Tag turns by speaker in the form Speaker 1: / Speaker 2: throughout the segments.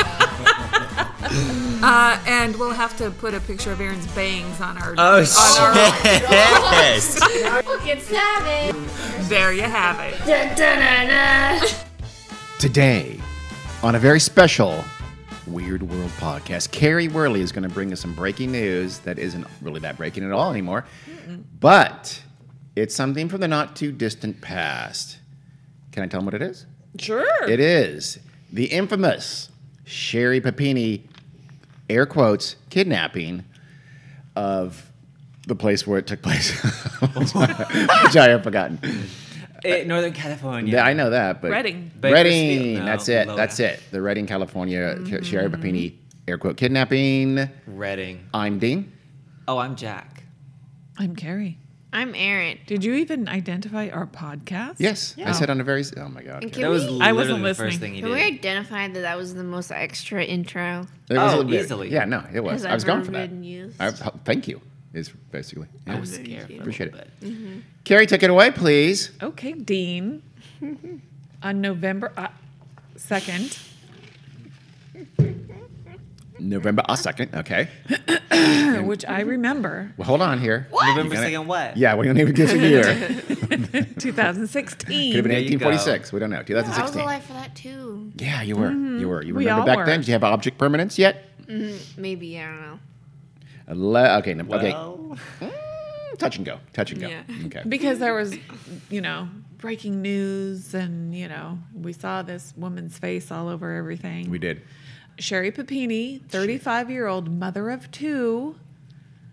Speaker 1: Uh, and we'll have to put a picture of Aaron's bangs on our.
Speaker 2: Oh
Speaker 1: on our-
Speaker 2: shit!
Speaker 3: It's savage.
Speaker 1: there you have it.
Speaker 3: Dun, dun, dun, dun.
Speaker 4: Today, on a very special Weird World podcast, Carrie Worley is going to bring us some breaking news that isn't really that breaking at all anymore, but it's something from the not too distant past. Can I tell them what it is?
Speaker 1: Sure.
Speaker 4: It is the infamous Sherry Papini, air quotes, kidnapping of the place where it took place, which I have forgotten.
Speaker 2: Uh, Northern California.
Speaker 4: Yeah, I know that, but
Speaker 1: Reading.
Speaker 4: Reading,
Speaker 2: Bakersfield.
Speaker 4: that's
Speaker 2: No,
Speaker 4: it.
Speaker 2: lower.
Speaker 4: That's it. The Reading, California, Sh- Sherry Papini, air quote, kidnapping.
Speaker 2: Reading.
Speaker 4: I'm Dean.
Speaker 2: Oh, I'm Jack.
Speaker 5: I'm Carrie.
Speaker 3: I'm Aaron.
Speaker 5: Did you even identify our podcast?
Speaker 4: Yes, I
Speaker 5: Yeah.
Speaker 4: said on a very. s- Oh my god,
Speaker 3: And
Speaker 4: okay.
Speaker 3: can
Speaker 2: That was
Speaker 3: we,
Speaker 2: literally
Speaker 5: I wasn't
Speaker 2: the first
Speaker 5: listening.
Speaker 2: thing he
Speaker 3: can we
Speaker 2: did.
Speaker 3: identify that that was the most extra intro?
Speaker 4: It was a
Speaker 2: Oh,
Speaker 4: little bit-
Speaker 2: easily.
Speaker 4: Yeah, no, it was.
Speaker 3: Has
Speaker 4: I was
Speaker 3: ever
Speaker 4: going for that.
Speaker 3: been used?
Speaker 4: I, oh, thank you. Is basically. Yeah.
Speaker 2: I was scared. for a
Speaker 4: Appreciate
Speaker 2: little bit.
Speaker 4: Carrie, take it away, please.
Speaker 5: Okay, Dean. on November uh, 2nd,
Speaker 4: November uh, 2nd. Okay.
Speaker 5: which I remember,
Speaker 4: Well, hold on here.
Speaker 2: November
Speaker 4: gotta-
Speaker 2: second. What?
Speaker 4: Yeah, we don't even get to the year. Could
Speaker 5: 2016.
Speaker 4: have been
Speaker 2: There you go.
Speaker 4: 1846. We don't know.
Speaker 3: I was
Speaker 4: 2016.
Speaker 3: alive for that too.
Speaker 4: yeah, you were. You were. You
Speaker 5: We
Speaker 4: remember
Speaker 5: all
Speaker 4: back
Speaker 5: were.
Speaker 4: then? Did you have object permanence yet?
Speaker 3: Maybe I don't know.
Speaker 4: Ele- okay. no- Okay.
Speaker 2: Well,
Speaker 4: Mm, touch and go. Touch and go.
Speaker 1: Yeah.
Speaker 4: Okay.
Speaker 5: because there was, you know, breaking news and, you know, we saw this woman's face all over everything.
Speaker 4: we did.
Speaker 5: Sherry Papini, 35 year old mother of two,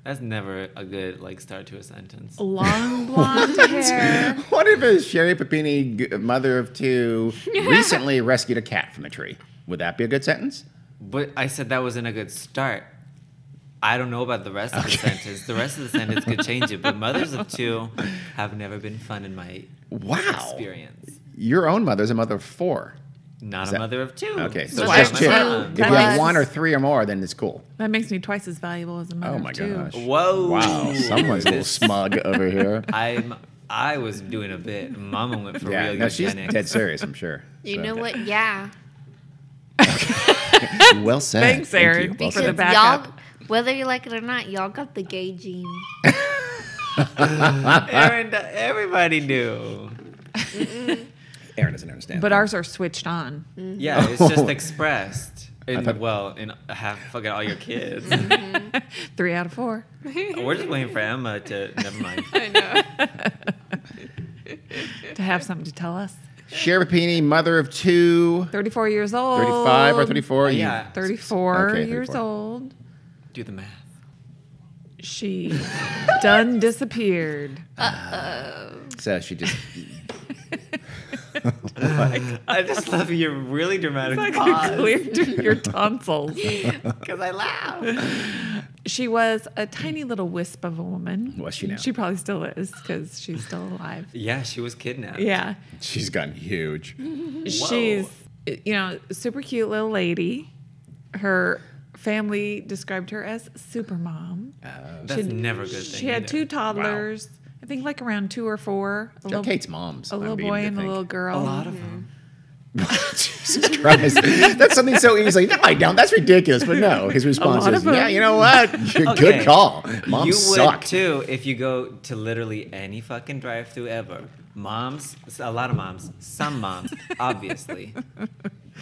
Speaker 2: that's never a good like start to a sentence.
Speaker 5: long blonde hair.
Speaker 4: What if a Sherry Papini, g- mother of two, recently rescued a cat from a tree? Would that be a good sentence?
Speaker 2: But I said that wasn't a good start. I don't know about the rest of the sentence. The rest of the sentence could change it, but mothers of two have never been fun in my
Speaker 4: Wow.
Speaker 2: experience.
Speaker 4: Your own mother's a mother of four.
Speaker 2: Not a
Speaker 4: that-
Speaker 2: mother of two.
Speaker 4: Okay. Mm. So
Speaker 2: That's
Speaker 5: why
Speaker 4: just
Speaker 2: not
Speaker 5: is
Speaker 4: two.
Speaker 2: my
Speaker 5: that-
Speaker 2: mom.
Speaker 4: If you
Speaker 5: that
Speaker 4: have
Speaker 5: was-
Speaker 4: one or three or more, then it's cool.
Speaker 5: That makes me twice as valuable as a mother
Speaker 4: Oh
Speaker 5: of
Speaker 4: my
Speaker 5: two.
Speaker 4: gosh.
Speaker 2: Whoa.
Speaker 4: Wow, someone's a little smug over here.
Speaker 2: I'm. I was doing a bit. Mama went for
Speaker 4: Yeah,
Speaker 2: real
Speaker 4: no, she's
Speaker 2: eugenics.
Speaker 4: dead serious, I'm sure.
Speaker 3: You
Speaker 4: So-
Speaker 3: know what? Yeah.
Speaker 4: Well said.
Speaker 5: Thanks,
Speaker 4: Thank
Speaker 5: Aaron.
Speaker 4: you. Well
Speaker 5: Because
Speaker 4: said.
Speaker 3: y'all,
Speaker 5: backup.
Speaker 3: whether you like it or not, y'all got the gay gene.
Speaker 2: Aaron, everybody knew.
Speaker 4: Aaron doesn't understand.
Speaker 5: But ours are switched on.
Speaker 2: Yeah, it's just
Speaker 4: Oh.
Speaker 2: expressed. In,
Speaker 4: thought-
Speaker 2: well, in half fucking all your kids.
Speaker 5: Three out of four.
Speaker 2: We're just waiting for Emma to. Never mind.
Speaker 5: to have something to tell us.
Speaker 4: Sherry Papini, mother of two,
Speaker 5: 34 years old.
Speaker 4: 35 or 34. you-
Speaker 2: Uh, Yeah.
Speaker 5: 34
Speaker 4: Okay,
Speaker 5: years
Speaker 4: 34.
Speaker 5: old.
Speaker 2: Do the math.
Speaker 5: She done disappeared.
Speaker 4: So she just.
Speaker 2: I just love your really dramatic
Speaker 5: Like
Speaker 2: pause
Speaker 5: cleared your tonsils.
Speaker 2: because I laugh.
Speaker 5: She was a tiny little wisp of a woman.
Speaker 4: Was she now?
Speaker 5: She probably still is because she's still alive.
Speaker 2: Yeah, she was kidnapped.
Speaker 5: Yeah.
Speaker 4: She's gotten huge.
Speaker 5: She's, you know, super cute little lady. Her family described her as super mom.
Speaker 2: That's never a good thing.
Speaker 5: She had
Speaker 2: either.
Speaker 5: two toddlers. I think like around two or four. A little,
Speaker 4: Kate's mom's.
Speaker 5: a
Speaker 4: I'm
Speaker 5: little
Speaker 4: beginning
Speaker 5: boy
Speaker 4: to
Speaker 5: and a
Speaker 4: think.
Speaker 5: little
Speaker 2: A
Speaker 5: girl.
Speaker 2: lot of them.
Speaker 4: Jesus Christ. That's something so easy. Like, no, down. That's ridiculous. But no, his response
Speaker 5: lot
Speaker 4: is,
Speaker 5: of 'em.
Speaker 4: yeah, you know what? You're
Speaker 2: Okay.
Speaker 4: Good call. Mom
Speaker 2: you would
Speaker 4: sucked.
Speaker 2: too if you go to literally any fucking drive-through ever. Moms, a lot of moms, some moms, obviously.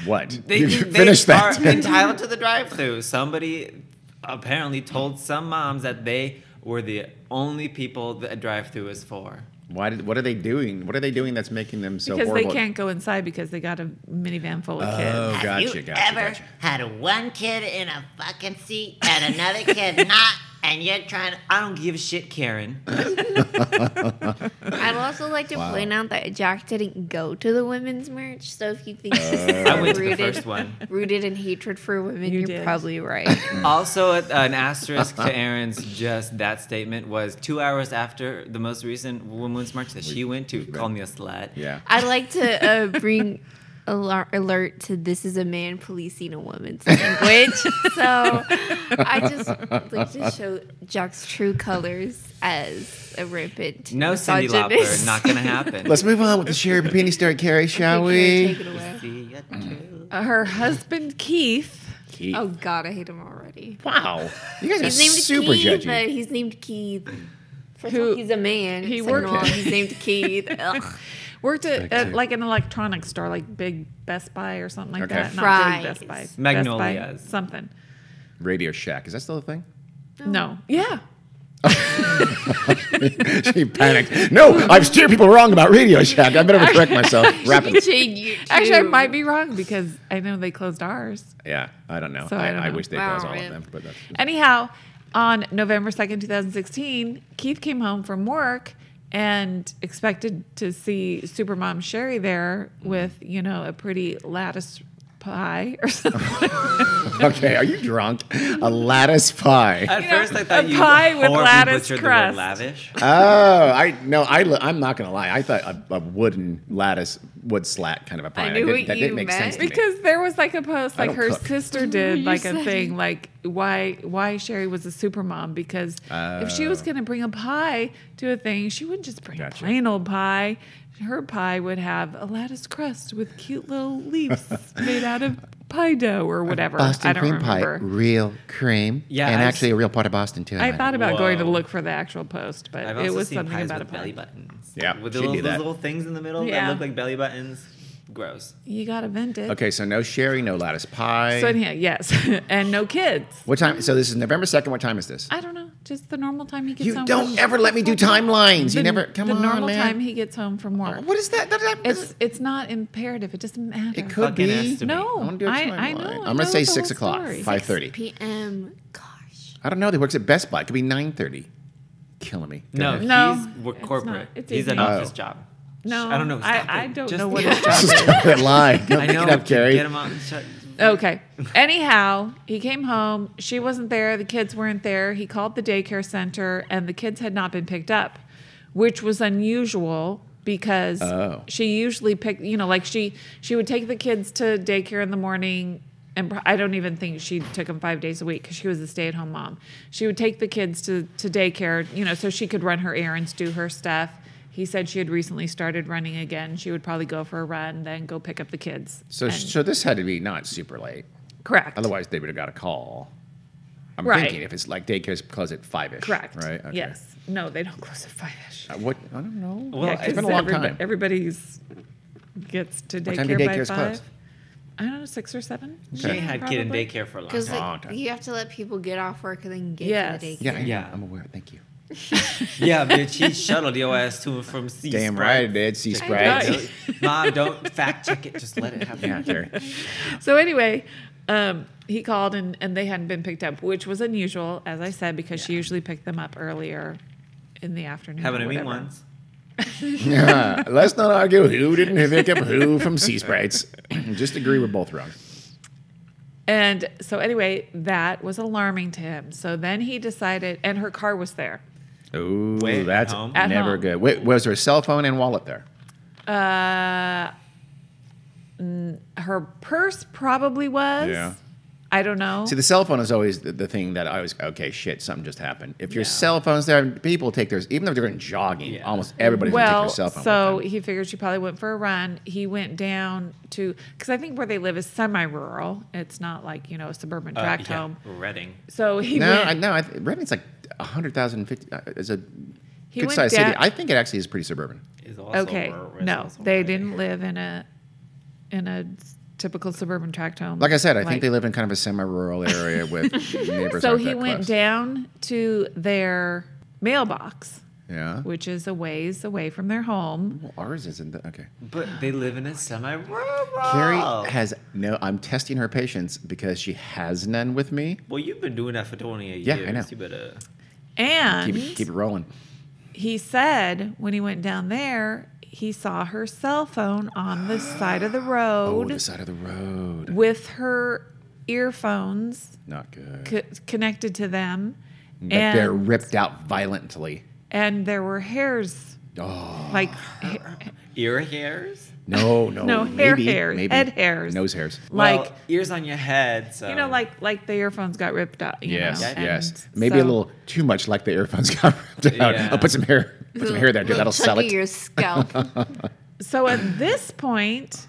Speaker 4: What?
Speaker 2: They,
Speaker 4: you
Speaker 2: they
Speaker 4: finished
Speaker 2: are
Speaker 4: that.
Speaker 2: entitled to the drive-through. Somebody apparently told some moms that they were the only people that a drive-through is for.
Speaker 4: Why did, what are they doing? What are they doing that's making them so
Speaker 5: because they
Speaker 4: horrible?
Speaker 5: can't go inside because they got a minivan full of kids.
Speaker 4: Oh, gotcha, gotcha,
Speaker 6: ever
Speaker 4: gotcha.
Speaker 6: had one kid in a fucking seat and another kid not
Speaker 2: and you're trying. I don't give a shit, Karen.
Speaker 3: I'd also like to
Speaker 4: Wow.
Speaker 3: point out that Jack didn't go to the women's march, so if you
Speaker 4: Uh,
Speaker 3: think she's
Speaker 2: I went to the
Speaker 3: rooted,
Speaker 2: first one.
Speaker 3: rooted in hatred for women,
Speaker 5: You
Speaker 3: you
Speaker 5: did.
Speaker 3: are probably right.
Speaker 2: Also, an asterisk to Aaron's just that statement was two hours after the most recent Women's March that she went to. Call me a slut.
Speaker 4: Yeah.
Speaker 3: I'd like to uh, bring alar- alert to this is a man policing a woman's language. so I just like to show Jock's true colors as a rampant.
Speaker 2: No, Cindy Lauper,
Speaker 3: misogynist.
Speaker 2: not gonna happen.
Speaker 4: Let's move on with the Sherry Papini story, Carrie, shall we?
Speaker 3: Okay, Karen, take it away.
Speaker 2: See ya, too.
Speaker 5: Uh, Her husband Keith.
Speaker 4: Keith.
Speaker 3: Oh God, I hate him already.
Speaker 4: wow. You guys are
Speaker 3: He's named
Speaker 4: super
Speaker 3: Keith,
Speaker 4: judgy.
Speaker 3: but he's named Keith. First
Speaker 5: Who-
Speaker 3: of all, he's a man.
Speaker 5: he
Speaker 3: Second of
Speaker 5: worked-
Speaker 3: all, he's named Keith. Ugh.
Speaker 5: Worked at, at
Speaker 4: Okay.
Speaker 5: like an electronics store, like Big Best Buy or something like
Speaker 4: Okay.
Speaker 5: that. Not Big Best Buy.
Speaker 3: Fry's.
Speaker 5: Best Buy,
Speaker 2: Magnolias.
Speaker 5: something.
Speaker 4: Radio Shack. Is that still a thing?
Speaker 5: No. Yeah.
Speaker 4: she panicked. No, I've steered people wrong about Radio Shack. I better correct myself rapidly.
Speaker 3: Jane, you
Speaker 5: Actually, I
Speaker 3: too.
Speaker 5: might be wrong because I know they closed ours.
Speaker 4: Yeah, I don't know.
Speaker 5: So
Speaker 4: I,
Speaker 5: I don't
Speaker 4: I
Speaker 5: know.
Speaker 4: wish they
Speaker 3: Wow,
Speaker 4: closed all of
Speaker 3: rip.
Speaker 4: them, but that's
Speaker 5: Anyhow, on November 2nd, 2016, Keith came home from work and expected to see Supermom Sherry there with, you know, a pretty lattice pie or something.
Speaker 4: okay. Are you drunk? A lattice pie.
Speaker 2: At first, I thought
Speaker 5: a
Speaker 2: you
Speaker 5: pie with
Speaker 2: horribly
Speaker 5: lattice
Speaker 2: butchered the
Speaker 5: crust.
Speaker 2: word lavish.
Speaker 4: Oh, I no, I li- I'm not gonna lie. I thought a, a wooden lattice, wood slat kind of a pie.
Speaker 3: knew
Speaker 4: didn't-
Speaker 3: what
Speaker 4: that
Speaker 3: you
Speaker 4: didn't make
Speaker 3: meant.
Speaker 4: sense to me.
Speaker 5: because there was like a post like
Speaker 4: don't
Speaker 5: her
Speaker 4: cook.
Speaker 5: sister did like a thing like why why Sherry was a supermom because if she was going to bring a pie to a thing, she wouldn't just bring
Speaker 4: Oh. Gotcha.
Speaker 5: plain old pie. Her pie would have a lattice crust with cute little leaves made out of pie dough or whatever. I don't remember.
Speaker 4: real cream.
Speaker 2: Yeah, and I've actually
Speaker 4: a real part of Boston too.
Speaker 5: I thought about going to
Speaker 2: Whoa.
Speaker 5: look for the actual post, but
Speaker 2: I've
Speaker 5: it
Speaker 2: also
Speaker 5: was
Speaker 2: seen
Speaker 5: something
Speaker 2: pies
Speaker 5: about a
Speaker 2: with
Speaker 5: pie.
Speaker 2: belly buttons.
Speaker 4: Yeah,
Speaker 2: with
Speaker 4: she
Speaker 2: the little,
Speaker 4: knew that.
Speaker 2: those little things in the middle
Speaker 5: Yeah.
Speaker 2: that look like belly buttons. Gross.
Speaker 5: You got to vent it.
Speaker 4: Okay, so no sherry, no lattice pie.
Speaker 5: So anyhow, yes, and no kids.
Speaker 4: what time? So this is November second. What time is this?
Speaker 5: I don't know, just the normal time he gets
Speaker 4: You
Speaker 5: home.
Speaker 4: don't
Speaker 5: from-
Speaker 4: ever let me do timelines. You
Speaker 5: the-
Speaker 4: never come
Speaker 5: the
Speaker 4: on,
Speaker 5: normal
Speaker 4: man.
Speaker 5: time he gets home from work.
Speaker 4: what is that? that, that
Speaker 5: It's it's not imperative. It doesn't matter.
Speaker 4: it could
Speaker 2: Fucking
Speaker 4: be.
Speaker 2: ass to me.
Speaker 5: No,
Speaker 4: I want to do a
Speaker 5: I,
Speaker 4: timeline.
Speaker 5: Oh, I know. I
Speaker 4: am
Speaker 5: know
Speaker 4: gonna say
Speaker 5: the
Speaker 4: six
Speaker 5: whole
Speaker 4: o'clock,
Speaker 5: story.
Speaker 4: five thirty.
Speaker 3: PM. Gosh.
Speaker 4: I don't know. They works at Best Buy. It could be nine thirty. Killing me. Go
Speaker 2: No,
Speaker 4: ahead.
Speaker 5: No,
Speaker 2: he's we're
Speaker 5: it's not.
Speaker 2: corporate.
Speaker 5: It's
Speaker 2: he's an
Speaker 5: evening.
Speaker 2: office job.
Speaker 5: No,
Speaker 2: I don't know. Stop
Speaker 5: I, I
Speaker 2: it.
Speaker 5: don't
Speaker 2: Just-
Speaker 5: know what his job.
Speaker 4: Just quit lying. Go
Speaker 2: I
Speaker 4: pick
Speaker 2: know.
Speaker 4: it up, Carrie.
Speaker 2: Get him out. Shut.
Speaker 5: Okay. Anyhow, he came home. She wasn't there. The kids weren't there. He called the daycare center, and the kids had not been picked up, which was unusual because
Speaker 4: Oh.
Speaker 5: she usually picked. You know, like she she would take the kids to daycare in the morning, and pro- I don't even think she took them five days a week because she was a stay at home mom. She would take the kids to to daycare, you know, so she could run her errands, do her stuff. He said she had recently started running again. She would probably go for a run, then go pick up the kids.
Speaker 4: So, so this had to be not super late.
Speaker 5: Correct.
Speaker 4: Otherwise, they would have got a call. I'm
Speaker 5: Right.
Speaker 4: thinking if it's like daycare's closed at five ish.
Speaker 5: Correct.
Speaker 4: Right. Okay.
Speaker 5: Yes. No, they don't close at five ish.
Speaker 4: Uh, What? I don't know.
Speaker 2: Well,
Speaker 4: it's been a
Speaker 2: I-
Speaker 4: long
Speaker 5: everybody,
Speaker 4: time.
Speaker 5: Everybody's gets to daycare
Speaker 4: time do
Speaker 5: by
Speaker 4: daycares
Speaker 5: five.
Speaker 4: close?
Speaker 5: I don't know, six or seven.
Speaker 2: She ain't had kid in
Speaker 5: Probably.
Speaker 2: daycare for a long
Speaker 3: Because
Speaker 2: time.
Speaker 4: Long
Speaker 3: like,
Speaker 4: time.
Speaker 3: you have to let people get off work and then get
Speaker 5: Yes.
Speaker 3: to the daycare.
Speaker 4: Yeah. I know.
Speaker 2: Yeah.
Speaker 4: I'm aware. Thank you.
Speaker 2: yeah, bitch. He shuttled your ass to and from C.
Speaker 4: Damn right,
Speaker 2: Sprite.
Speaker 4: it did. Sea
Speaker 5: I know.
Speaker 4: Sprite.
Speaker 2: Mom, don't fact check it. Just let it happen.
Speaker 4: Yeah, Carrie.
Speaker 5: So anyway, um, he called and, and they hadn't been picked up, which was unusual, as I said, because she usually picked them up earlier in the afternoon.
Speaker 2: Having a meet
Speaker 5: one.
Speaker 2: once.
Speaker 4: Yeah, Uh, Let's not argue who didn't pick up who from Sea Sprites. Just agree we're both wrong.
Speaker 5: And so anyway, that was alarming to him. So then he decided, and her car was there.
Speaker 4: Ooh,
Speaker 2: Wait, at
Speaker 4: that's
Speaker 2: home?
Speaker 5: At
Speaker 4: never
Speaker 5: home.
Speaker 4: good. Wait, was her cell phone and wallet there?
Speaker 5: Uh, n- her purse probably was.
Speaker 4: Yeah.
Speaker 5: I don't know.
Speaker 4: See, the cell phone is always the, the thing that I was okay. Shit, something just happened. If your cell phone's there, people take theirs. Even if they're going jogging,
Speaker 2: Yeah.
Speaker 4: almost everybody's
Speaker 5: well,
Speaker 4: gonna take their cell phone.
Speaker 5: so
Speaker 4: with them.
Speaker 5: he figured she probably went for a run. He went down to because I think where they live is semi-rural. It's not like you know a suburban
Speaker 2: Uh,
Speaker 5: tract
Speaker 2: yeah,
Speaker 5: home.
Speaker 2: Reading.
Speaker 5: So he
Speaker 4: no,
Speaker 5: went.
Speaker 4: I, no, I, th- Redding's like a hundred thousand fifty. Uh, it's a
Speaker 5: He
Speaker 4: good
Speaker 5: went
Speaker 4: sized
Speaker 5: down-
Speaker 4: city. I think it actually is pretty suburban.
Speaker 2: Is also
Speaker 5: okay,
Speaker 2: rural, is
Speaker 5: no,
Speaker 2: also
Speaker 5: they
Speaker 2: reading.
Speaker 5: didn't live in a in a typical suburban tract home.
Speaker 4: Like I said, I think they live in kind of a semi-rural area with neighbors.
Speaker 5: So
Speaker 4: aren't
Speaker 5: he
Speaker 4: that
Speaker 5: went
Speaker 4: close.
Speaker 5: down to their mailbox,
Speaker 4: Yeah.
Speaker 5: which is a ways away from their home.
Speaker 4: Well, ours isn't. That, okay.
Speaker 2: But they live in a semi-rural.
Speaker 4: Carrie has no. I'm testing her patience because she has none with me.
Speaker 2: Well, you've been doing that for 28
Speaker 4: Yeah, I
Speaker 2: years.
Speaker 4: know.
Speaker 2: You better.
Speaker 5: And
Speaker 4: Keep, it- keep it rolling.
Speaker 5: he said when he went down there, he saw her cell phone on the side of the
Speaker 4: Oh,
Speaker 5: road
Speaker 4: the side of the road.
Speaker 5: with her earphones
Speaker 4: Not good.
Speaker 5: c- connected to them.
Speaker 4: But they're
Speaker 5: And,
Speaker 4: ripped out violently.
Speaker 5: and there were hairs,
Speaker 4: Oh
Speaker 5: like ha-
Speaker 2: Ear hairs?
Speaker 4: no, no,
Speaker 5: No, hair
Speaker 4: maybe,
Speaker 5: hairs,
Speaker 4: maybe.
Speaker 5: head hairs.
Speaker 4: nose hairs.
Speaker 5: like
Speaker 2: Well, uh, ears on your head. So
Speaker 5: you know, like like the earphones got ripped out. you
Speaker 4: Yes,
Speaker 5: know, and
Speaker 4: yes. Maybe a
Speaker 5: so-
Speaker 4: little too much, like the earphones got ripped out.
Speaker 2: Yeah.
Speaker 4: I'll put some hair, put some hair there, dude. That'll
Speaker 3: Little
Speaker 4: sell
Speaker 3: chunk
Speaker 4: it.
Speaker 3: of your scalp.
Speaker 5: So at this point,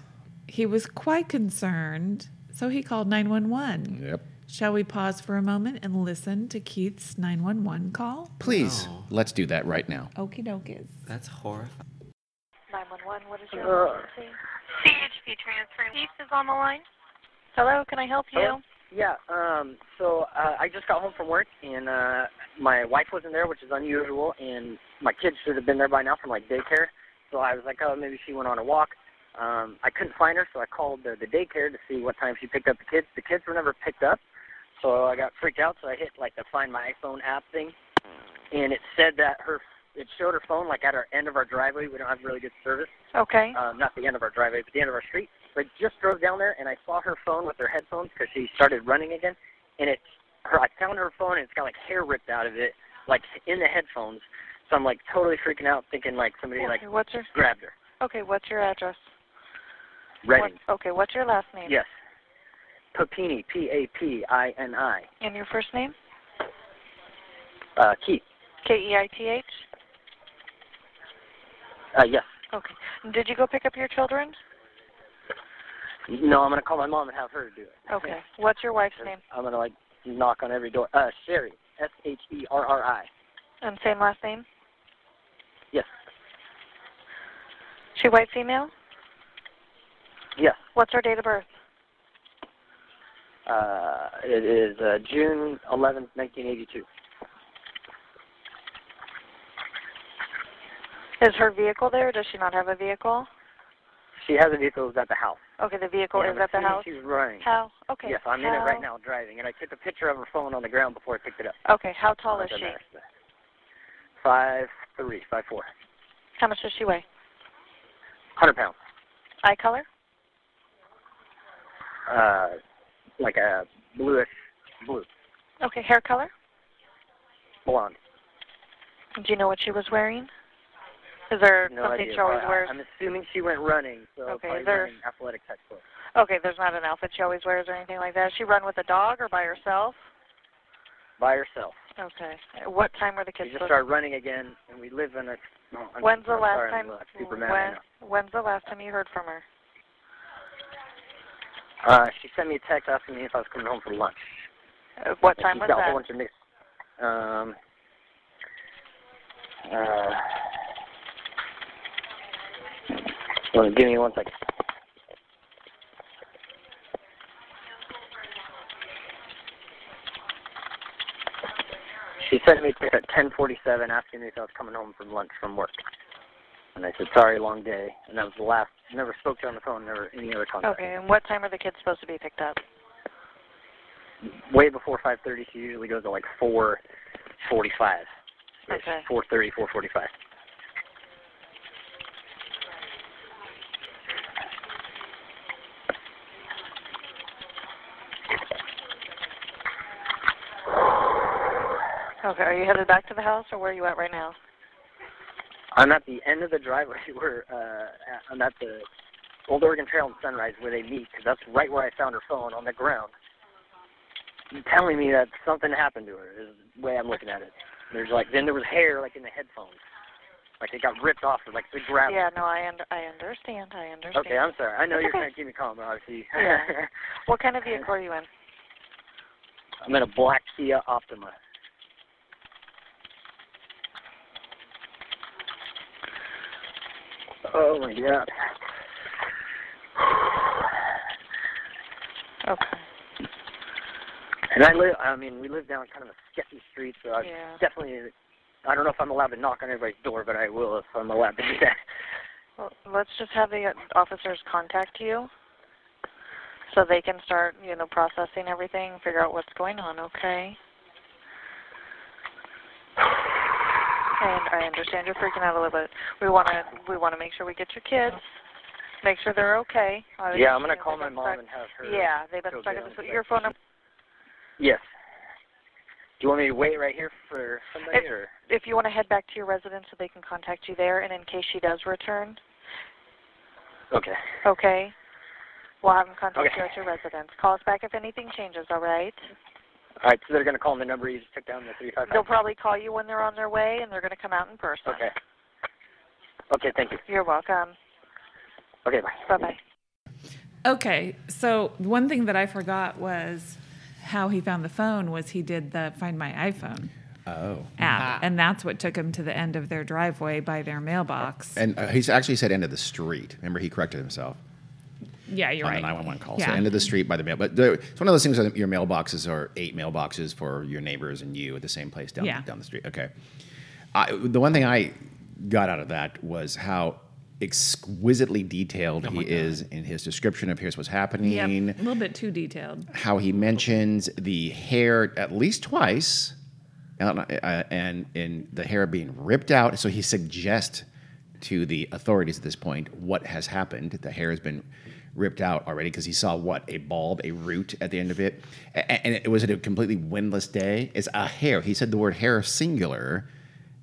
Speaker 5: he was quite concerned. So he called 911.
Speaker 4: Yep.
Speaker 5: Shall we pause for a moment and listen to Keith's 911 call?
Speaker 4: Please, let's do that right now.
Speaker 5: Okie dokies.
Speaker 2: That's horrifying.
Speaker 7: 911, what is your emergency?
Speaker 6: CHP transferring. Keith is on the line. Hello, can I help you?
Speaker 7: Yeah, um, so uh, I just got home from work, and uh, my wife wasn't there, which is unusual, and my kids should have been there by now from like daycare. So I was like, oh, maybe she went on a walk. Um, I couldn't find her, so I called the, the daycare to see what time she picked up the kids. The kids were never picked up, so I got freaked out. So I hit like the Find My iPhone app thing, and it said that her it showed her phone like at our end of our driveway. We don't have really good service.
Speaker 6: Okay.
Speaker 7: um, not the end of our driveway, but the end of our street. But just drove down there, and I saw her phone with her headphones because she started running again. And it's her. I found her phone, and it's got like hair ripped out of it, like in the headphones. So I'm like totally freaking out, thinking like somebody like
Speaker 6: Okay, what's her
Speaker 7: grabbed her.
Speaker 6: Okay, what's your address?
Speaker 7: Ready?
Speaker 6: What- okay, what's your last name?
Speaker 7: Yes. Papini, P A P I N I.
Speaker 6: And your first name?
Speaker 7: Uh, Keith.
Speaker 6: K E I T H.
Speaker 7: Uh, yes.
Speaker 6: Okay. Did you go pick up your children?
Speaker 7: No, I'm gonna call my mom and have her do it.
Speaker 6: Okay. What's your wife's name?
Speaker 7: I'm gonna like knock on every door. Uh, Sherry. S H E R R I.
Speaker 6: And same last name?
Speaker 7: Yes.
Speaker 6: She white female?
Speaker 7: Yes.
Speaker 6: What's her date of birth?
Speaker 7: Uh, it is uh, June 11th, 1982.
Speaker 6: Is her vehicle there? Does she not have a vehicle?
Speaker 7: She has a vehicle that's at the house.
Speaker 6: Okay, the vehicle
Speaker 7: And
Speaker 6: Oh, is
Speaker 7: I'm
Speaker 6: at the
Speaker 7: assuming
Speaker 6: house.
Speaker 7: She's running.
Speaker 6: How? Okay.
Speaker 7: Yes, I'm in it
Speaker 6: how-
Speaker 7: right now driving, and I took a picture of her phone on the ground before I picked it up.
Speaker 6: Okay. How tall is
Speaker 7: Doesn't
Speaker 6: she?
Speaker 7: matter. Five three, five four.
Speaker 6: How much does she weigh?
Speaker 7: Hundred pounds.
Speaker 6: Eye color?
Speaker 7: Uh, like a bluish blue,
Speaker 6: Okay. Hair color?
Speaker 7: blonde.
Speaker 6: Do you know what she was wearing? Is there
Speaker 7: No
Speaker 6: something
Speaker 7: idea.
Speaker 6: she always
Speaker 7: I-
Speaker 6: wears?
Speaker 7: I'm assuming she went running, so
Speaker 6: Okay,
Speaker 7: probably
Speaker 6: there-
Speaker 7: running athletic type clothes.
Speaker 6: Okay, there's not an outfit she always wears or anything like that. Does she run with a dog or by herself?
Speaker 7: by herself.
Speaker 6: Okay. At What time were the
Speaker 7: She
Speaker 6: kids?
Speaker 7: just
Speaker 6: supposed-
Speaker 7: started running again, and we live in a. no, I'm-
Speaker 6: when's the
Speaker 7: I'm
Speaker 6: last
Speaker 7: sorry,
Speaker 6: time?
Speaker 7: I'm, uh, super mad right
Speaker 6: when,
Speaker 7: now.
Speaker 6: when's the last time you heard from her?
Speaker 7: Uh, she sent me a text asking me if I was coming home for lunch.
Speaker 6: Uh, What
Speaker 7: And
Speaker 6: time
Speaker 7: she's
Speaker 6: was
Speaker 7: got a whole
Speaker 6: that?
Speaker 7: bunch of mixed. Um. Uh. Well, uh, give me one second. She sent me a text at 10:47 asking me if I was coming home from lunch from work, and I said sorry, long day, and that was the last. Never spoke to her on the phone, never any other contact.
Speaker 6: Okay, and what time are the kids supposed to be picked up?
Speaker 7: way before 5:30. She usually goes to like 4:45. It's
Speaker 6: Okay.
Speaker 7: 4:30, 4:45.
Speaker 6: Okay, are you headed back to the house or where are you at right now?
Speaker 7: I'm at the end of the driveway where uh, at- I'm at the Old Oregon Trail and Sunrise where they meet because that's right where I found her phone on the ground. Telling me that something happened to her is the way I'm looking at it. There's like then there was hair like in the headphones, like it got ripped off of like the gravel.
Speaker 6: Yeah, no, I und- I understand. I understand.
Speaker 7: Okay, I'm sorry. I know
Speaker 6: It's
Speaker 7: you're
Speaker 6: okay.
Speaker 7: trying to keep me calm, but obviously.
Speaker 6: Yeah. What kind of vehicle are you in?
Speaker 7: I'm in a black Kia Optima. Oh my god.
Speaker 6: Okay.
Speaker 7: And I live, I mean, we live down kind of a sketchy street, so I
Speaker 6: Yeah.
Speaker 7: definitely, I don't know if I'm allowed to knock on everybody's door, but I will if I'm allowed to do that.
Speaker 6: Well, let's just have the uh, officers contact you so they can start, you know, processing everything, figure out what's going on, okay? and I understand you're freaking out a little bit. We want to we want to make sure we get your kids, make sure they're okay. Obviously,
Speaker 7: Yeah, I'm gonna
Speaker 6: Oh, you know,
Speaker 7: call
Speaker 6: they've
Speaker 7: my
Speaker 6: been
Speaker 7: mom
Speaker 6: stuck-
Speaker 7: and have her.
Speaker 6: Yeah, they've been
Speaker 7: go
Speaker 6: stuck
Speaker 7: get
Speaker 6: at this.
Speaker 7: them
Speaker 6: Your phone number.
Speaker 7: Yes. Do you want me to wait right here for somebody,
Speaker 6: If-
Speaker 7: or
Speaker 6: If you want to head back to your residence, so they can contact you there, and in case she does return,
Speaker 7: okay?
Speaker 6: okay, we'll have them contact
Speaker 7: Okay.
Speaker 6: you at your residence. Call us back if anything changes. All right.
Speaker 7: All right, so they're gonna call the number you just took down, the three five
Speaker 6: They'll
Speaker 7: five.
Speaker 6: probably call you when they're on their way, and they're going to come out in person.
Speaker 7: Okay. Okay, thank you.
Speaker 6: You're welcome.
Speaker 7: Okay, bye.
Speaker 6: Bye bye.
Speaker 5: Okay, so one thing that I forgot was how he found the phone was he did the Find My iPhone
Speaker 4: Oh.
Speaker 5: app, and that's what took him to the end of their driveway by their mailbox.
Speaker 4: And uh, he's actually said end of the street. Remember, he corrected himself
Speaker 5: yeah, you're
Speaker 4: on
Speaker 5: right.
Speaker 4: the 911 call. So
Speaker 5: Yeah.
Speaker 4: end of the street by the mail. But there, it's one of those things where your mailboxes are eight mailboxes for your neighbors and you at the same place down,
Speaker 5: Yeah.
Speaker 4: down the street. Okay. I, the one thing I got out of that was how exquisitely detailed he is in his description of here's what's
Speaker 5: Oh Yep,
Speaker 4: happening.
Speaker 5: a little bit too detailed.
Speaker 4: how he mentions the hair at least twice, and, uh, and and the hair being ripped out. So he suggests to the authorities at this point what has happened. The hair has been ripped out already because he saw what a bulb, a root at the end of it, A- a- and it was it a completely windless day. It's a hair. He said the word hair singular.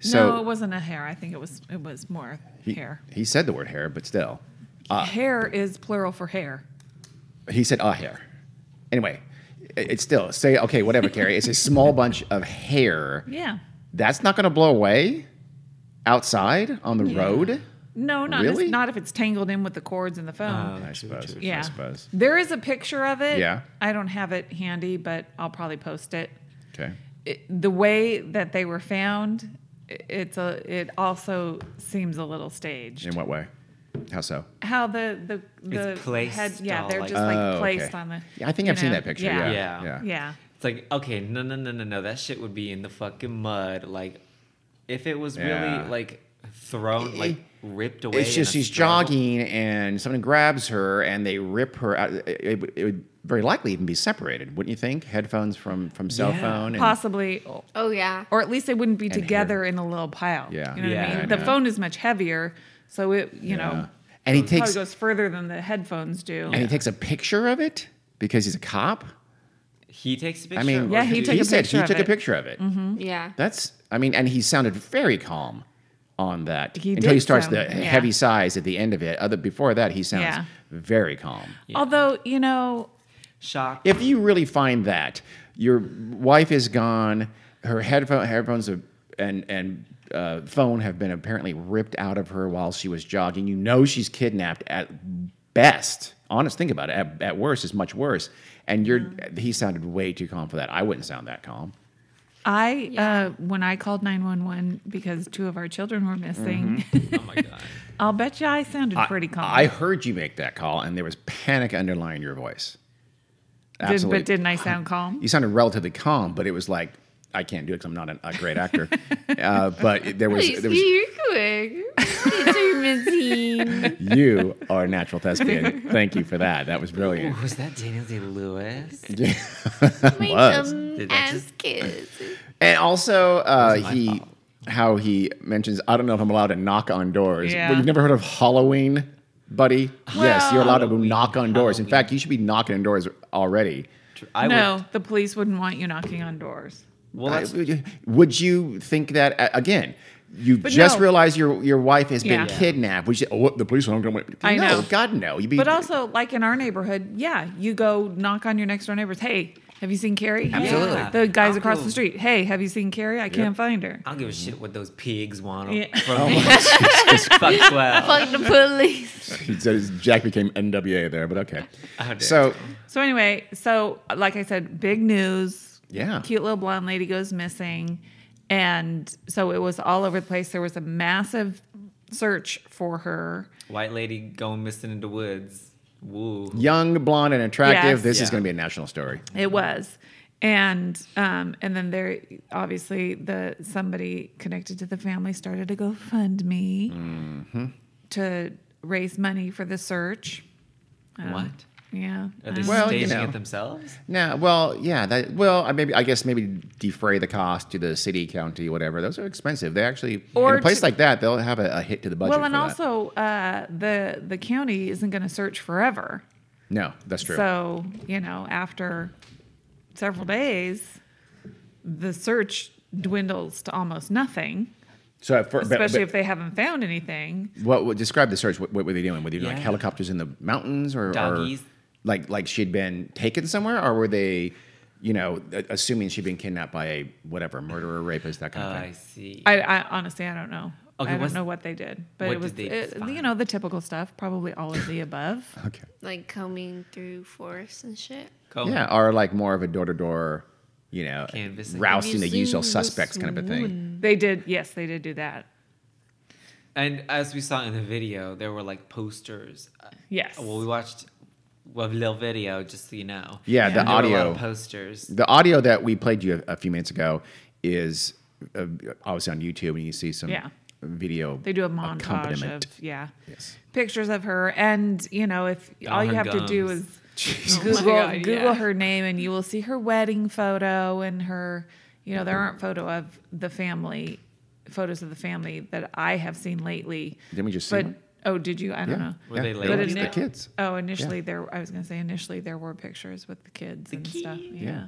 Speaker 4: So
Speaker 5: no, it wasn't a hair. I think it was it was more
Speaker 4: he, uh,
Speaker 5: hair.
Speaker 4: He said the word hair, but still.
Speaker 5: hair is plural for hair.
Speaker 4: He said a hair. Anyway, it- it's still say okay, whatever, Carrie. It's a small bunch of hair.
Speaker 5: Yeah.
Speaker 4: That's not going to blow away outside on the road.
Speaker 5: No, not
Speaker 4: Really?
Speaker 5: not if it's tangled in with the cords and the phone.
Speaker 4: I suppose.
Speaker 5: yeah.
Speaker 4: I suppose.
Speaker 5: There is a picture of it.
Speaker 4: Yeah.
Speaker 5: I don't have it handy, but I'll probably post it.
Speaker 4: Okay.
Speaker 5: it the way that they were found, i- it's a it also seems a little staged.
Speaker 4: In what way? How so?
Speaker 5: How the the the
Speaker 2: It's placed
Speaker 5: head, yeah,
Speaker 2: all
Speaker 5: they're
Speaker 2: like-
Speaker 5: just like
Speaker 4: Oh, okay.
Speaker 5: placed on the.
Speaker 4: Yeah, I think
Speaker 5: you
Speaker 4: I've seen
Speaker 5: know,
Speaker 4: that picture. Yeah.
Speaker 2: Yeah.
Speaker 5: yeah. yeah.
Speaker 2: It's like, okay, no, no, no, no, no. That shit would be in the fucking mud. Like, if it was
Speaker 4: Yeah.
Speaker 2: really like thrown, like ripped away.
Speaker 4: It's
Speaker 2: in
Speaker 4: just
Speaker 2: a
Speaker 4: she's
Speaker 2: struggle-
Speaker 4: jogging and someone grabs her and they rip her out. It, it would- it would very likely even be separated, wouldn't you think? Headphones from from cell
Speaker 2: Yeah.
Speaker 4: phone. And,
Speaker 5: Possibly,
Speaker 3: Oh yeah.
Speaker 5: or at least they wouldn't be
Speaker 4: hair.
Speaker 5: together in a little pile.
Speaker 4: Yeah.
Speaker 5: you know what
Speaker 2: Yeah,
Speaker 5: I
Speaker 2: I
Speaker 5: mean. the
Speaker 4: know.
Speaker 5: phone is much heavier, so it you
Speaker 4: Yeah.
Speaker 5: know
Speaker 4: And he
Speaker 5: it probably
Speaker 4: takes
Speaker 5: goes further than the headphones do.
Speaker 4: and he takes a picture of it because he's a cop.
Speaker 2: He takes a picture.
Speaker 4: I mean,
Speaker 5: Yeah, he took a
Speaker 4: said
Speaker 5: picture
Speaker 4: he
Speaker 5: of
Speaker 4: took a
Speaker 5: it. Mm-hmm.
Speaker 4: picture of it.
Speaker 3: Yeah.
Speaker 4: That's, I mean, and he sounded very calm on that
Speaker 5: He
Speaker 4: until he
Speaker 5: did
Speaker 4: starts the
Speaker 5: sound- yeah.
Speaker 4: heavy sighs at the end of it. Other before that, he sounds
Speaker 5: Yeah.
Speaker 4: very calm.
Speaker 5: Although you know,
Speaker 2: shock.
Speaker 4: If you really find that your wife is gone, her headphone headphones have, and and uh, phone have been apparently ripped out of her while she was jogging. You know she's kidnapped at best. Honest, think about it. At, at worst, it's much worse. And you're he sounded way too calm for that. I wouldn't sound that calm.
Speaker 5: I uh, when I called nine one one because two of our children were missing.
Speaker 2: oh my god.
Speaker 5: I'll bet you I sounded
Speaker 4: I-
Speaker 5: pretty calm.
Speaker 4: I heard you make that call, and there was panic underlying your voice.
Speaker 5: did,
Speaker 4: Absolutely.
Speaker 5: but didn't I sound calm?
Speaker 4: You sounded relatively calm, but it was like I can't do it because I'm not an, a great actor. uh, but it- there was,
Speaker 3: Please,
Speaker 4: there was
Speaker 3: you're quick. Mr. Mazine.
Speaker 4: you are a natural thespian. Thank you for that. That was brilliant.
Speaker 2: Was that Daniel Day Lewis?
Speaker 3: My
Speaker 4: Was.
Speaker 3: dumb
Speaker 2: Did that
Speaker 3: ass kids.
Speaker 4: And also, uh,
Speaker 2: my
Speaker 4: he
Speaker 2: fault.
Speaker 4: how he mentions I don't know if I'm allowed to knock on doors.
Speaker 5: Yeah.
Speaker 4: Well, you've never heard of Halloween, buddy? yes, you're allowed to
Speaker 2: Well-
Speaker 4: knock on doors. In
Speaker 2: Halloween.
Speaker 4: fact, you should be knocking on doors already.
Speaker 2: I
Speaker 5: no, the police wouldn't want you knocking on doors.
Speaker 2: Would, well,
Speaker 4: I-
Speaker 2: that's,
Speaker 4: would you- would you think that a- again? You just
Speaker 5: no.
Speaker 4: realized your your wife has been
Speaker 5: Yeah. Yeah.
Speaker 4: kidnapped. Would you? Oh, what, the police aren't going to.
Speaker 5: I
Speaker 4: no,
Speaker 5: know.
Speaker 4: God no. You'd be,
Speaker 5: But also, like in our neighborhood, yeah, you go knock on your next door neighbors. Hey, have you seen Carrie? Hey."
Speaker 2: Absolutely. Ah,
Speaker 5: The guys
Speaker 2: I'll
Speaker 5: across
Speaker 2: go-
Speaker 5: the street. Hey, have you seen Carrie? I can't find her.
Speaker 2: I don't give a shit what those pigs want
Speaker 5: Yeah.
Speaker 2: from
Speaker 4: Oh
Speaker 2: me. Fuck twelve.
Speaker 3: Fuck the police.
Speaker 4: he says Jack became NWA there, but okay.
Speaker 2: How dare
Speaker 4: So
Speaker 5: So anyway, so like I said, big news.
Speaker 4: Yeah.
Speaker 5: Cute little blonde lady goes missing. And so it was all over the place. There was a massive search for her.
Speaker 2: White lady going missing in the woods. Woo.
Speaker 4: young, blonde, and attractive.
Speaker 5: Yes.
Speaker 4: This is
Speaker 2: Yeah.
Speaker 4: going to be a national story.
Speaker 5: It was. And um, and then there obviously the somebody connected to the family started a
Speaker 4: Mm-hmm.
Speaker 5: GoFundMe to raise money for the search.
Speaker 2: What?
Speaker 5: Yeah. Um,
Speaker 2: Are they
Speaker 4: Well, you
Speaker 2: staging
Speaker 4: know.
Speaker 2: it themselves?
Speaker 4: No, well, yeah, that well, I maybe I guess maybe defray the cost to the city, county, whatever. Those are expensive. They actually
Speaker 5: Or
Speaker 4: in a place
Speaker 5: to-
Speaker 4: like that, they'll have a, a hit to the budget.
Speaker 5: Well, and
Speaker 4: for that.
Speaker 5: also uh, the the county isn't going to search forever.
Speaker 4: no, that's true.
Speaker 5: So you know, after several days, the search dwindles to almost nothing.
Speaker 4: So for, but-
Speaker 5: Especially
Speaker 4: but
Speaker 5: if they haven't found anything.
Speaker 4: what would describe the search? What, what were they doing? Were they doing like
Speaker 2: Yeah.
Speaker 4: helicopters in the mountains or, or-
Speaker 2: Doggies.
Speaker 4: like like she'd been taken somewhere, or were they, you know, a- assuming she'd been kidnapped by a whatever murderer, rapist, that
Speaker 2: Oh,
Speaker 4: kind of
Speaker 2: I
Speaker 4: thing?
Speaker 2: see.
Speaker 5: I, I honestly, I don't know.
Speaker 2: Okay,
Speaker 5: I don't
Speaker 2: what's-
Speaker 5: know what they did, but
Speaker 2: what
Speaker 5: it was
Speaker 2: did they
Speaker 5: it- you
Speaker 2: find?
Speaker 5: know the typical stuff. Probably all of the above.
Speaker 4: okay.
Speaker 3: like combing through forests and shit.
Speaker 2: Go.
Speaker 4: Yeah, or like more of a door to door, you know,
Speaker 2: Canvassing.
Speaker 4: rousting the
Speaker 3: Using
Speaker 4: usual
Speaker 3: the
Speaker 4: suspects kind of a thing.
Speaker 5: They did. Yes, they did do that.
Speaker 2: And as we saw in the video, there were like posters. Uh,
Speaker 5: Yes.
Speaker 2: Well, we watched a little video, just so you know.
Speaker 4: Yeah, the
Speaker 2: And there were a lot
Speaker 4: audio.
Speaker 2: of posters.
Speaker 4: The audio that we played you a, a few minutes ago is uh, obviously on YouTube, and you see some
Speaker 5: Yeah.
Speaker 4: video.
Speaker 5: They do a montage of
Speaker 4: accompaniment.
Speaker 5: yeah
Speaker 4: Yes.
Speaker 5: pictures of her, and you know if all you
Speaker 2: her
Speaker 5: have to do is
Speaker 2: gums.
Speaker 4: Oh
Speaker 5: Google Google her name, and you will see her wedding photo and her. You know there aren't photo of the family, photos of the family that I have seen lately.
Speaker 4: Didn't we just see
Speaker 5: But
Speaker 4: one?
Speaker 5: oh, did you? I don't know.
Speaker 2: Were they
Speaker 4: it
Speaker 2: But
Speaker 4: was
Speaker 2: in
Speaker 4: the
Speaker 5: ini-
Speaker 4: kids.
Speaker 5: Oh, initially there. I was gonna say initially there were pictures with the kids and stuff. Yeah.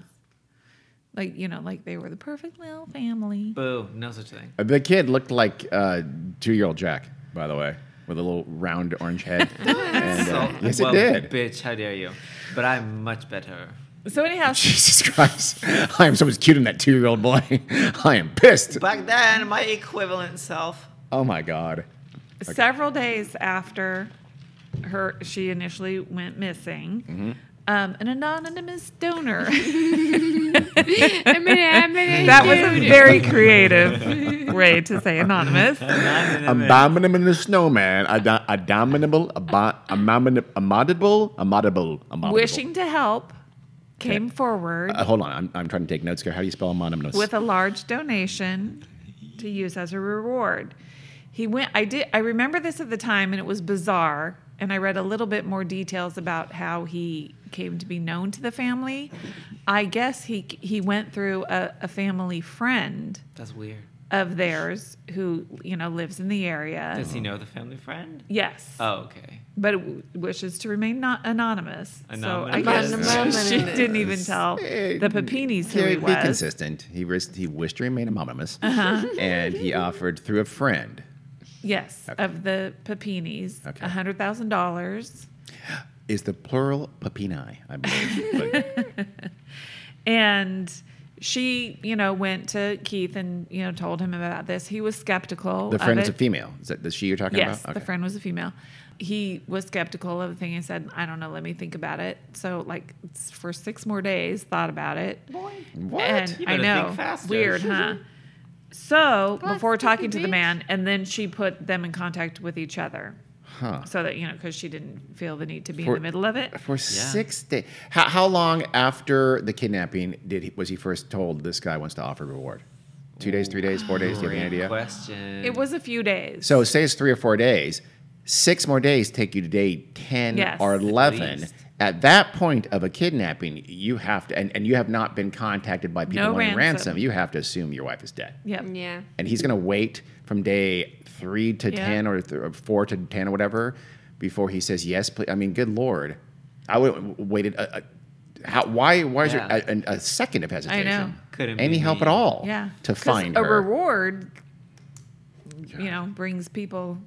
Speaker 5: Like you know, like they were the perfect little family.
Speaker 2: Boo! No such thing.
Speaker 4: Uh, The kid looked like uh, two-year-old Jack, by the way, with a little round orange head. and, uh,
Speaker 2: So-
Speaker 4: yes,
Speaker 2: well,
Speaker 4: it did.
Speaker 2: Bitch, how dare you? But I'm much better.
Speaker 5: So anyhow,
Speaker 4: Jesus Christ! I am so much cuter than that two-year-old boy. I am pissed.
Speaker 2: Back then, my equivalent self.
Speaker 4: Oh my God!
Speaker 5: several days after her she initially went missing um, an anonymous donor that was a very creative way to say anonymous
Speaker 4: Abominable the snowman. Ad- abominable. Abo- abominable. Amodable. Amodable. Amodable.
Speaker 5: wishing to help came forward
Speaker 4: Uh, hold on, I'm, I'm trying to take notes here. How do you spell anonymous?
Speaker 5: with a large donation to use as a reward. He went I did I remember this at the time and it was bizarre and I read a little bit more details about how he came to be known to the family. I guess he he went through a, a family friend
Speaker 2: That's weird.
Speaker 5: of theirs who, you know, lives in the area.
Speaker 4: Oh.
Speaker 2: Does he know the family friend?
Speaker 5: Yes.
Speaker 2: Oh, okay.
Speaker 5: But w- wishes to remain not anonymous. So I
Speaker 2: Anonymous.
Speaker 5: guess she didn't even tell
Speaker 4: Eh,
Speaker 5: the Papinis who
Speaker 4: Yeah,
Speaker 5: he
Speaker 4: be
Speaker 5: was. Uh-huh.
Speaker 4: consistent. He risked, he wished to remain anonymous, and he offered through a friend.
Speaker 5: Yes, of the Papinis,
Speaker 4: Okay.
Speaker 5: a hundred thousand dollars,
Speaker 4: Is the plural papini? I believe. But
Speaker 5: and she, you know, went to Keith and you know told him about this. He was skeptical.
Speaker 4: the friend
Speaker 5: of
Speaker 4: is a
Speaker 5: it.
Speaker 4: female. Is that the she you're talking
Speaker 5: Yes,
Speaker 4: about?
Speaker 5: the friend was a female. He was skeptical of the thing and said, "I don't know. Let me think about it." So, like s- for six more days, thought about it.
Speaker 4: What?
Speaker 5: And
Speaker 2: You
Speaker 5: I
Speaker 2: better
Speaker 5: know,
Speaker 2: think faster.
Speaker 5: weird, huh? So before talking to the man, and then she put them in contact with each other,
Speaker 4: Huh.
Speaker 5: so that you know, because she didn't feel the need to be
Speaker 4: For-
Speaker 5: in the middle of it.
Speaker 4: For six days. How, how long after the kidnapping did he, was he first told this guy wants to offer reward? Two days, three days, four days. Do you have any idea?
Speaker 2: Question.
Speaker 5: It was a few days.
Speaker 4: Mm. So say it's three or four days. Six more days take you to day ten
Speaker 5: Yes.
Speaker 4: or
Speaker 5: At
Speaker 4: eleven.
Speaker 2: least.
Speaker 4: At that point of a kidnapping, you have to, and, and you have not been contacted by people
Speaker 5: No
Speaker 4: wanting ransom.
Speaker 5: ransom.
Speaker 4: You have to assume your wife is dead,
Speaker 5: yep.
Speaker 3: Yeah.
Speaker 4: and he's going to wait from day three to
Speaker 5: Yeah.
Speaker 4: ten or, th- or four to ten or whatever before he says yes. Please, I mean, good lord, I would have waited. A, a, how, why? Why is
Speaker 2: Yeah.
Speaker 4: there a, a, a second of hesitation?
Speaker 5: know.
Speaker 2: Couldn't
Speaker 4: Any
Speaker 2: be
Speaker 4: help
Speaker 2: me.
Speaker 4: at all?
Speaker 5: Yeah.
Speaker 4: To
Speaker 5: 'Cause
Speaker 4: find
Speaker 5: a
Speaker 4: her.
Speaker 5: reward, you know, brings people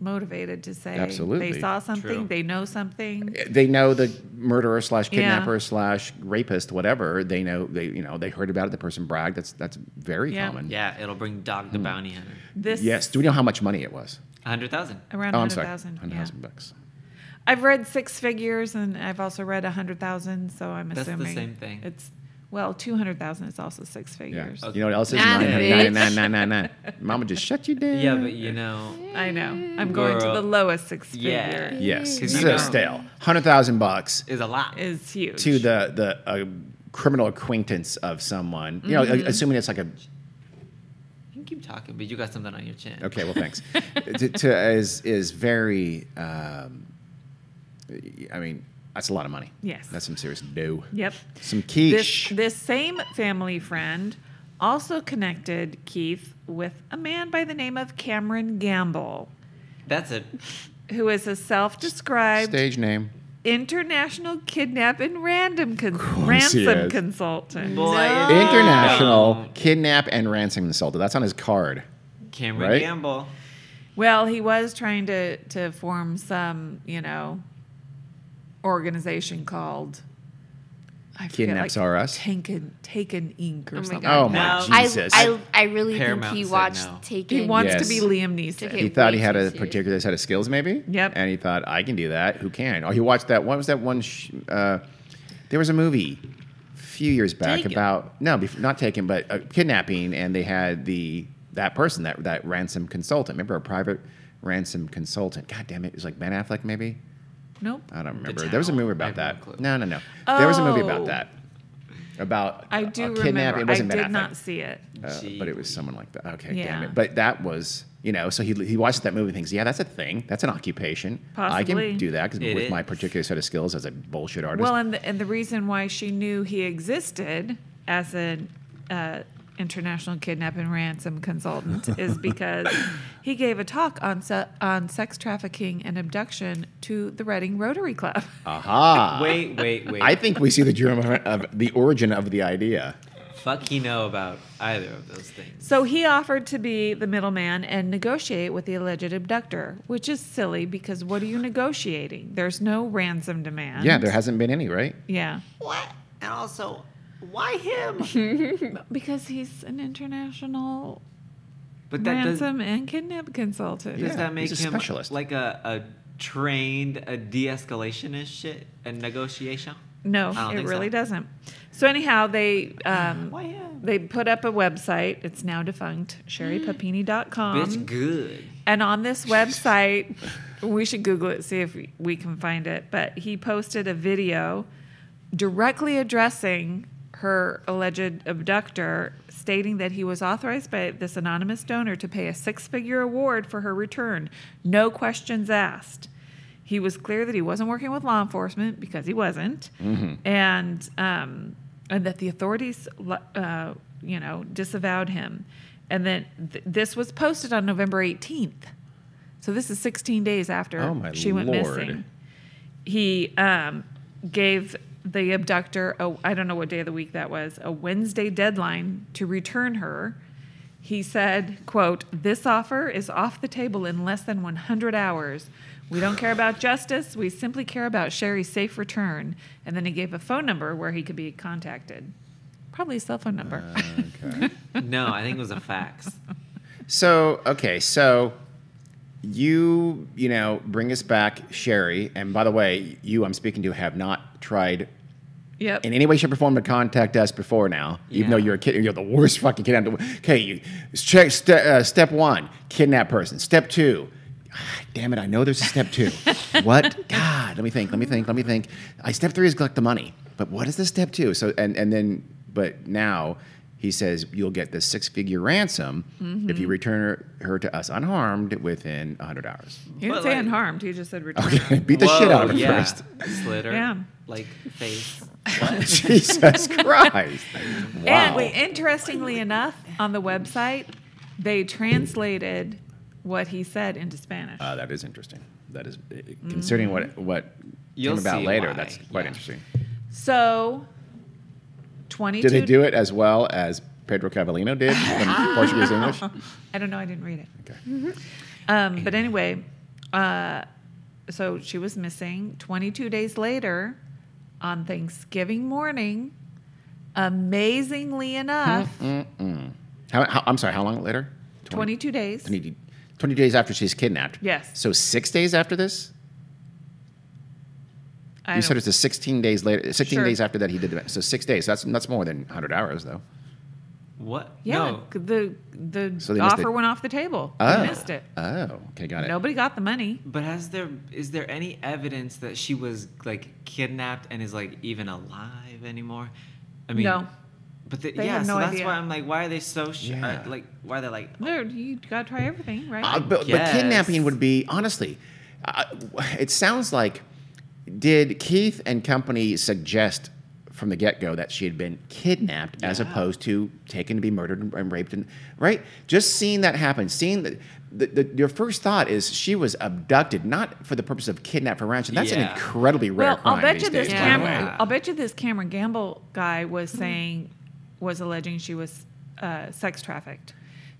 Speaker 5: motivated to say
Speaker 4: Absolutely.
Speaker 5: they saw something,
Speaker 2: True.
Speaker 5: they know something.
Speaker 4: they know the murderer slash
Speaker 5: Yeah.
Speaker 4: kidnapper slash rapist whatever they know they you know they heard about it the person bragged that's that's very
Speaker 5: Yeah.
Speaker 4: common
Speaker 2: Yeah, it'll bring Dog the
Speaker 4: Hmm.
Speaker 2: Bounty Hunter.
Speaker 5: This
Speaker 4: yes do we know how much money it was
Speaker 2: hundred thousand.
Speaker 5: around
Speaker 4: oh i'm sorry
Speaker 5: 100,000. Yeah.
Speaker 4: 100000 bucks
Speaker 5: I've read six figures and I've also read 100,000, so I'm
Speaker 2: That's the
Speaker 5: assuming
Speaker 2: same thing.
Speaker 5: It's well, 200,000 is also six
Speaker 4: yeah
Speaker 5: figures.
Speaker 4: you know what else is
Speaker 3: Nah,
Speaker 4: nine hundred
Speaker 3: bitch.
Speaker 4: nine nine nine nine nine. mama just shut you down
Speaker 2: Yeah, but you know,
Speaker 5: I know. I'm going to
Speaker 2: Girl.
Speaker 5: the lowest six
Speaker 2: Yeah.
Speaker 5: figure.
Speaker 4: yes
Speaker 2: 'Cause you
Speaker 4: so
Speaker 2: know.
Speaker 4: stale 100000 bucks
Speaker 2: is a lot.
Speaker 5: Is huge.
Speaker 4: to the the uh, criminal acquaintance of someone you know
Speaker 5: Mm-hmm.
Speaker 4: assuming it's like a
Speaker 2: You can keep talking, but you got something on your chin.
Speaker 4: Okay, well, thanks. to, to, is is very. Um, I mean, That's a lot of money.
Speaker 5: Yes.
Speaker 4: That's some serious dough.
Speaker 5: Yep.
Speaker 4: Some
Speaker 5: This,
Speaker 4: quiche.
Speaker 5: this same family friend also connected Keith with a man by the name of Cameron Gamble,
Speaker 2: That's a
Speaker 5: who is a self-described
Speaker 4: Stage name.
Speaker 5: international kidnap and random con-
Speaker 4: course he
Speaker 5: ransom
Speaker 4: is.
Speaker 5: consultant.
Speaker 2: boy.
Speaker 4: International
Speaker 2: No.
Speaker 4: kidnap and ransom insulted. That's on his card.
Speaker 2: Cameron
Speaker 4: Right?
Speaker 2: Gamble.
Speaker 5: Well, he was trying to to form some, you know, organization called I forget,
Speaker 4: Kidnaps Are Us?
Speaker 5: Taken Taken Inc. or
Speaker 3: Oh my
Speaker 5: something.
Speaker 3: God.
Speaker 4: Oh my
Speaker 2: No.
Speaker 3: I,
Speaker 4: Jesus!
Speaker 3: I, I really
Speaker 2: Paramount
Speaker 3: think he
Speaker 2: said
Speaker 3: watched
Speaker 2: no.
Speaker 3: Taken.
Speaker 5: He wants
Speaker 4: Yes.
Speaker 5: to be Liam Neeson.
Speaker 3: Took
Speaker 4: he
Speaker 3: it
Speaker 4: thought
Speaker 3: way
Speaker 4: he had
Speaker 3: too
Speaker 4: a
Speaker 3: serious.
Speaker 4: particular set of skills, maybe.
Speaker 5: Yep.
Speaker 4: And he thought, I can do that. Who can? Oh, he watched that. What was that one? Sh- uh, there was a movie a few years back
Speaker 2: Taken.
Speaker 4: about no, bef- not taken, but uh, kidnapping, and they had the that person that that ransom consultant. Remember a private ransom consultant? God damn it! It was like Ben Affleck, maybe.
Speaker 5: Nope.
Speaker 4: I don't remember. there was a
Speaker 2: Town?
Speaker 4: movie
Speaker 2: I
Speaker 4: about
Speaker 2: have no
Speaker 4: that.
Speaker 2: clue.
Speaker 4: No, no, no. There was a movie about
Speaker 5: Oh.
Speaker 4: that. About
Speaker 5: I
Speaker 4: a- a
Speaker 5: do
Speaker 4: kidnap.
Speaker 5: remember.
Speaker 4: It
Speaker 5: I
Speaker 4: wasn't Ben
Speaker 5: did
Speaker 4: Affleck.
Speaker 5: not see it.
Speaker 4: Uh, but it was someone like that. Okay, damn
Speaker 5: Yeah.
Speaker 4: it. But that was, you know, so he, he watches that movie and thinks, yeah, that's a thing. That's an occupation. I
Speaker 5: Possibly.
Speaker 4: can do that 'cause
Speaker 2: It
Speaker 4: with my
Speaker 2: is.
Speaker 4: particular set of skills as a bullshit artist.
Speaker 5: Well, and the, and the reason why she knew he existed as an uh, international kidnap and ransom consultant is because he gave a talk on se- on sex trafficking and abduction to the Reading Rotary Club.
Speaker 4: Ah. Aha.
Speaker 2: Wait, wait, wait.
Speaker 4: I think we see the germ of, of the origin of the idea.
Speaker 2: Fuck he know about either of those things.
Speaker 5: So he offered to be the middleman and negotiate with the alleged abductor, which is silly because what are you negotiating? There's no ransom demand.
Speaker 4: Yeah, there hasn't been any, right?
Speaker 5: Yeah,
Speaker 2: What? And also, why him?
Speaker 5: because he's an international
Speaker 2: But that does,
Speaker 5: ransom and kidnap consultant.
Speaker 2: does
Speaker 4: Yeah,
Speaker 2: that make
Speaker 4: he's a
Speaker 2: him
Speaker 4: specialist.
Speaker 2: like a, a trained a de-escalationist shit and negotiation?
Speaker 5: No,
Speaker 2: I don't
Speaker 5: it
Speaker 2: think
Speaker 5: really
Speaker 2: so.
Speaker 5: doesn't. So anyhow, they um,
Speaker 2: Why him?
Speaker 5: they put up a website. It's now defunct,
Speaker 2: Bitch,
Speaker 5: sherrypapini.com.
Speaker 2: good.
Speaker 5: And on this website, we should Google it, see if we- we can find it. But he posted a video directly addressing her alleged abductor, stating that he was authorized by this anonymous donor to pay a six figure award for her return, no questions asked. He was clear that he wasn't working with law enforcement because he wasn't,
Speaker 4: Mm-hmm.
Speaker 5: and um, and that the authorities, lo- uh, you know, disavowed him. And then th- this was posted on November 18th, so this is 16 days after
Speaker 4: Oh, my
Speaker 5: she went
Speaker 4: Lord.
Speaker 5: missing he um, gave the abductor a, i don't know what day of the week that was a wednesday deadline to return her he said quote this offer is off the table in less than 100 hours we don't care about justice we simply care about sherry's safe return and then he gave a phone number where he could be contacted probably a cell phone number
Speaker 2: Uh,
Speaker 4: Okay.
Speaker 2: No, I think it was a fax.
Speaker 4: so, okay, so you, you know, bring us back Sherry. And by the way, you I'm speaking to have not tried
Speaker 5: yep
Speaker 4: in any way, shape, or form to contact us before now, even
Speaker 2: Yeah.
Speaker 4: though you're a kid, you're the worst fucking kidnap. Okay, you check ste- uh, step one, kidnap person. Step two, ah, damn it, I know there's a step two. what? God, let me think, let me think, let me think. I step three is collect the money, but what is the step two? So and and then, but now he says you'll get this six figure ransom if
Speaker 2: Mm-hmm.
Speaker 4: you return her, her to us unharmed within 100 hours.
Speaker 5: he didn't
Speaker 2: But,
Speaker 5: say
Speaker 2: like-
Speaker 5: unharmed he just said return her.
Speaker 4: Okay, beat the shit out of her
Speaker 2: yeah.
Speaker 4: first.
Speaker 2: Slit her,
Speaker 5: Yeah.
Speaker 2: like, face.
Speaker 4: Jesus Christ. Wow.
Speaker 5: And wait, interestingly enough, on the website, they translated what he said into Spanish.
Speaker 4: Uh, that is interesting. That is uh, considering what
Speaker 5: Mm.
Speaker 4: what
Speaker 2: You'll
Speaker 4: came about
Speaker 2: see
Speaker 4: later.
Speaker 2: why,
Speaker 4: That's quite
Speaker 2: yeah.
Speaker 4: interesting.
Speaker 5: So, 22.
Speaker 4: Did they do it as well as Pedro Cavallino did in Portuguese English?
Speaker 5: I don't know. I didn't read it.
Speaker 4: Okay.
Speaker 5: Um, but anyway, uh, so she was missing. 22 days later, on Thanksgiving morning, amazingly enough,
Speaker 4: How, how, I'm sorry. How long later? 20
Speaker 5: 22 days.
Speaker 4: 20, 20 days after she's kidnapped.
Speaker 5: Yes.
Speaker 4: So six days after this.
Speaker 5: I
Speaker 4: you
Speaker 5: don't-
Speaker 4: said it's a 16 days later. 16
Speaker 5: Sure.
Speaker 4: days after that he did the so six days. That's that's more than 100 hours though.
Speaker 2: What?
Speaker 5: yeah,
Speaker 2: No.
Speaker 5: the the
Speaker 4: So they missed
Speaker 5: offer
Speaker 4: it.
Speaker 5: went off the table. They
Speaker 4: Oh.
Speaker 5: missed it.
Speaker 4: Oh. Okay. Got it.
Speaker 5: Nobody got the money.
Speaker 2: But has there is there any evidence that she was like kidnapped and is like even alive anymore? I mean,
Speaker 5: No.
Speaker 2: But the,
Speaker 5: They
Speaker 2: yeah,
Speaker 5: have no
Speaker 2: so that's
Speaker 5: idea.
Speaker 2: why I'm like, why are they so sh-
Speaker 4: Yeah.
Speaker 2: uh, like? Why are they like?
Speaker 5: No, you gotta try everything, right?
Speaker 4: Uh, but, but
Speaker 2: guess.
Speaker 4: kidnapping would be honestly. Uh, it sounds like did Keith and company suggest from the get go that she had been kidnapped as opposed to taken to be murdered and, and raped and right? Just seeing that happen, seeing that the, the, your first thought is she was abducted, not for the purpose of kidnap for ransom. That's an
Speaker 2: Yeah.
Speaker 4: incredibly rare
Speaker 5: Well,
Speaker 4: crime
Speaker 5: I'll bet
Speaker 4: these
Speaker 5: you this
Speaker 4: days.
Speaker 2: Yeah.
Speaker 5: Cameron.
Speaker 2: Wow.
Speaker 5: I'll bet you this Cameron Gamble guy was saying, was alleging she was uh, sex trafficked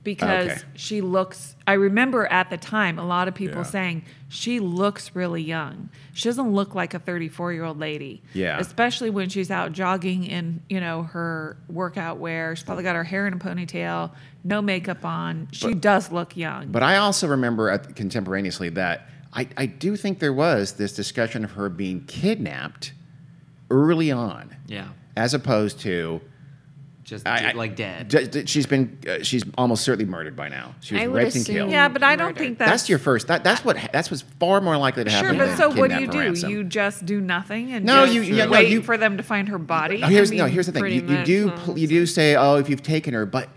Speaker 5: because
Speaker 4: Okay.
Speaker 5: she looks. I remember at the time a lot of people
Speaker 4: Yeah.
Speaker 5: saying she looks really young. She doesn't look like a 34 year old lady.
Speaker 4: Yeah.
Speaker 5: especially when she's out jogging in you know her workout wear. She's probably got her hair in a ponytail, no makeup on. She does look young.
Speaker 4: But I also remember at, contemporaneously that I, I do think there was this discussion of her being kidnapped early on,
Speaker 2: Yeah.
Speaker 4: as opposed to
Speaker 2: Just
Speaker 4: I- I-
Speaker 2: like dead.
Speaker 4: ju- ju- she's been uh, she's almost certainly murdered by now. She was
Speaker 3: I would
Speaker 4: raped and
Speaker 3: assume-
Speaker 4: killed.
Speaker 5: yeah, but I don't
Speaker 3: Murder.
Speaker 5: think
Speaker 4: that's,
Speaker 5: that's,
Speaker 4: your first. That, that's what. That's what's far more likely to happen.
Speaker 5: Sure, but
Speaker 4: than
Speaker 5: so what do
Speaker 4: kidnap
Speaker 5: you
Speaker 4: for
Speaker 5: do?
Speaker 4: ransom.
Speaker 5: You just do nothing and
Speaker 4: No,
Speaker 5: just
Speaker 4: you- yeah, no,
Speaker 5: wait
Speaker 4: you-
Speaker 5: for them to find her body.
Speaker 4: Oh, here's
Speaker 5: I
Speaker 4: no.
Speaker 5: mean, Hmm.
Speaker 4: Here's the thing.
Speaker 3: pretty
Speaker 4: You, you
Speaker 3: much,
Speaker 4: do
Speaker 3: huh?
Speaker 4: pl- you do say, oh, if you've taken her, but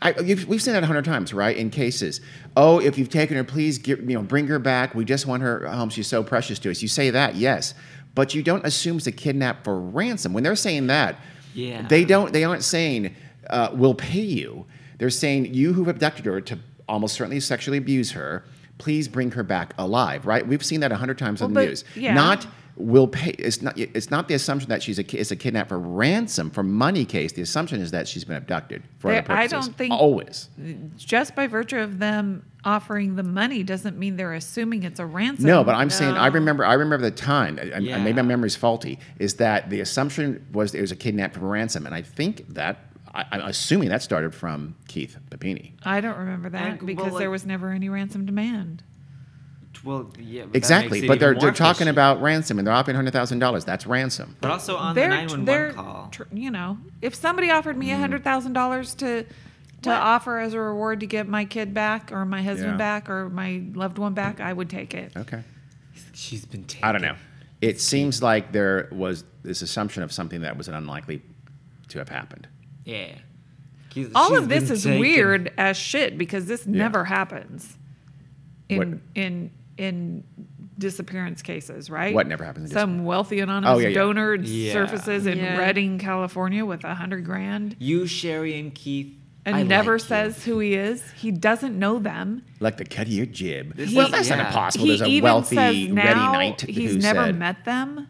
Speaker 4: I, you've, we've seen that a hundred times, right? In cases, oh, if you've taken her, please get, you know bring her back. We just want her home. She's so precious to us. You say that, yes, but you don't assume it's a kidnap for ransom. When they're saying that,
Speaker 2: Yeah.
Speaker 4: they don't. They aren't saying uh, we'll pay you. They're saying you who've abducted her to almost certainly sexually abuse her. Please bring her back alive, right? We've seen that a hundred times on the
Speaker 5: Well, but-
Speaker 4: news.
Speaker 5: yeah.
Speaker 4: Not will pay. It's not. It's not the assumption that she's a. ki- It's a kidnap for ransom for money case. The assumption is that she's been abducted for
Speaker 5: There-
Speaker 4: other purposes.
Speaker 5: I don't think-
Speaker 4: always.
Speaker 5: just by virtue of them offering the money doesn't mean they're assuming it's a ransom.
Speaker 4: No, but I'm saying I remember. I remember the time. I, I, maybe my
Speaker 2: Yeah.
Speaker 4: memory's faulty. Is that the assumption was it was a kidnap for ransom, and I think that I, I'm assuming that started from Keith Papini.
Speaker 5: I don't remember that
Speaker 2: And, well,
Speaker 5: because there
Speaker 2: like-
Speaker 5: was never any ransom demand.
Speaker 2: Well, yeah. that makes
Speaker 4: Exactly,
Speaker 2: it
Speaker 4: but
Speaker 2: even
Speaker 4: they're
Speaker 2: more
Speaker 4: they're talking
Speaker 2: fishy.
Speaker 4: about ransom, and they're offering hundred thousand dollars. That's ransom.
Speaker 2: But also on
Speaker 5: They're-
Speaker 2: the 911
Speaker 5: they're-
Speaker 2: call.
Speaker 5: tr- you know, if somebody offered me a hundred thousand dollars to to offer as a reward to get my kid back or my husband
Speaker 4: Yeah.
Speaker 5: back or my loved one back, I would take it.
Speaker 4: Okay.
Speaker 2: She's been taken.
Speaker 4: I don't know. It seems like there was this assumption of something that was unlikely to have happened.
Speaker 2: Yeah. He's-
Speaker 5: All
Speaker 2: she's
Speaker 5: of this
Speaker 2: been
Speaker 5: is
Speaker 2: taken.
Speaker 5: weird as shit because this never happens in
Speaker 4: What-
Speaker 5: in in disappearance cases, right?
Speaker 4: What never happens in
Speaker 5: Some wealthy anonymous
Speaker 4: Oh, yeah, yeah.
Speaker 5: donor
Speaker 2: Yeah.
Speaker 5: surfaces in
Speaker 3: Yeah.
Speaker 5: Redding, California, with a hundred grand
Speaker 2: You, Sherry, and Keith.
Speaker 5: and
Speaker 2: I
Speaker 5: never
Speaker 2: like you.
Speaker 5: says who he is. He doesn't know them.
Speaker 4: Like the cut of your jib.
Speaker 2: This
Speaker 4: well,
Speaker 2: is-
Speaker 4: that's not
Speaker 2: yeah.
Speaker 4: impossible.
Speaker 5: he
Speaker 4: There's a
Speaker 5: even
Speaker 4: wealthy,
Speaker 5: says
Speaker 4: ready
Speaker 5: now
Speaker 4: knight
Speaker 5: he's
Speaker 4: who
Speaker 5: never
Speaker 4: said,
Speaker 5: met them.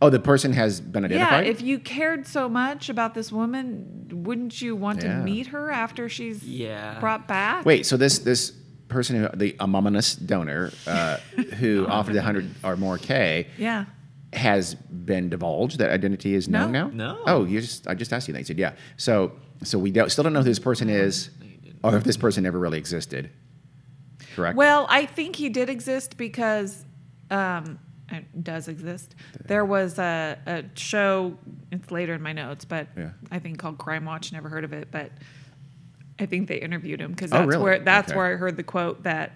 Speaker 4: "Oh, the person has been identified."
Speaker 5: Yeah, if you cared so much about this woman, wouldn't you want
Speaker 4: Yeah.
Speaker 5: to meet her after she's
Speaker 2: Yeah.
Speaker 5: brought back?
Speaker 4: Wait, so this this person who the anonymous donor uh, who offered the hundred or more k
Speaker 5: Yeah.
Speaker 4: has been divulged. That identity is known
Speaker 5: No.
Speaker 4: now.
Speaker 2: No.
Speaker 4: Oh, you just I just asked you. that. You said yeah. So so we don't, still don't know who this person is, or if this person ever really existed. Correct.
Speaker 5: Well, I think he did exist because um, it does exist. There was a, a show. It's later in my notes, but
Speaker 4: Yeah.
Speaker 5: I think called Crime Watch. Never heard of it, but I think they interviewed him because
Speaker 4: Oh,
Speaker 5: that's
Speaker 4: really?
Speaker 5: where that's
Speaker 4: Okay.
Speaker 5: where I heard the quote that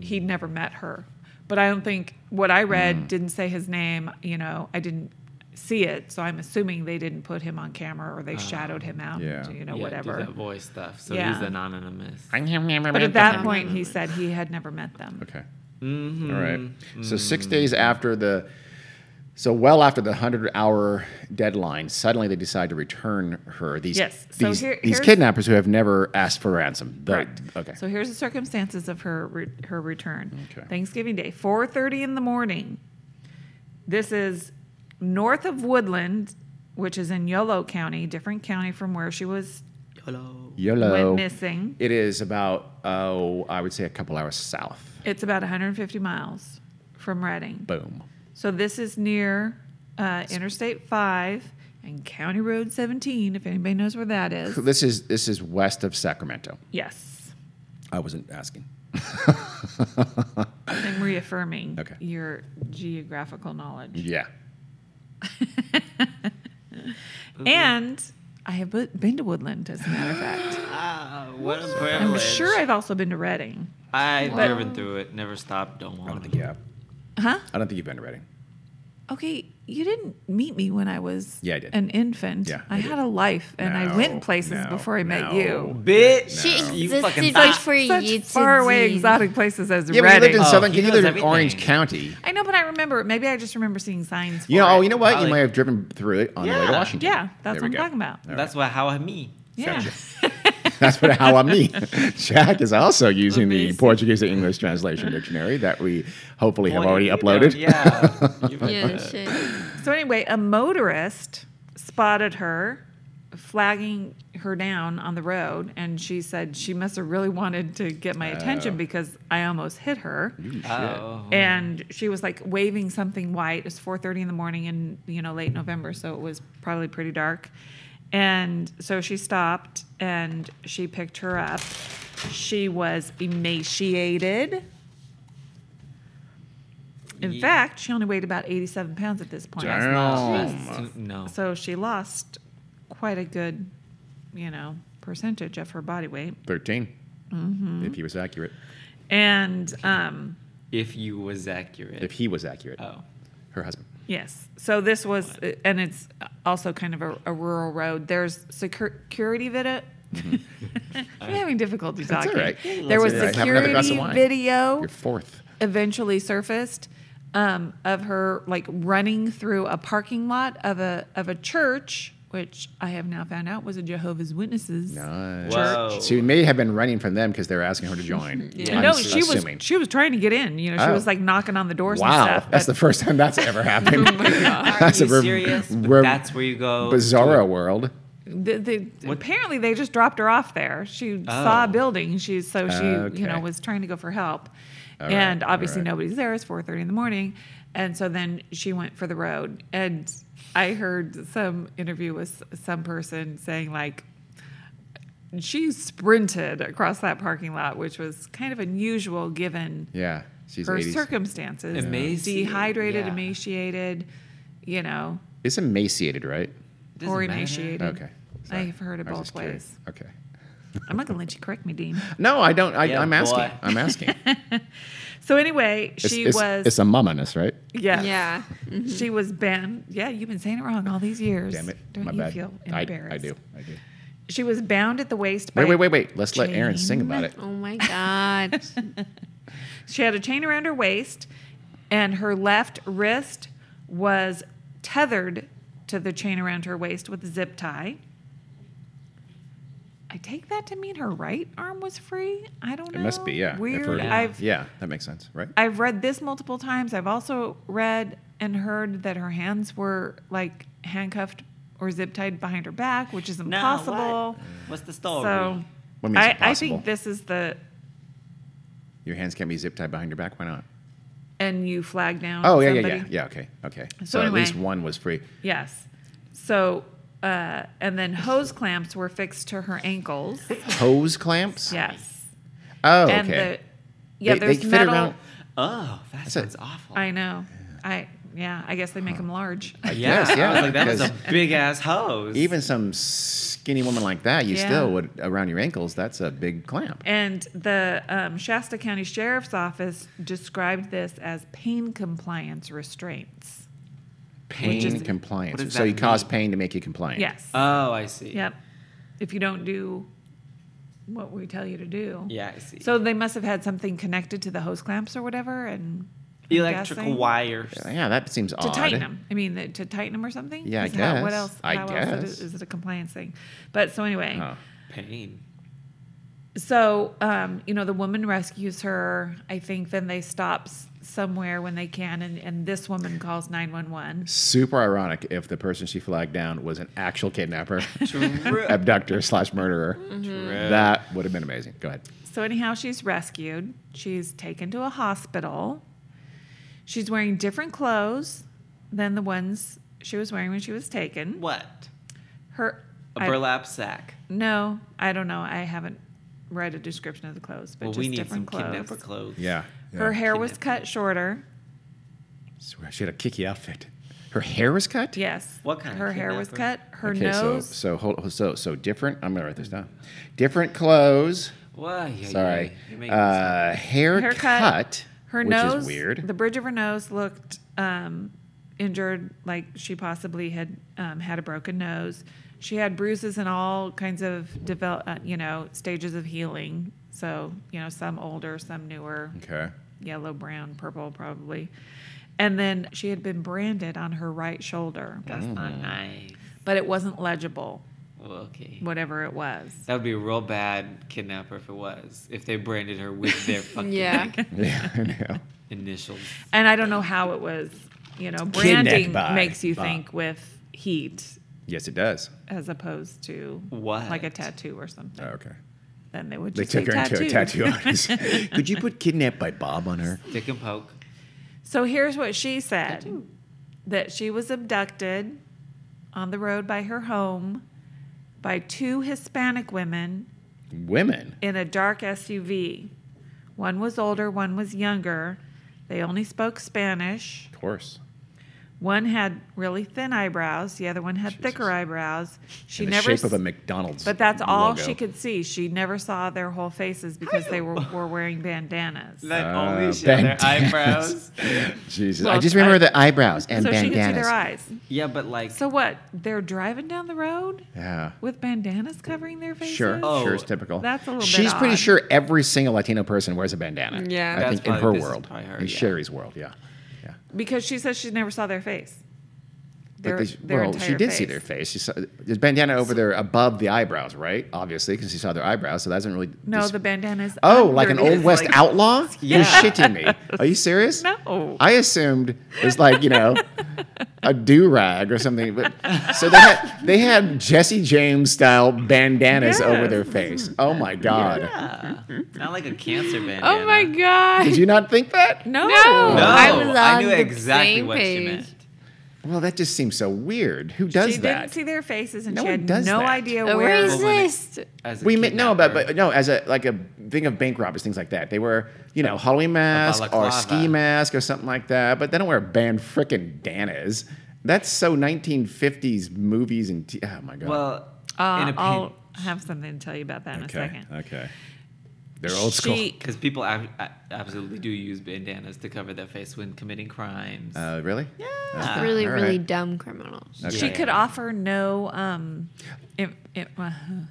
Speaker 5: he'd never met her. But I don't think what I read
Speaker 4: Hmm.
Speaker 5: didn't say his name. You know, I didn't see it, so I'm assuming they didn't put him on camera or they shadowed him out.
Speaker 4: Ah, Yeah.
Speaker 5: You know,
Speaker 2: Yeah,
Speaker 5: whatever.
Speaker 2: Do that voice stuff. So
Speaker 5: Yeah.
Speaker 2: he's anonymous.
Speaker 5: But at that point, he said he had never met them.
Speaker 4: Okay.
Speaker 5: Mm-hmm.
Speaker 4: All right. So six days after the, so well after the hundred hour deadline, suddenly they decide to return her. These
Speaker 5: Yes. So
Speaker 4: these,
Speaker 5: here-
Speaker 4: these
Speaker 5: here's-
Speaker 4: kidnappers who have never asked for ransom. The-
Speaker 5: Correct.
Speaker 4: Okay.
Speaker 5: So here's the circumstances of her re- her return.
Speaker 4: Okay.
Speaker 5: Thanksgiving Day, 4:30 in the morning. This is north of Woodland, which is in Yolo County, different county from where she was
Speaker 2: Hello.
Speaker 4: Yolo.
Speaker 5: went missing.
Speaker 4: It is about oh, I would say a couple hours south.
Speaker 5: It's about 150 miles from Reading.
Speaker 4: Boom.
Speaker 5: So this is near uh, Interstate 5 and County Road 17, if anybody knows where that is.
Speaker 4: This is this is west of Sacramento.
Speaker 5: Yes.
Speaker 4: I wasn't asking.
Speaker 5: I'm reaffirming
Speaker 4: Okay.
Speaker 5: your geographical knowledge.
Speaker 4: Yeah. Mm-hmm.
Speaker 5: And I have bu- been to Woodland, as a matter of fact.
Speaker 2: Ah, what a privilege.
Speaker 5: I'm sure I've also been to Reading.
Speaker 2: I've driven through it. Never stopped. Don't
Speaker 4: I don't
Speaker 2: want
Speaker 4: think
Speaker 2: to.
Speaker 4: you have.
Speaker 5: Huh?
Speaker 4: I don't think you've been to Reading.
Speaker 5: Okay, you didn't meet me when I was
Speaker 4: Yeah, I did.
Speaker 5: an infant.
Speaker 4: Yeah,
Speaker 5: I,
Speaker 4: I
Speaker 5: had
Speaker 4: did.
Speaker 5: a life and I
Speaker 4: No,
Speaker 5: went places
Speaker 4: no,
Speaker 5: before I
Speaker 4: no.
Speaker 5: met you.
Speaker 2: Bitch.
Speaker 3: She
Speaker 2: You fucking
Speaker 3: existed
Speaker 2: thought.
Speaker 3: for
Speaker 5: Such
Speaker 3: you to
Speaker 5: far away
Speaker 3: do.
Speaker 5: exotic places as
Speaker 4: Yeah, but you
Speaker 5: Reading.
Speaker 4: lived in
Speaker 2: Oh,
Speaker 4: Southern.
Speaker 2: he
Speaker 4: You
Speaker 2: knows
Speaker 4: lived in
Speaker 2: everything.
Speaker 4: Orange County.
Speaker 5: I know, what I remember. Maybe I just remember seeing signs. For
Speaker 4: You know, oh,
Speaker 5: it.
Speaker 4: you know what?
Speaker 2: Probably.
Speaker 4: You might have driven through it on the way to
Speaker 2: Yeah.
Speaker 4: Washington.
Speaker 5: Yeah, that's
Speaker 4: There
Speaker 5: what
Speaker 4: we
Speaker 5: I'm
Speaker 4: go.
Speaker 5: talking about.
Speaker 2: That's why how I me.
Speaker 5: Yeah.
Speaker 4: That's what how I mean. Jack is also using the
Speaker 2: Amazing.
Speaker 4: Portuguese to English translation dictionary that we hopefully have
Speaker 2: Well,
Speaker 4: already
Speaker 2: you know,
Speaker 4: uploaded.
Speaker 2: Yeah. You've-
Speaker 3: Yeah, shit.
Speaker 5: So anyway, a motorist spotted her flagging her down on the road and she said she must have really wanted to get my
Speaker 4: Oh.
Speaker 5: attention because I almost hit her.
Speaker 2: Oh.
Speaker 5: And she was like waving something white. It was 4:30 in the morning in, you know, late November, so it was probably pretty dark. And so she stopped and she picked her up. She was emaciated. In
Speaker 2: Ye-
Speaker 5: fact, she only weighed about 87 pounds at this point.
Speaker 4: Damn.
Speaker 2: That's No.
Speaker 5: So she lost quite a good, you know, percentage of her body weight.
Speaker 4: 13
Speaker 5: Mm-hmm.
Speaker 4: If he was accurate.
Speaker 5: And um,
Speaker 2: If you was accurate.
Speaker 4: If he was accurate.
Speaker 2: oh.
Speaker 4: Her husband.
Speaker 5: yes, so this was, uh, and it's also kind of a, a rural road. There's secur- security video. I'm having difficulty
Speaker 4: Mm-hmm. That's
Speaker 5: talking.
Speaker 4: all right.
Speaker 5: There was
Speaker 4: That's all right. Have another glass of
Speaker 5: security
Speaker 4: wine.
Speaker 5: video
Speaker 4: Your fourth.
Speaker 5: eventually surfaced um, of her like running through a parking lot of a of a church, which I have now found out was a Jehovah's Witnesses.
Speaker 4: Nice.
Speaker 2: Whoa.
Speaker 4: She may have been running from them because they were asking her to join.
Speaker 2: Yeah.
Speaker 4: I'm
Speaker 5: no,
Speaker 4: s-
Speaker 5: she was
Speaker 4: assuming.
Speaker 5: she was trying to get in. You know, she
Speaker 4: Oh.
Speaker 5: was like knocking on the Oh doors
Speaker 4: Wow,
Speaker 5: and stuff.
Speaker 4: that's the
Speaker 5: but
Speaker 4: first time that's ever happened.
Speaker 2: Are
Speaker 4: That's
Speaker 2: you
Speaker 4: a rev-
Speaker 2: serious? But
Speaker 4: rev-
Speaker 2: that's where you go.
Speaker 4: Bizarro world.
Speaker 5: the, the, apparently they just dropped her off there. She saw a
Speaker 2: Oh.
Speaker 5: building. She so she you know
Speaker 4: Okay.
Speaker 5: was trying to go for help, and
Speaker 4: all
Speaker 5: obviously
Speaker 4: right.
Speaker 5: nobody's there. It's four thirty in the morning, and so then she went for the road. And I heard some interview with s- some person saying like. She sprinted across that parking lot, which was kind of unusual given
Speaker 4: Yeah, she's
Speaker 5: her
Speaker 4: 80s.
Speaker 5: circumstances.
Speaker 2: Emaciated,
Speaker 5: Dehydrated,
Speaker 2: yeah.
Speaker 5: emaciated, you know,
Speaker 4: it's emaciated, right?
Speaker 2: Doesn't
Speaker 5: or
Speaker 2: matter.
Speaker 5: emaciated.
Speaker 4: Okay. sorry.
Speaker 5: Mm. I've heard it
Speaker 4: I was
Speaker 5: both
Speaker 4: just curious.
Speaker 5: ways.
Speaker 4: Okay.
Speaker 5: I'm not gonna let you correct me, Dean.
Speaker 4: No, I don't. I,
Speaker 2: Yeah,
Speaker 4: I'm asking.
Speaker 2: boy.
Speaker 4: I'm asking.
Speaker 5: So anyway,
Speaker 4: It's-
Speaker 5: she
Speaker 4: it's,
Speaker 5: was
Speaker 4: It's a mumminess, right?
Speaker 5: yeah,
Speaker 3: Yeah.
Speaker 5: She was banned. Yeah, you've been saying it wrong all these years.
Speaker 4: Damn it.
Speaker 5: Don't
Speaker 4: My
Speaker 5: you
Speaker 4: bad.
Speaker 5: feel
Speaker 4: I,
Speaker 5: embarrassed?
Speaker 4: I do. I do.
Speaker 5: She was bound at the waist by
Speaker 4: Wait, wait, wait, wait. Let's let Aaron sing
Speaker 5: chain.
Speaker 4: about it.
Speaker 3: Oh my god.
Speaker 5: She had a chain around her waist, and her left wrist was tethered to the chain around her waist with a zip tie. I take that to mean her right arm was free. I don't know.
Speaker 4: It must be, yeah. if
Speaker 5: Weird.
Speaker 4: we're-
Speaker 5: I've
Speaker 4: yeah, that makes sense, right?
Speaker 5: I've read this multiple times. I've also read and heard that her hands were like handcuffed or zip tied behind her back, which is
Speaker 2: Now
Speaker 5: impossible.
Speaker 2: what? Oh, What's the story?
Speaker 5: So
Speaker 4: What means
Speaker 5: I, I
Speaker 4: impossible?
Speaker 5: think this is the
Speaker 4: Your hands can't be zip tied behind your back. Why not?
Speaker 5: and you flag down.
Speaker 4: Oh, yeah,
Speaker 5: somebody.
Speaker 4: yeah, yeah. Yeah, okay, okay. So,
Speaker 5: So
Speaker 4: at least
Speaker 5: anyway.
Speaker 4: one was free.
Speaker 5: Yes. So, uh, and then hose clamps were fixed to her ankles.
Speaker 4: Hose clamps?
Speaker 5: Yes.
Speaker 4: Oh, okay.
Speaker 5: And the, yeah,
Speaker 4: They- they
Speaker 5: there's
Speaker 4: fit
Speaker 5: metal.
Speaker 4: around-
Speaker 2: oh, that
Speaker 4: a-
Speaker 2: sounds awful.
Speaker 5: I know. I, yeah, I guess they make them large.
Speaker 2: yeah,
Speaker 4: guess, yeah,
Speaker 2: I was like, that was a
Speaker 4: because-
Speaker 2: big ass hose.
Speaker 4: Even some skinny woman like that, you
Speaker 5: Yeah.
Speaker 4: still would, around your ankles, that's a big clamp.
Speaker 5: And the um, Shasta County Sheriff's Office described this as pain compliance restraints.
Speaker 4: Pain
Speaker 2: is- what
Speaker 4: compliance.
Speaker 2: does
Speaker 4: So you
Speaker 2: that
Speaker 4: cause
Speaker 2: mean?
Speaker 4: pain to make you compliant.
Speaker 5: Yes.
Speaker 2: Oh, I see.
Speaker 5: yep. If you don't do what we tell you to do.
Speaker 2: Yeah, I see.
Speaker 5: So they must have had something connected to the hose clamps or whatever, and I'm
Speaker 2: electrical
Speaker 5: guessing-
Speaker 2: wires.
Speaker 4: Yeah, that seems
Speaker 5: to
Speaker 4: odd.
Speaker 5: tighten them. I mean, the, to tighten them or something.
Speaker 4: Yeah, I
Speaker 5: Is how- what
Speaker 4: guess.
Speaker 5: else?
Speaker 4: I
Speaker 5: how Else
Speaker 4: guess.
Speaker 5: is, it, is it a compliance thing? But so anyway,
Speaker 4: Oh.
Speaker 2: Pain.
Speaker 5: so um, you know, the woman rescues her. I think then they stop s- somewhere when they can, and, and this woman calls nine one one.
Speaker 4: Super ironic if the person she flagged down was an actual kidnapper,
Speaker 2: True.
Speaker 4: abductor slash murderer.
Speaker 5: Mm-hmm.
Speaker 4: That would have been amazing. Go ahead.
Speaker 5: So anyhow, she's rescued. She's taken to a hospital. She's wearing different clothes than the ones she was wearing when she was taken.
Speaker 2: What?
Speaker 5: Her
Speaker 2: A
Speaker 5: I-
Speaker 2: burlap sack.
Speaker 5: No, I don't know. I haven't read a description of the clothes, but
Speaker 2: Well,
Speaker 5: just
Speaker 2: we need some
Speaker 5: different
Speaker 2: kidnapper
Speaker 5: clothes.
Speaker 2: clothes.
Speaker 4: Yeah.
Speaker 5: Her hair was cut shorter.
Speaker 4: Swear, she had a kicky outfit. Her hair was cut.
Speaker 5: Yes.
Speaker 2: What kind of
Speaker 5: Her hair was cut.
Speaker 2: kidnapper?
Speaker 5: Her
Speaker 4: okay,
Speaker 5: nose.
Speaker 4: so so hold so so different. I'm gonna write this down. Different clothes.
Speaker 2: What? Yeah,
Speaker 4: Sorry.
Speaker 2: yeah, you're making me sound-
Speaker 4: Uh, hair
Speaker 5: Haircut.
Speaker 4: cut.
Speaker 5: her
Speaker 4: which
Speaker 5: nose.
Speaker 4: is weird.
Speaker 5: The bridge of her nose looked um, injured, like she possibly had um, had a broken nose. She had bruises in all kinds of develop, uh, you know, stages of healing. So you know, some older, some newer.
Speaker 4: okay.
Speaker 5: yellow, brown, purple, probably. And then she had been branded on her right shoulder,
Speaker 2: That's
Speaker 4: mm.
Speaker 2: not nice.
Speaker 5: but it wasn't legible,
Speaker 2: Well, okay.
Speaker 5: whatever it was.
Speaker 2: That would be a real bad kidnapper if it was. If they branded her with their fucking
Speaker 3: Yeah.
Speaker 2: like,
Speaker 4: Yeah, I know.
Speaker 2: initials.
Speaker 5: And I don't know how it was, you know,
Speaker 4: Kidnapped
Speaker 5: branding
Speaker 4: by
Speaker 5: makes you
Speaker 4: Bob.
Speaker 5: think with heat
Speaker 4: Yes, it does. Oh,
Speaker 5: as opposed to
Speaker 2: What?
Speaker 5: like a tattoo or something.
Speaker 4: okay.
Speaker 5: Then they would
Speaker 4: They
Speaker 5: just
Speaker 4: took
Speaker 5: say
Speaker 4: her into a
Speaker 5: tattoo.
Speaker 4: tattoo artist. Could you put kidnapped by Bob on her?
Speaker 2: Dick and poke.
Speaker 5: So here's what she said that she was abducted on the road by her home by two Hispanic women
Speaker 4: Women.
Speaker 5: in a dark SUV. One was older, one was younger. They only spoke Spanish.
Speaker 4: Of course.
Speaker 5: One had really thin eyebrows, the other one had thicker eyebrows. She
Speaker 4: In the
Speaker 5: never
Speaker 4: shape of
Speaker 5: s-
Speaker 4: a McDonald's.
Speaker 5: But that's all
Speaker 4: logo.
Speaker 5: she could see. She never saw their whole faces because they were, were wearing bandanas.
Speaker 2: That
Speaker 4: Uh,
Speaker 2: only show their
Speaker 4: bandanas.
Speaker 2: eyebrows.
Speaker 4: Jesus. I
Speaker 5: Well,
Speaker 4: just remember
Speaker 5: I-
Speaker 4: the eyebrows and
Speaker 5: so she could see
Speaker 4: bandanas.
Speaker 5: their eyes.
Speaker 2: Yeah, but like
Speaker 5: So what? They're driving down the road
Speaker 4: Yeah.
Speaker 5: with bandanas covering their faces?
Speaker 4: Sure,
Speaker 2: Oh,
Speaker 4: sure, it's typical.
Speaker 5: that's a little bit
Speaker 4: She's pretty
Speaker 5: odd.
Speaker 4: sure every single Latino person wears a bandana.
Speaker 3: Yeah.
Speaker 4: I
Speaker 2: That's
Speaker 4: think in
Speaker 2: probably-
Speaker 4: her
Speaker 2: this is
Speaker 4: world,
Speaker 2: probably her,
Speaker 4: in
Speaker 2: yeah.
Speaker 4: Sherry's world, yeah.
Speaker 5: Because she says she never saw their face.
Speaker 4: But
Speaker 5: Their,
Speaker 4: they-
Speaker 5: their
Speaker 4: well,
Speaker 5: entire
Speaker 4: she did
Speaker 5: face.
Speaker 4: see their face. She saw, there's bandana over there above the eyebrows, right? Obviously, because she saw their eyebrows, so that doesn't really.
Speaker 5: No,
Speaker 4: dis-
Speaker 5: the bandanas.
Speaker 4: Oh, like an old west
Speaker 5: like,
Speaker 4: outlaw? You're
Speaker 2: Yeah.
Speaker 4: shitting me. Are you serious?
Speaker 5: No.
Speaker 4: I assumed it was like you know a do rag or something. But so they had they had Jesse James style bandanas over
Speaker 5: Yes.
Speaker 4: their face. Oh my god!
Speaker 2: not like a cancer bandana.
Speaker 3: Oh my god.
Speaker 4: Did you not think that?
Speaker 5: No.
Speaker 3: No.
Speaker 2: No,
Speaker 3: I was
Speaker 2: I
Speaker 3: on
Speaker 2: knew
Speaker 3: the
Speaker 2: exactly
Speaker 3: same
Speaker 2: what she
Speaker 3: page.
Speaker 2: meant.
Speaker 4: Well, that just seems so weird. Who does
Speaker 5: she
Speaker 4: that?
Speaker 5: didn't see their faces and
Speaker 4: No
Speaker 5: she
Speaker 4: one
Speaker 5: had
Speaker 4: does
Speaker 5: no
Speaker 4: that.
Speaker 5: idea
Speaker 3: A
Speaker 5: where.
Speaker 3: racist.
Speaker 2: As a
Speaker 4: we may, no, but
Speaker 2: kidnapper.
Speaker 4: but no, as a like a thing of bank robbers, things like that. They wear you know Halloween mask or
Speaker 2: balaclava.
Speaker 4: ski mask or something like that, but they don't wear band frickin' danas. That's so 1950s movies and t- oh my god.
Speaker 2: well,
Speaker 5: Uh,
Speaker 2: in a
Speaker 5: I'll
Speaker 2: pin-
Speaker 5: have something to tell you about that in a second.
Speaker 4: okay. Uh, They're old
Speaker 5: She-
Speaker 4: school.
Speaker 2: Because people ab- a- absolutely do use bandanas to cover their face when committing crimes.
Speaker 4: Uh, really? Yeah.
Speaker 2: Ah,
Speaker 3: Really,
Speaker 4: All
Speaker 3: really
Speaker 4: right.
Speaker 3: dumb criminals.
Speaker 5: She could offer no. Um, it, it, uh,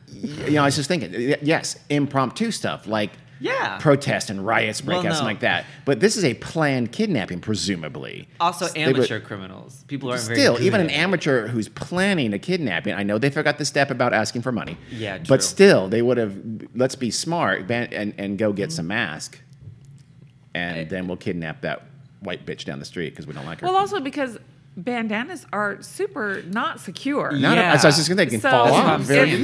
Speaker 4: You know, I was just thinking. y- Yes, impromptu stuff like
Speaker 2: Yeah.
Speaker 4: protest and riots break
Speaker 2: Well,
Speaker 4: out, something
Speaker 2: no.
Speaker 4: like that. But this is a planned kidnapping, presumably.
Speaker 2: also,
Speaker 4: they would-
Speaker 2: amateur criminals. People who aren't very
Speaker 4: Still,
Speaker 2: good
Speaker 4: even
Speaker 2: at
Speaker 4: an
Speaker 2: it.
Speaker 4: amateur who's planning a kidnapping, I know they forgot the step about asking for money.
Speaker 2: Yeah,
Speaker 4: But
Speaker 2: true.
Speaker 4: still, they would have, let's be smart ban- and, and go get some mask. And then we'll kidnap that white bitch down the street because we don't like her.
Speaker 5: well, also because bandanas are super not secure.
Speaker 4: no, no,
Speaker 2: yeah.
Speaker 4: so I was just going to they can
Speaker 5: So-
Speaker 4: fall
Speaker 5: That's
Speaker 2: That's
Speaker 4: off.
Speaker 2: what Oh, I'm
Speaker 5: Very
Speaker 2: saying.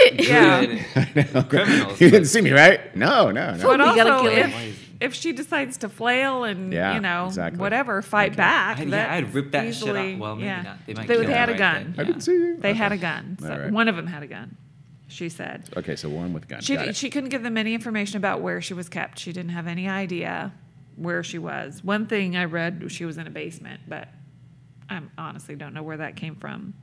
Speaker 2: They're not
Speaker 5: easy. Oh,
Speaker 3: shit.
Speaker 2: good
Speaker 5: Yeah.
Speaker 2: criminals.
Speaker 4: you
Speaker 2: but-
Speaker 4: didn't see me, right? No, no, no.
Speaker 5: But
Speaker 3: We gotta
Speaker 5: also,
Speaker 3: kill
Speaker 5: if,
Speaker 2: him.
Speaker 5: if she decides to flail and
Speaker 4: Yeah,
Speaker 5: you know
Speaker 4: exactly.
Speaker 5: whatever, fight back.
Speaker 2: I'd- yeah,
Speaker 5: that's
Speaker 2: I'd rip that shit off.
Speaker 5: easily-
Speaker 2: Well, maybe
Speaker 5: yeah.
Speaker 2: not. They might kill
Speaker 5: had
Speaker 2: her
Speaker 5: a
Speaker 2: right
Speaker 5: gun.
Speaker 4: I
Speaker 2: then.
Speaker 4: didn't see you.
Speaker 5: They
Speaker 4: Okay.
Speaker 5: had a gun. So
Speaker 4: All right.
Speaker 5: One of them had a gun. She said
Speaker 4: Okay, so Warren with gun.
Speaker 5: she
Speaker 4: Got it.
Speaker 5: she couldn't give them any information about where she was kept. She didn't have any idea where she was. One thing I read, she was in a basement, but I honestly don't know where that came from.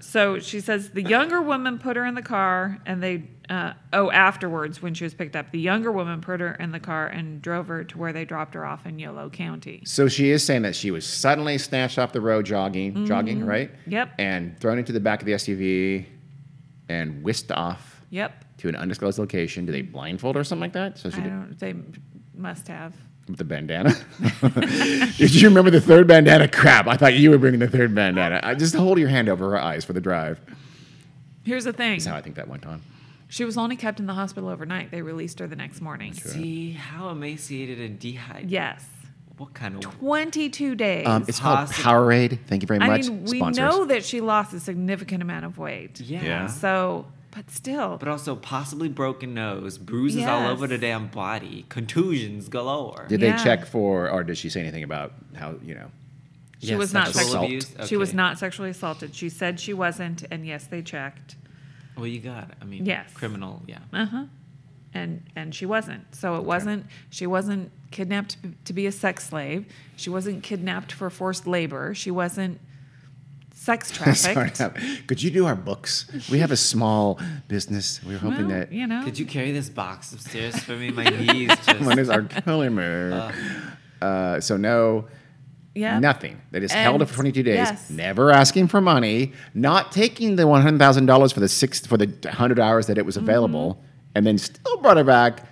Speaker 5: So she says the younger woman put her in the car, and they uh, oh afterwards when she was picked up, the younger woman put her in the car and drove her to where they dropped her off in Yolo County.
Speaker 4: So she is saying that she was suddenly snatched off the road jogging, jogging, right?
Speaker 5: Mm-hmm. Yep.
Speaker 4: And thrown into the back of the SUV and whisked off
Speaker 5: Yep,
Speaker 4: to an undisclosed location. Do they blindfold her or something like that? So she
Speaker 5: I
Speaker 4: did
Speaker 5: don't. They must have.
Speaker 4: with the bandana. did you remember the third bandana? Crap! I thought you were bringing the third bandana. I just hold your hand over her eyes for the drive.
Speaker 5: Here's the thing:
Speaker 4: That's how I think that went on.
Speaker 5: she was only kept in the hospital overnight. They released her the next morning.
Speaker 2: See how emaciated and dehydrated.
Speaker 5: Yes,
Speaker 2: What kind of.
Speaker 5: 22 days.
Speaker 4: Um, it's called
Speaker 2: Possible.
Speaker 4: Powerade. Thank you very
Speaker 5: I
Speaker 4: much.
Speaker 5: mean, we
Speaker 4: Sponsors.
Speaker 5: know that she lost a significant amount of weight.
Speaker 2: Yeah.
Speaker 4: Yeah.
Speaker 5: So, but still,
Speaker 2: But also, possibly broken nose, bruises all
Speaker 5: Yes.
Speaker 2: over the damn body, contusions galore.
Speaker 4: Did
Speaker 5: Yeah.
Speaker 4: they check for, or did she say anything about how you know?
Speaker 5: she was not
Speaker 2: sexual
Speaker 5: sexual.
Speaker 2: abuse?
Speaker 5: She was
Speaker 2: Okay.
Speaker 5: not sexually assaulted. She said she wasn't, and yes, they checked,
Speaker 2: Well, you got. it. I mean,
Speaker 5: Yes.
Speaker 2: criminal. Yeah.
Speaker 5: and and she wasn't. So it wasn't. She wasn't kidnapped to be a sex slave. She wasn't kidnapped for forced labor. She wasn't sex
Speaker 4: Sorry,
Speaker 5: trafficked.
Speaker 4: could you do our books? We have a small business. We were hoping
Speaker 5: Well,
Speaker 4: that
Speaker 5: you know,
Speaker 2: Could you carry this box upstairs for me? My knees just.
Speaker 4: one is our killer mirror. Uh, so no,
Speaker 5: yeah,
Speaker 4: nothing. They just held her
Speaker 5: And-
Speaker 4: for 22 days,
Speaker 5: yes.
Speaker 4: never asking for money, not taking the $100,000 for the six for the 100 hours that it was available,
Speaker 5: Mm-hmm. Mm-hmm.
Speaker 4: and then still brought her back.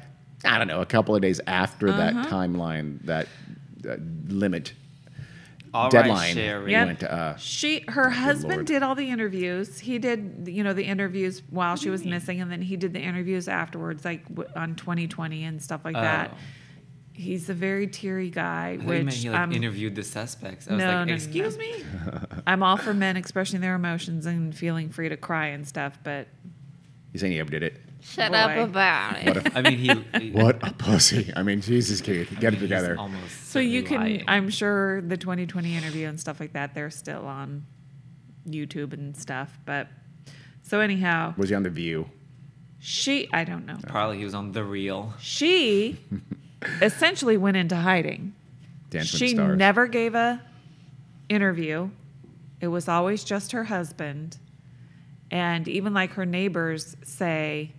Speaker 4: I don't know, a couple of days after that timeline that uh, limit
Speaker 2: All right,
Speaker 4: deadline.
Speaker 2: Sherry.
Speaker 4: we
Speaker 5: Yep.
Speaker 4: went to, uh,
Speaker 5: She, her husband
Speaker 4: Lord.
Speaker 5: did all the interviews. He did, you know, the interviews while she
Speaker 2: Mm-hmm.
Speaker 5: was missing, and then he did the interviews afterwards, like w- on 2020 and stuff like that.
Speaker 2: Oh.
Speaker 5: He's a very teary guy,
Speaker 2: I thought you meant
Speaker 5: which
Speaker 2: he like
Speaker 5: um,
Speaker 2: interviewed the suspects. I was
Speaker 5: no, no,
Speaker 2: like,
Speaker 5: no,
Speaker 2: excuse
Speaker 5: no.
Speaker 2: me.
Speaker 5: I'm all for men expressing their emotions and feeling free to cry and stuff. But
Speaker 4: you saying he overdid it?
Speaker 3: Shut
Speaker 5: Boy.
Speaker 3: up about it.
Speaker 2: I mean, he.
Speaker 4: What a pussy! I mean, Jesus, Keith,
Speaker 2: I
Speaker 4: get
Speaker 2: mean,
Speaker 4: it together.
Speaker 2: he's Almost.
Speaker 5: so you can,
Speaker 2: lying.
Speaker 5: I'm sure the 2020 interview and stuff like that, they're still on YouTube and stuff. But so anyhow,
Speaker 4: Was he on the View?
Speaker 5: she, I don't know.
Speaker 2: Probably he was on the real.
Speaker 5: She essentially went into hiding.
Speaker 4: Dance with the
Speaker 5: she
Speaker 4: Stars.
Speaker 5: never gave a interview. It was always just her husband. And even like her neighbors say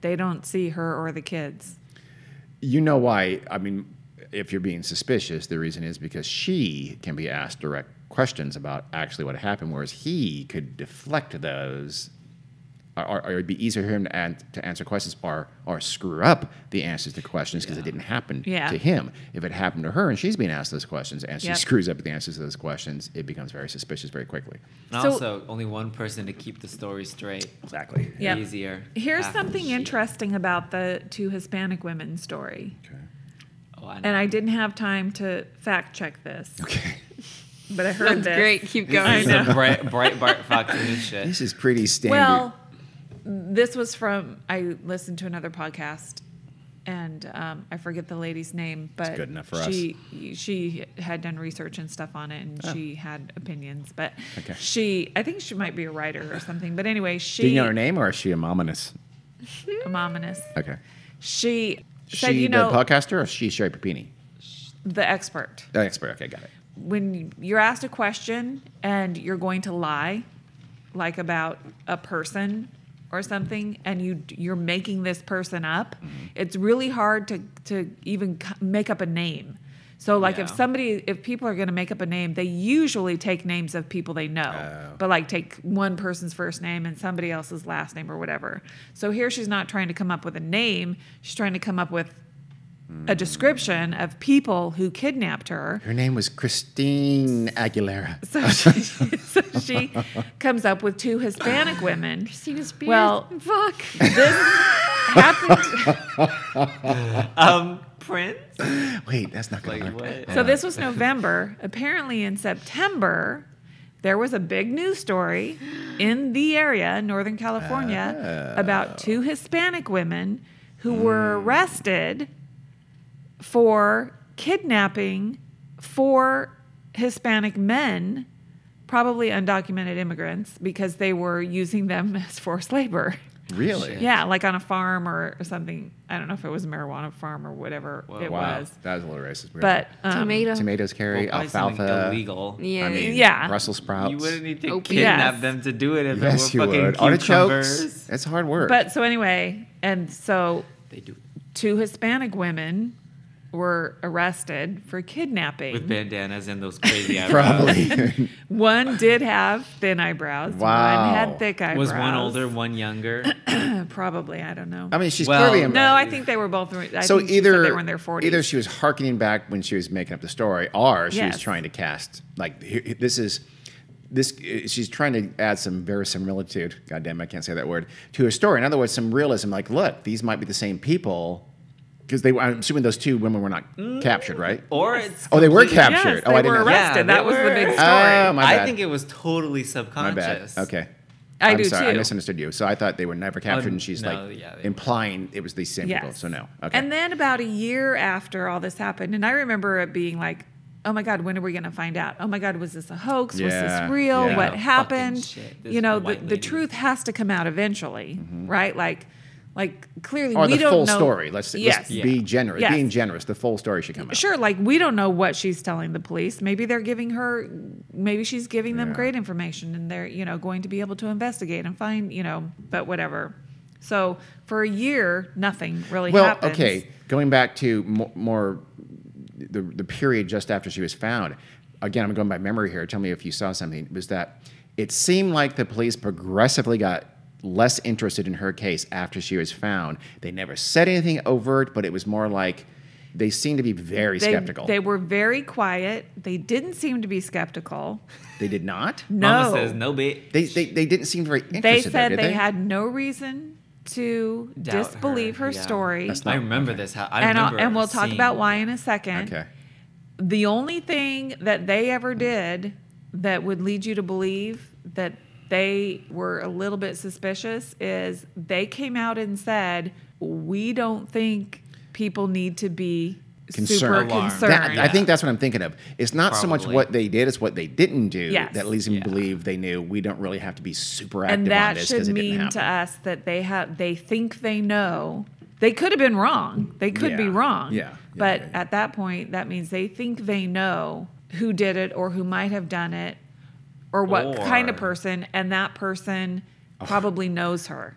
Speaker 5: they don't see her or the kids.
Speaker 4: you know why? I mean, if you're being suspicious, the reason is because she can be asked direct questions about actually what happened, whereas he could deflect those. Or, or- or it'd be easier for him to, an- to answer questions or, or screw up the answers to questions because it didn't happen
Speaker 5: Yeah.
Speaker 4: to him. If it happened to her and she's being asked those questions and she
Speaker 5: Yep.
Speaker 4: screws up the answers to those questions, it becomes very suspicious very quickly.
Speaker 2: And
Speaker 5: So-
Speaker 2: also, only one person to keep the story straight.
Speaker 4: Exactly.
Speaker 5: Yep.
Speaker 2: Easier.
Speaker 5: Here's
Speaker 2: Half
Speaker 5: something
Speaker 2: sheep.
Speaker 5: interesting about the two Hispanic women story.
Speaker 2: Oh, I know.
Speaker 5: And I didn't have time to fact check this,
Speaker 4: Okay.
Speaker 5: but I heard
Speaker 3: That's
Speaker 5: this.
Speaker 3: great. Keep
Speaker 2: This
Speaker 3: going.
Speaker 2: is some bright, Breitbart Fox News shit.
Speaker 4: This is pretty standard.
Speaker 5: Well, this was from I listened to another podcast, and um, I forget the lady's name, but
Speaker 4: good enough for
Speaker 5: she she had done research and stuff on it, and she had opinions. But
Speaker 4: Oh. Okay.
Speaker 5: she, I think she might be a writer or something. But anyway, she
Speaker 4: Do you know her name or is she anonymous?
Speaker 5: Homonymous.
Speaker 4: Okay.
Speaker 5: She said,
Speaker 4: she
Speaker 5: you know,
Speaker 4: the podcaster or she Sherry Papini?
Speaker 5: the expert.
Speaker 4: The expert. Okay, got it.
Speaker 5: when you're asked a question and you're going to lie like about a person or something and you you're making this person up it's really hard to to even c- make up a name so like if
Speaker 2: Yeah.
Speaker 5: somebody if people are going to make up a name they usually take names of people they know but like take one person's first name and somebody else's last name or whatever so here she's not trying to come up with a name she's trying to come up with a description of people who kidnapped her
Speaker 4: Her name was Christine Aguilera.
Speaker 5: so she, so she comes up with two Hispanic women.
Speaker 3: Christina Spears.
Speaker 5: Well-
Speaker 3: fuck.
Speaker 5: This happened.
Speaker 2: Um, Prince?
Speaker 4: Wait, that's not going
Speaker 2: Like,
Speaker 4: to work.
Speaker 2: what?
Speaker 5: So this was November. Apparently, in September, there was a big news story in the area, in Northern California, about two Hispanic women who were arrested for kidnapping four Hispanic men, probably undocumented immigrants, because they were using them as forced labor.
Speaker 4: Really?
Speaker 5: Yeah, like on a farm or, or something. I don't know if it was a marijuana farm or whatever it
Speaker 4: Wow,
Speaker 5: was.
Speaker 4: that was a little racist.
Speaker 5: But um,
Speaker 3: Tomato.
Speaker 4: tomatoes carry
Speaker 2: Well, probably something
Speaker 4: alfalfa.
Speaker 2: Illegal.
Speaker 3: Yeah.
Speaker 4: I mean,
Speaker 5: Yeah.
Speaker 4: Brussels sprouts.
Speaker 2: You wouldn't need to
Speaker 3: Opiates.
Speaker 2: kidnap
Speaker 5: Oh, Yes.
Speaker 2: them to do it if
Speaker 4: yes,
Speaker 2: it
Speaker 4: you
Speaker 2: were fucking
Speaker 4: would. Artichokes.
Speaker 2: cucumbers.
Speaker 4: That's hard work.
Speaker 5: but so anyway, and so
Speaker 2: They do
Speaker 5: two Hispanic women were arrested for kidnapping.
Speaker 2: with bandanas and those crazy eyebrows.
Speaker 4: probably.
Speaker 5: one did have thin eyebrows.
Speaker 4: Wow.
Speaker 5: One had thick eyebrows.
Speaker 2: Was one older, one younger?
Speaker 5: Probably. I don't know. Um,
Speaker 4: I mean, she's
Speaker 2: Well,
Speaker 4: clearly.
Speaker 5: no, I think they were both. I
Speaker 4: so
Speaker 5: think she said
Speaker 4: either
Speaker 5: they were in their forties.
Speaker 4: either she was hearkening back when she was making up the story, or she
Speaker 5: Yes.
Speaker 4: was trying to cast like he- he- this is this. uh, She's trying to add some verisimilitude. God damn, I can't say that word to a story. In other words, some realism. Like, look, these might be the same people because they. I'm assuming those two women were not captured, right?
Speaker 2: Or it's.
Speaker 4: Oh, they were
Speaker 2: completely-
Speaker 5: yes,
Speaker 4: captured. oh,
Speaker 5: they
Speaker 4: I didn't
Speaker 5: were
Speaker 4: know. that.
Speaker 5: arrested.
Speaker 2: Yeah,
Speaker 5: that
Speaker 2: they
Speaker 5: was the big
Speaker 2: were.
Speaker 5: Mm, story.
Speaker 4: Oh, my bad.
Speaker 2: I think it was totally
Speaker 4: my bad.
Speaker 2: subconscious.
Speaker 4: Okay.
Speaker 5: I
Speaker 4: am
Speaker 5: do
Speaker 4: sorry. I
Speaker 5: too.
Speaker 4: misunderstood you. So I thought they were never captured,
Speaker 2: Um,
Speaker 4: and she's
Speaker 2: no,
Speaker 4: like
Speaker 2: yeah, they-
Speaker 4: implying it was these same people.
Speaker 5: Yes.
Speaker 4: So no. Okay.
Speaker 5: And then about a year after all this happened, and I remember it being like, "Oh my God, when are we going to find out? Oh my God, was this a hoax? was
Speaker 4: Yeah,
Speaker 5: this real?
Speaker 4: yeah.
Speaker 5: What
Speaker 4: Fucking
Speaker 5: happened?
Speaker 2: shit, this
Speaker 5: You know, the,
Speaker 2: white
Speaker 5: the
Speaker 2: lady.
Speaker 5: truth has to come out eventually, right? Like, like clearly
Speaker 4: Mm-hmm. or
Speaker 5: we
Speaker 4: the
Speaker 5: don't
Speaker 4: full
Speaker 5: know.
Speaker 4: story. Let's, let's
Speaker 5: yes,
Speaker 4: be generous.
Speaker 5: Yes.
Speaker 4: Being generous, the full story should come out.
Speaker 5: sure. Like we don't know what she's telling the police. Maybe they're giving her, maybe she's giving them
Speaker 4: Yeah.
Speaker 5: great information, and they're you know going to be able to investigate and find you know, but whatever. So for a year, nothing really
Speaker 4: Well,
Speaker 5: happens.
Speaker 4: okay. Going back to more, more the, the period just after she was found, again, I'm going by memory here. Tell me if you saw something. Was that it seemed like the police progressively got less interested in her case after she was found. They never said anything overt, but it was more like They seem to be very
Speaker 5: They,
Speaker 4: skeptical.
Speaker 5: they were very quiet. They didn't seem to be skeptical.
Speaker 4: They did not.
Speaker 5: No.
Speaker 2: Mama says no bit.
Speaker 4: They, they they didn't seem very interested.
Speaker 5: they
Speaker 4: though,
Speaker 5: said
Speaker 4: did
Speaker 5: they, had no reason to
Speaker 2: Doubt
Speaker 5: disbelieve her,
Speaker 2: her, yeah.
Speaker 5: story.
Speaker 4: That's
Speaker 2: I
Speaker 4: not-
Speaker 2: remember this. How I
Speaker 5: and, I'll-
Speaker 2: remember.
Speaker 5: and we'll talk
Speaker 2: seeing-
Speaker 5: about why in a second.
Speaker 4: Okay.
Speaker 5: The only thing that they ever did that would lead you to believe that they were a little bit suspicious is they came out and said, We don't think people need to be super
Speaker 4: Concerned.
Speaker 2: Alarmed.
Speaker 5: concerned.
Speaker 4: That- I think that's what I'm thinking of. It's not so much
Speaker 2: Probably.
Speaker 4: what they did; it's what they didn't do
Speaker 5: Yes.
Speaker 4: that leads them to believe they knew. We don't really have to be super active
Speaker 5: and that
Speaker 4: on this
Speaker 5: should
Speaker 4: because it didn't
Speaker 5: mean
Speaker 4: happen.
Speaker 5: to us that they have they think they know they could have been wrong they could be
Speaker 4: Yeah.
Speaker 5: wrong
Speaker 4: Yeah. Yeah,
Speaker 5: but
Speaker 4: yeah, yeah.
Speaker 5: at that point that means they think they know who did it or who might have done it or what kind of
Speaker 2: Or-
Speaker 5: person and that person probably knows her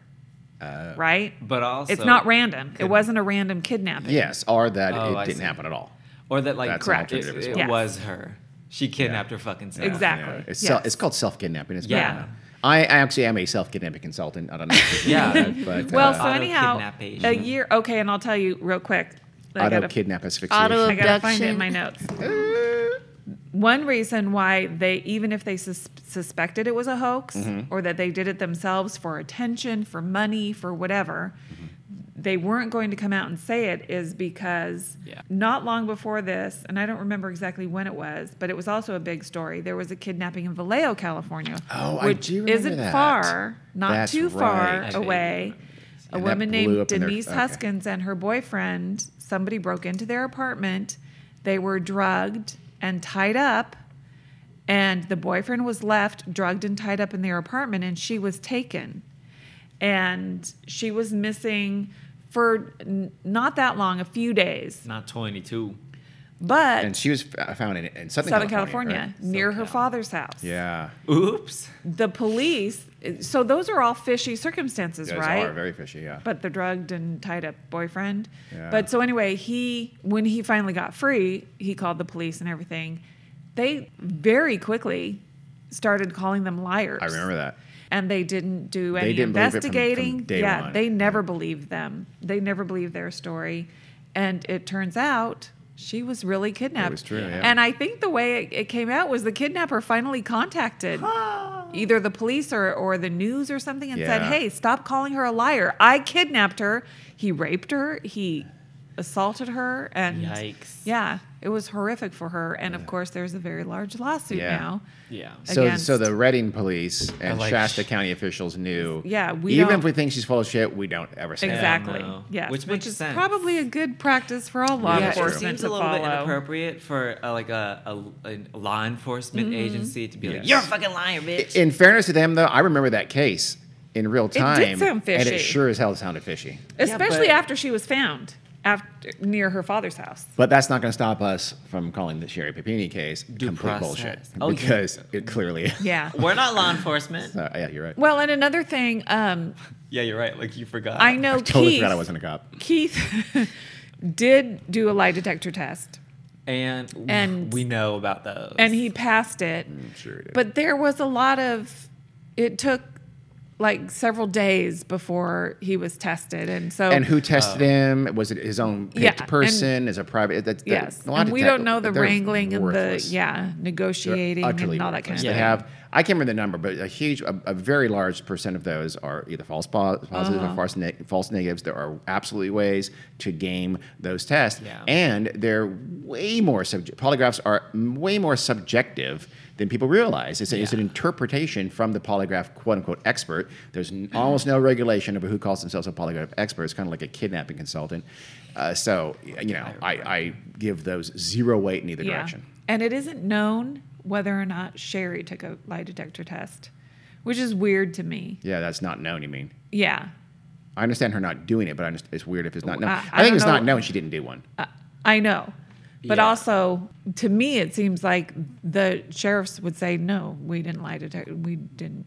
Speaker 4: Uh,
Speaker 5: right
Speaker 2: But also,
Speaker 5: it's not random it wasn't a random kidnapping
Speaker 4: Yes, or that
Speaker 2: Oh,
Speaker 4: it
Speaker 2: I
Speaker 4: didn't
Speaker 2: see.
Speaker 4: happen at all.
Speaker 2: Or that like
Speaker 4: That's an
Speaker 2: correct. It,
Speaker 4: alternative as
Speaker 2: it
Speaker 5: well. Yes.
Speaker 2: was her. She kidnapped her fucking self.
Speaker 5: exactly
Speaker 4: It's,
Speaker 5: Yes.
Speaker 4: sel- it's called self kidnapping. It's
Speaker 2: Yeah.
Speaker 4: bad. I, I actually am a self kidnapping consultant. I don't know. If you know
Speaker 2: Yeah.
Speaker 4: that, but
Speaker 5: well
Speaker 4: uh,
Speaker 5: so anyhow
Speaker 2: Auto-kidnapping.
Speaker 5: a year okay and i'll tell you real quick I
Speaker 4: auto
Speaker 5: gotta-
Speaker 4: kidnap asphyxiation.
Speaker 3: Auto-
Speaker 5: I gotta find it in
Speaker 3: Abduction.
Speaker 5: my notes. One reason why they, even if they sus- suspected it was a hoax
Speaker 4: Mm-hmm.
Speaker 5: or that they did it themselves for attention, for money, for whatever,
Speaker 4: Mm-hmm.
Speaker 5: they weren't going to come out and say it is because
Speaker 2: Yeah.
Speaker 5: not long before this, and I don't remember exactly when it was, but it was also a big story. There was a kidnapping in Vallejo, California,
Speaker 4: Oh, I
Speaker 5: which
Speaker 4: do remember
Speaker 5: isn't
Speaker 4: that.
Speaker 5: far, not
Speaker 4: That's
Speaker 5: too far
Speaker 4: right.
Speaker 2: I do
Speaker 5: away. A
Speaker 4: And that
Speaker 5: woman
Speaker 4: blew
Speaker 5: named
Speaker 4: up in their-
Speaker 5: Denise
Speaker 4: okay.
Speaker 5: Huskins. Huskins and her boyfriend, somebody broke into their apartment. They were drugged and tied up, and the boyfriend was left drugged and tied up in their apartment, and she was taken. And she was missing for n- not that long, a few days.
Speaker 2: Not 22.
Speaker 5: But
Speaker 4: and she was f- found in, in Southern,
Speaker 5: Southern
Speaker 4: California.
Speaker 5: California, near her
Speaker 2: SoCal.
Speaker 5: father's house.
Speaker 4: right? Yeah.
Speaker 2: Oops.
Speaker 5: The police, so those are all fishy circumstances,
Speaker 4: Those
Speaker 5: right?
Speaker 4: are very fishy. Yeah.
Speaker 5: but the drugged and tied up boyfriend.
Speaker 4: Yeah.
Speaker 5: But so anyway, he when he finally got free, he called the police and everything. They very quickly started calling them liars.
Speaker 4: I remember that.
Speaker 5: And they didn't do any
Speaker 4: didn't believe it from- from
Speaker 5: investigating.
Speaker 4: day
Speaker 5: yeah,
Speaker 4: one.
Speaker 5: they never believed them. They never believed their story. And it turns out she was really kidnapped.
Speaker 4: was true, yeah.
Speaker 5: And I think the way it, it came out was the kidnapper finally contacted either the police or, or the news or something and said,
Speaker 4: Yeah.
Speaker 5: hey, stop calling her a liar. I kidnapped her. He raped her. He assaulted her. And
Speaker 2: Yikes.
Speaker 5: yeah, it was horrific for her. And of course, there's a very large lawsuit
Speaker 4: Yeah.
Speaker 5: now.
Speaker 2: Yeah.
Speaker 4: So,
Speaker 5: against-
Speaker 4: so the Reading police and
Speaker 2: like-
Speaker 4: Shasta County officials knew.
Speaker 5: Yeah, we
Speaker 4: even
Speaker 5: don't-
Speaker 4: if we think she's full of shit, we don't ever say that.
Speaker 5: Exactly.
Speaker 2: no.
Speaker 5: Yes.
Speaker 2: uh, Which makes
Speaker 5: is
Speaker 2: sense.
Speaker 5: probably a good practice for all law
Speaker 2: yeah, it
Speaker 5: enforcement
Speaker 2: seems
Speaker 5: to
Speaker 2: a little
Speaker 5: follow.
Speaker 2: bit inappropriate for uh, like a, a, a law enforcement
Speaker 5: Mm-hmm.
Speaker 2: agency to be like,
Speaker 4: Yes.
Speaker 2: "You're a fucking liar, bitch."
Speaker 4: In fairness to them, though, I remember that case in real
Speaker 5: did
Speaker 4: time,
Speaker 5: sound
Speaker 4: and
Speaker 5: fishy.
Speaker 4: it sure as hell sounded fishy.
Speaker 5: Especially
Speaker 2: but-
Speaker 5: after she was found after near her father's house.
Speaker 4: But that's not going to stop us from calling the Sherry Papini case complete
Speaker 2: process.
Speaker 4: bullshit
Speaker 2: Oh, yeah.
Speaker 4: because it clearly is.
Speaker 5: Yeah.
Speaker 2: We're not law enforcement.
Speaker 4: Uh, yeah, you're right.
Speaker 5: Well, and another thing, um,
Speaker 2: yeah, you're right. Like you forgot.
Speaker 5: I know
Speaker 4: I totally
Speaker 5: Keith,
Speaker 4: forgot I wasn't a cop.
Speaker 5: Keith did do a lie detector test
Speaker 2: And,
Speaker 5: And-
Speaker 2: we know about those.
Speaker 5: and he passed it.
Speaker 4: Sure did.
Speaker 5: But there was a lot of it took like several days before he was tested. And so
Speaker 4: and who tested him? Was it his own picked
Speaker 5: Oh. Yeah, and-
Speaker 4: person? As a private? That, that,
Speaker 5: Yes.
Speaker 4: a lot
Speaker 5: And
Speaker 4: of
Speaker 5: we
Speaker 4: detec-
Speaker 5: don't know the
Speaker 4: they're
Speaker 5: wrangling and the
Speaker 4: worthless.
Speaker 5: yeah,
Speaker 4: They're
Speaker 5: negotiating
Speaker 4: utterly
Speaker 5: and all that kind
Speaker 4: worthless.
Speaker 5: of
Speaker 4: They
Speaker 5: stuff.
Speaker 4: have. I can't remember the number, but a huge, a, a very large percent of those are either false po- positives
Speaker 5: Uh-huh.
Speaker 4: or false, neg false negatives. There are absolutely ways to game those tests,
Speaker 2: Yeah.
Speaker 4: and they're way more subject. Polygraphs are m- way more subjective than people realize. It's, a, it's an interpretation from the polygraph quote unquote expert. There's n-
Speaker 5: Mm-hmm.
Speaker 4: almost no regulation over who calls themselves a polygraph expert. It's kind of like a kidnapping consultant. Uh, so you know, I, I give those zero weight in either direction.
Speaker 5: And it isn't known whether or not Sherry took a lie detector test, which is weird to me.
Speaker 4: Yeah, that's not known. You mean?
Speaker 5: Yeah.
Speaker 4: I understand her not doing it, but I just, it's weird if it's not known.
Speaker 5: I-
Speaker 4: I,
Speaker 5: I
Speaker 4: think
Speaker 5: don't
Speaker 4: it's not
Speaker 5: know.
Speaker 4: known she didn't do one.
Speaker 5: I know. But
Speaker 2: Yeah.
Speaker 5: also, to me, it seems like the sheriffs would say, no, we didn't lie detect. We didn't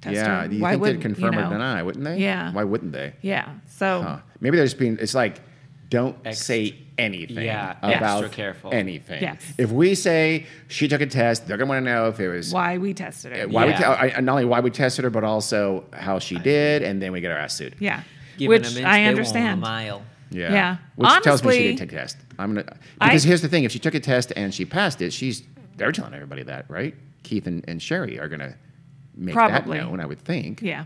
Speaker 5: test
Speaker 4: yeah,
Speaker 5: her.
Speaker 4: you
Speaker 5: Why
Speaker 4: think
Speaker 5: wouldn't
Speaker 4: they'd confirm
Speaker 5: you
Speaker 4: or
Speaker 5: know?
Speaker 4: deny, wouldn't they?
Speaker 5: Yeah.
Speaker 4: Why wouldn't they?
Speaker 5: Yeah. So,
Speaker 4: Huh. Maybe they're just being. It's like, don't
Speaker 2: Ex-
Speaker 4: say anything
Speaker 2: Yeah, extra
Speaker 4: about
Speaker 2: careful.
Speaker 4: anything.
Speaker 5: Yes.
Speaker 4: If we say she took a test, they're gonna want to know if it was.
Speaker 5: why we tested her.
Speaker 4: Why
Speaker 2: Yeah.
Speaker 4: we te- I- not only why we tested her, but also how she did, and then we get our ass sued.
Speaker 5: Yeah.
Speaker 2: Given
Speaker 5: Which
Speaker 2: them inch, they
Speaker 5: I
Speaker 2: want a
Speaker 5: understand.
Speaker 2: mile.
Speaker 4: Yeah.
Speaker 5: Yeah.
Speaker 4: Which tells me she
Speaker 5: Honestly-
Speaker 4: didn't take a test. I'm gonna
Speaker 5: I-
Speaker 4: because here's the thing: if she took a test and she passed it, she's they're telling everybody that, right? Keith and, and Sherry are gonna make
Speaker 5: Probably.
Speaker 4: that known, I would think.
Speaker 5: Yeah.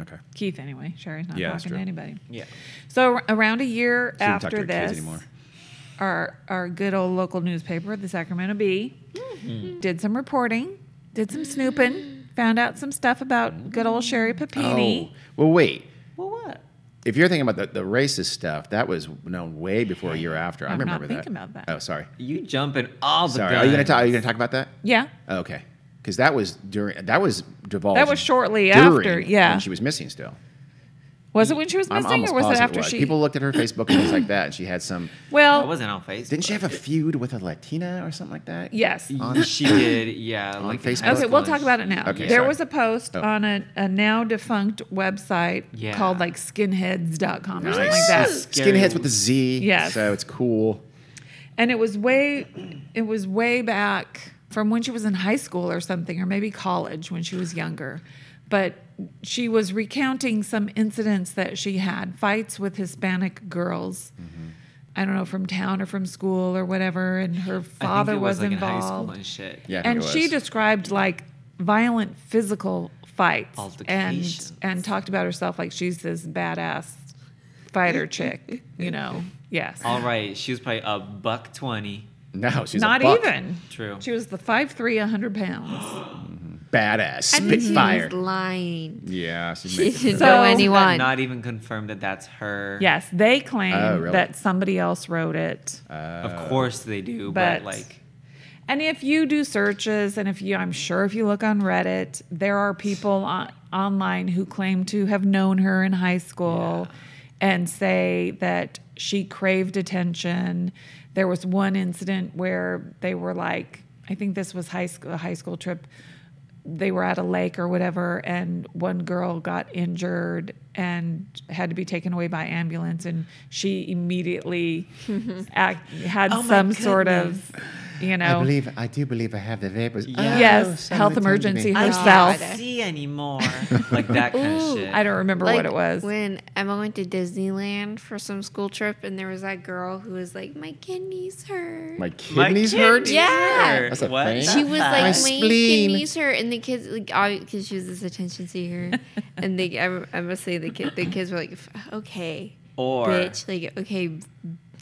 Speaker 4: Okay.
Speaker 5: Keith, anyway. Sherry's not
Speaker 4: Yeah, that's
Speaker 5: talking to
Speaker 4: true.
Speaker 5: anybody.
Speaker 2: Yeah.
Speaker 5: So ar- around a year
Speaker 4: She didn't talk to
Speaker 5: after
Speaker 4: her kids
Speaker 5: this,
Speaker 4: anymore.
Speaker 5: our our good old local newspaper, the Sacramento Bee,
Speaker 4: Mm-hmm.
Speaker 5: did some reporting, did some snooping, found out some stuff about good old Sherry Papini.
Speaker 4: Oh well, wait.
Speaker 5: Well, what?
Speaker 4: If you're thinking about the, the racist stuff, that was known way before a year after. I
Speaker 5: I'm
Speaker 4: remember
Speaker 5: not
Speaker 4: that.
Speaker 5: thinking about that.
Speaker 4: Oh, sorry.
Speaker 2: You jumping all the
Speaker 4: Sorry. Are you gonna
Speaker 2: guns.
Speaker 4: talk? Are you gonna talk about that?
Speaker 5: Yeah,
Speaker 4: Okay. Because that was during. That was divulged.
Speaker 5: that was shortly
Speaker 4: during
Speaker 5: after. Yeah,
Speaker 4: When she was missing still.
Speaker 5: was it when she was
Speaker 4: I'm
Speaker 5: missing,
Speaker 4: almost
Speaker 5: or was it
Speaker 4: positive
Speaker 5: after she?
Speaker 4: People looked at her Facebook and things like that, and she had some.
Speaker 2: I
Speaker 5: well,
Speaker 2: wasn't on Facebook.
Speaker 4: Didn't she have a feud with a Latina or something like that?
Speaker 5: yes.
Speaker 4: on-
Speaker 2: she did, yeah.
Speaker 4: on
Speaker 2: like in
Speaker 4: Facebook?
Speaker 2: high
Speaker 5: Okay,
Speaker 2: school
Speaker 5: we'll
Speaker 2: and
Speaker 5: talk
Speaker 2: sh-
Speaker 5: about it now.
Speaker 4: Okay,
Speaker 5: there
Speaker 4: sorry.
Speaker 5: was a post
Speaker 4: Oh.
Speaker 5: on a, a now defunct website
Speaker 2: Yeah.
Speaker 5: called like skinheads.com or something
Speaker 4: Nice.
Speaker 5: like that.
Speaker 2: Scary.
Speaker 4: Skinheads with a Z.
Speaker 5: Yes.
Speaker 4: So it's cool.
Speaker 5: and it was way it was way back from when she was in high school or something or maybe college when she was younger but she was recounting some incidents that she had fights with hispanic girls i don't know from town or from school or whatever and her
Speaker 2: I think
Speaker 5: father
Speaker 2: it was, like in
Speaker 5: involved
Speaker 2: high school and shit.
Speaker 4: Yeah. I think
Speaker 5: and
Speaker 4: it
Speaker 5: she
Speaker 4: was.
Speaker 5: described like violent physical fights and
Speaker 2: Altercations.
Speaker 5: and talked about herself like she's this badass fighter chick you know yes
Speaker 2: All right, she was probably a buck twenty.
Speaker 4: No, she's
Speaker 5: not
Speaker 4: a buck.
Speaker 5: even
Speaker 2: True.
Speaker 5: she was the five three, hundred pounds.
Speaker 4: badass
Speaker 3: I think she
Speaker 4: spitfire.
Speaker 3: was lying.
Speaker 4: Yeah, she's
Speaker 3: She
Speaker 4: making
Speaker 3: didn't
Speaker 5: So-
Speaker 3: know
Speaker 5: Isn't that
Speaker 3: anyone.
Speaker 2: Not even confirmed that that's her.
Speaker 5: Yes, they claim
Speaker 4: Oh, really?
Speaker 5: that somebody else wrote it.
Speaker 2: Of course they do,
Speaker 5: but-
Speaker 2: but, like
Speaker 5: and if you do searches, and if you, I'm sure if you look on Reddit, there are people on, online who claim to have known her in high school and say that she craved attention. There was one incident where they were like, I think this was high school, a high school trip. they were at a lake or whatever, and one girl got injured and had to be taken away by ambulance, and she immediately act, had some sort of, you
Speaker 4: I
Speaker 5: know,
Speaker 4: believe I do believe I have the vapors.
Speaker 2: Yeah.
Speaker 5: yes,
Speaker 4: Oh,
Speaker 5: health
Speaker 4: somebody told me.
Speaker 5: emergency
Speaker 3: I
Speaker 2: I
Speaker 3: don't
Speaker 5: herself.
Speaker 3: either.
Speaker 2: can't see anymore. like that kind of shit.
Speaker 5: I don't remember what it was.
Speaker 3: When Emma went to Disneyland for some school trip, and there was that girl who was like, "My kidneys hurt."
Speaker 4: My kidneys hurt.
Speaker 3: Yeah.
Speaker 2: hurt.
Speaker 4: That's a
Speaker 2: What
Speaker 4: thing?
Speaker 2: the
Speaker 3: she was
Speaker 2: fuck?
Speaker 3: like, "My,
Speaker 4: spleen."
Speaker 3: kidneys hurt," and the kids like, because she was this attention seeker, and they, I, I must say, the kid, the kids were like, "F- "Okay,
Speaker 2: Or-
Speaker 3: bitch, like, okay,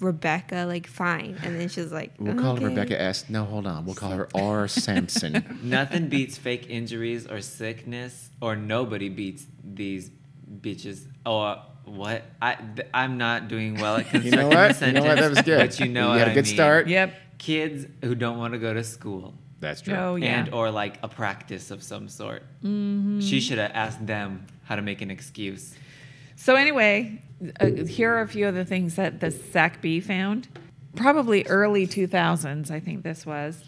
Speaker 3: Rebecca, like, fine," and then she was like,
Speaker 4: We'll call
Speaker 3: okay.
Speaker 4: her Rebecca S. No, hold on. We'll call her R. Sampson.
Speaker 2: Nothing beats fake injuries or sickness, or nobody beats these bitches. Or what? I th- I'm not doing well at
Speaker 4: You
Speaker 2: constructing
Speaker 4: know what?
Speaker 2: a
Speaker 4: You know what? That was
Speaker 2: sentence,
Speaker 4: good.
Speaker 2: But you know
Speaker 4: you had
Speaker 2: what
Speaker 4: a good
Speaker 2: I mean.
Speaker 4: start.
Speaker 5: yep.
Speaker 2: Kids who don't want to go to school
Speaker 4: That's true.
Speaker 5: Oh yeah. Mm-hmm.
Speaker 2: and or like a practice of some sort. She should have asked them how to make an excuse.
Speaker 5: So anyway, uh, here are a few of the things that the SACB found. Probably early 2000s, I think this was.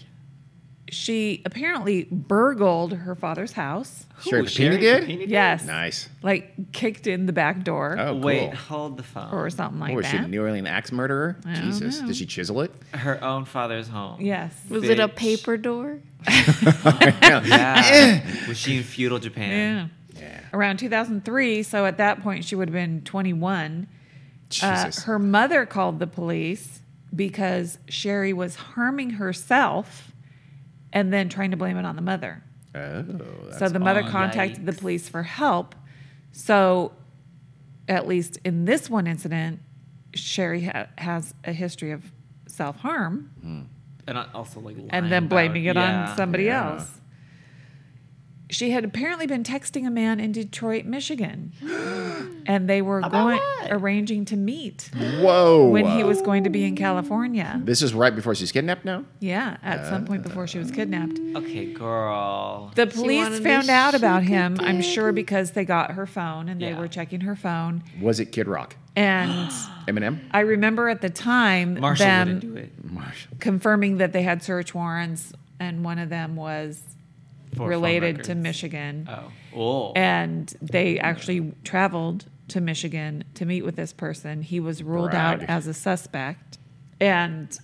Speaker 5: She apparently burgled her father's house.
Speaker 4: Sherry
Speaker 2: Who,
Speaker 4: Papini did?
Speaker 2: Papini
Speaker 5: Yes.
Speaker 4: Nice.
Speaker 5: Like kicked in the back door
Speaker 4: Oh, cool.
Speaker 2: Wait, hold the phone.
Speaker 5: or something like
Speaker 4: What was she,
Speaker 5: that.
Speaker 4: a New Orleans axe murderer?
Speaker 5: don't
Speaker 4: Jesus.
Speaker 5: know. Uh,
Speaker 4: Did she chisel it?
Speaker 2: Her own father's home.
Speaker 5: yes.
Speaker 3: Was it a
Speaker 2: bitch.
Speaker 3: paper door?
Speaker 2: Yeah. Was she in feudal Japan?
Speaker 5: Yeah. Around 2003, so at that point she would have been 21. Uh,
Speaker 4: Jesus.
Speaker 5: her mother called the police because Sherry was harming herself and then trying to blame it on the mother.
Speaker 4: oh,
Speaker 5: So the mother
Speaker 2: all.
Speaker 5: contacted the police for help. So, at least in this one incident, Sherry ha- has a history of self harm
Speaker 2: And I- also like lying
Speaker 5: and then blaming it
Speaker 2: about- yeah.
Speaker 5: on somebody
Speaker 4: Yeah.
Speaker 5: else. She had apparently been texting a man in Detroit, Michigan, and they were going arranging to meet
Speaker 4: Whoa.
Speaker 5: when he was going to be in California.
Speaker 4: This is right before she's kidnapped now?
Speaker 5: Yeah, at some point before she was kidnapped.
Speaker 2: Okay, girl.
Speaker 5: The
Speaker 3: wanted
Speaker 5: police
Speaker 3: to
Speaker 5: found out
Speaker 3: shoot
Speaker 5: about
Speaker 3: the
Speaker 5: him, I'm
Speaker 3: dead.
Speaker 5: sure, because they got her phone and they
Speaker 2: Yeah.
Speaker 5: were checking her phone.
Speaker 4: Was it Kid Rock?
Speaker 5: And
Speaker 4: Eminem?
Speaker 5: I remember at the time
Speaker 2: Marshall wouldn't
Speaker 5: them
Speaker 2: do it.
Speaker 4: Marshall.
Speaker 5: confirming that they had search warrants, and one of them was
Speaker 2: for
Speaker 5: related to
Speaker 2: phone
Speaker 5: Michigan.
Speaker 2: records. Oh. Oh.
Speaker 5: And they actually traveled to Michigan to meet with this person. He was ruled out
Speaker 4: Brag.
Speaker 5: as a suspect. And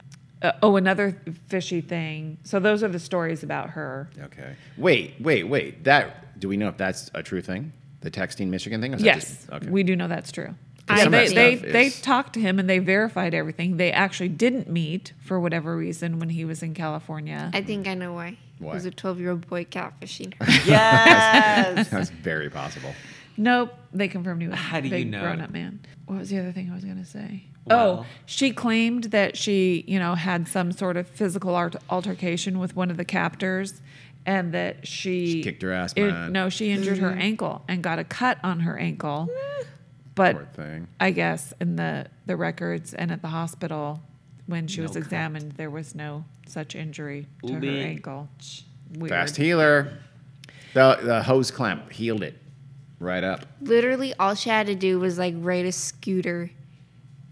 Speaker 5: uh, oh, another fishy thing. So those are the stories about her.
Speaker 4: Okay. Wait, wait, wait. That do we know if that's a true thing? The texting Michigan thing? Or is that
Speaker 5: yes,
Speaker 4: just- okay.
Speaker 5: we do know that's true.
Speaker 4: 'Cause
Speaker 5: Yeah,
Speaker 4: some of
Speaker 5: they
Speaker 4: that
Speaker 5: they,
Speaker 4: stuff
Speaker 5: they
Speaker 4: is-
Speaker 5: talked to him and they verified everything. They actually didn't meet for whatever reason when he was in California.
Speaker 3: I think I know why.
Speaker 4: Why?
Speaker 3: It was a 12 year old boy catfishing her.
Speaker 2: Yes.
Speaker 4: That's very possible.
Speaker 5: Nope, they confirmed he was
Speaker 2: How
Speaker 5: a
Speaker 2: do you
Speaker 5: big
Speaker 2: know?
Speaker 5: grown-up man. What was the other thing I was gonna say?
Speaker 2: Well-
Speaker 5: oh, she claimed that she, you know, had some sort of physical art- altercation with one of the captors, and that she,
Speaker 4: She kicked her ass,
Speaker 5: in-
Speaker 4: man.
Speaker 5: no, she injured her ankle and got a cut on her ankle, but
Speaker 4: Poor thing.
Speaker 5: I guess in the the records and at the hospital when she was
Speaker 2: cut.
Speaker 5: examined, there was no such injury to her
Speaker 2: Ooh-wee.
Speaker 5: ankle. Weird.
Speaker 4: Fast healer. The the hose clamp healed it right up.
Speaker 3: Literally, all she had to do was like ride a scooter.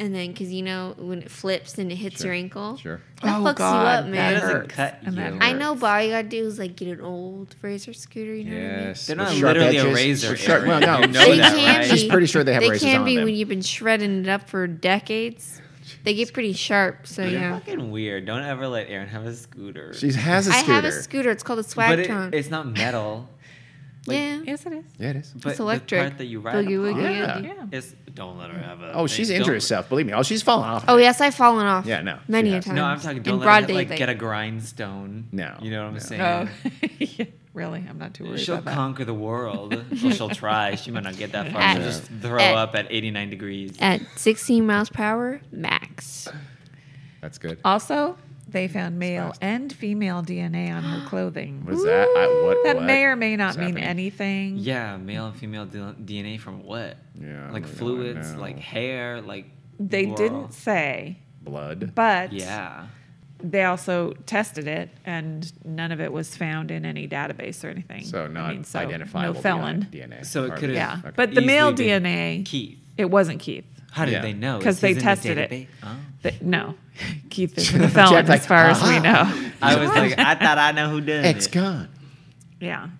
Speaker 3: And then, because you know, when it flips and it hits your ankle,
Speaker 4: Sure.
Speaker 3: that
Speaker 5: Oh,
Speaker 3: fucks you
Speaker 5: God,
Speaker 3: up,
Speaker 5: that
Speaker 3: man.
Speaker 2: doesn't
Speaker 5: hurts,
Speaker 2: cut
Speaker 5: and that
Speaker 2: you.
Speaker 3: I know, but all you gotta do is like get an old razor scooter, you know
Speaker 4: Yes.
Speaker 2: They're
Speaker 4: with
Speaker 2: not
Speaker 4: sharp
Speaker 2: literally a
Speaker 4: edges.
Speaker 2: razor,
Speaker 4: With sharp- well,
Speaker 2: Aaron.
Speaker 4: no,
Speaker 2: You know
Speaker 3: what I mean?
Speaker 4: she's-
Speaker 2: that, right?
Speaker 4: She's pretty sure they have
Speaker 3: they
Speaker 4: razors
Speaker 3: can
Speaker 4: on
Speaker 3: be
Speaker 4: them.
Speaker 3: when you've been shredding it up for decades. They get pretty sharp, so
Speaker 2: You're
Speaker 3: yeah.
Speaker 2: fucking weird. Don't ever let Aaron have a scooter.
Speaker 4: she has a
Speaker 3: I
Speaker 4: scooter.
Speaker 3: have a scooter. It's called a
Speaker 2: but
Speaker 3: swag
Speaker 2: it,
Speaker 3: trunk.
Speaker 2: it's not metal.
Speaker 3: yeah,
Speaker 5: Yes, it is.
Speaker 4: Yeah, it is.
Speaker 2: But
Speaker 3: electric.
Speaker 2: the part that you ride
Speaker 3: Boogie
Speaker 2: upon
Speaker 3: woogie
Speaker 4: Yeah.
Speaker 3: oogie.
Speaker 5: Yeah.
Speaker 2: is don't let her have a.
Speaker 4: Oh, she's
Speaker 2: don't-
Speaker 4: injured herself. Believe me. Oh, she's fallen off.
Speaker 3: Oh yes, I've fallen off.
Speaker 4: Yeah, no, she
Speaker 3: many a
Speaker 4: has.
Speaker 3: time.
Speaker 2: No, I'm talking. Don't
Speaker 3: in
Speaker 2: let
Speaker 3: broad
Speaker 2: her like
Speaker 3: daylight.
Speaker 2: get a grindstone.
Speaker 4: No,
Speaker 2: you know what I'm
Speaker 4: no.
Speaker 2: saying.
Speaker 5: Oh, yeah, really? I'm not too worried
Speaker 2: She'll
Speaker 5: about that.
Speaker 2: conquer the world. well, she'll try. She might not get that far.
Speaker 3: At-
Speaker 2: She'll just throw
Speaker 3: at-
Speaker 2: up at 89 degrees.
Speaker 3: at 16 miles per hour max.
Speaker 4: That's good.
Speaker 5: Also, they found male and female DNA on her clothing.
Speaker 4: What is that? I, what,
Speaker 5: That
Speaker 4: what?
Speaker 5: may or may not
Speaker 4: is
Speaker 5: mean
Speaker 4: happening?
Speaker 5: anything.
Speaker 2: Yeah, male and female D- DNA from what?
Speaker 4: Yeah, oh I don't
Speaker 2: like
Speaker 4: really
Speaker 2: fluids,
Speaker 4: know.
Speaker 2: like hair, like.
Speaker 5: They
Speaker 2: Laurel.
Speaker 5: didn't say,
Speaker 4: blood.
Speaker 5: but
Speaker 2: Yeah.
Speaker 5: they also tested it, and none of it was found in any database or anything.
Speaker 4: So
Speaker 5: I
Speaker 4: not
Speaker 5: mean, so
Speaker 4: identifiable
Speaker 5: No felon.
Speaker 4: DNA.
Speaker 2: So it
Speaker 4: Or-
Speaker 2: could have-
Speaker 5: Yeah,
Speaker 4: Okay.
Speaker 5: but the male
Speaker 2: Easily been
Speaker 5: DNA,
Speaker 2: Keith.
Speaker 5: it wasn't Keith.
Speaker 2: How did
Speaker 4: Yeah.
Speaker 2: they know?
Speaker 5: 'Cause
Speaker 2: Is
Speaker 5: they
Speaker 2: his in the
Speaker 5: tested it.
Speaker 2: database? Oh.
Speaker 5: Th- no, Keith is a felon,
Speaker 4: Jack's like,
Speaker 5: as far as we
Speaker 4: "Ah."
Speaker 5: know.
Speaker 2: I was like, I thought I know who did
Speaker 4: Ex
Speaker 2: it.
Speaker 4: con.
Speaker 5: Yeah,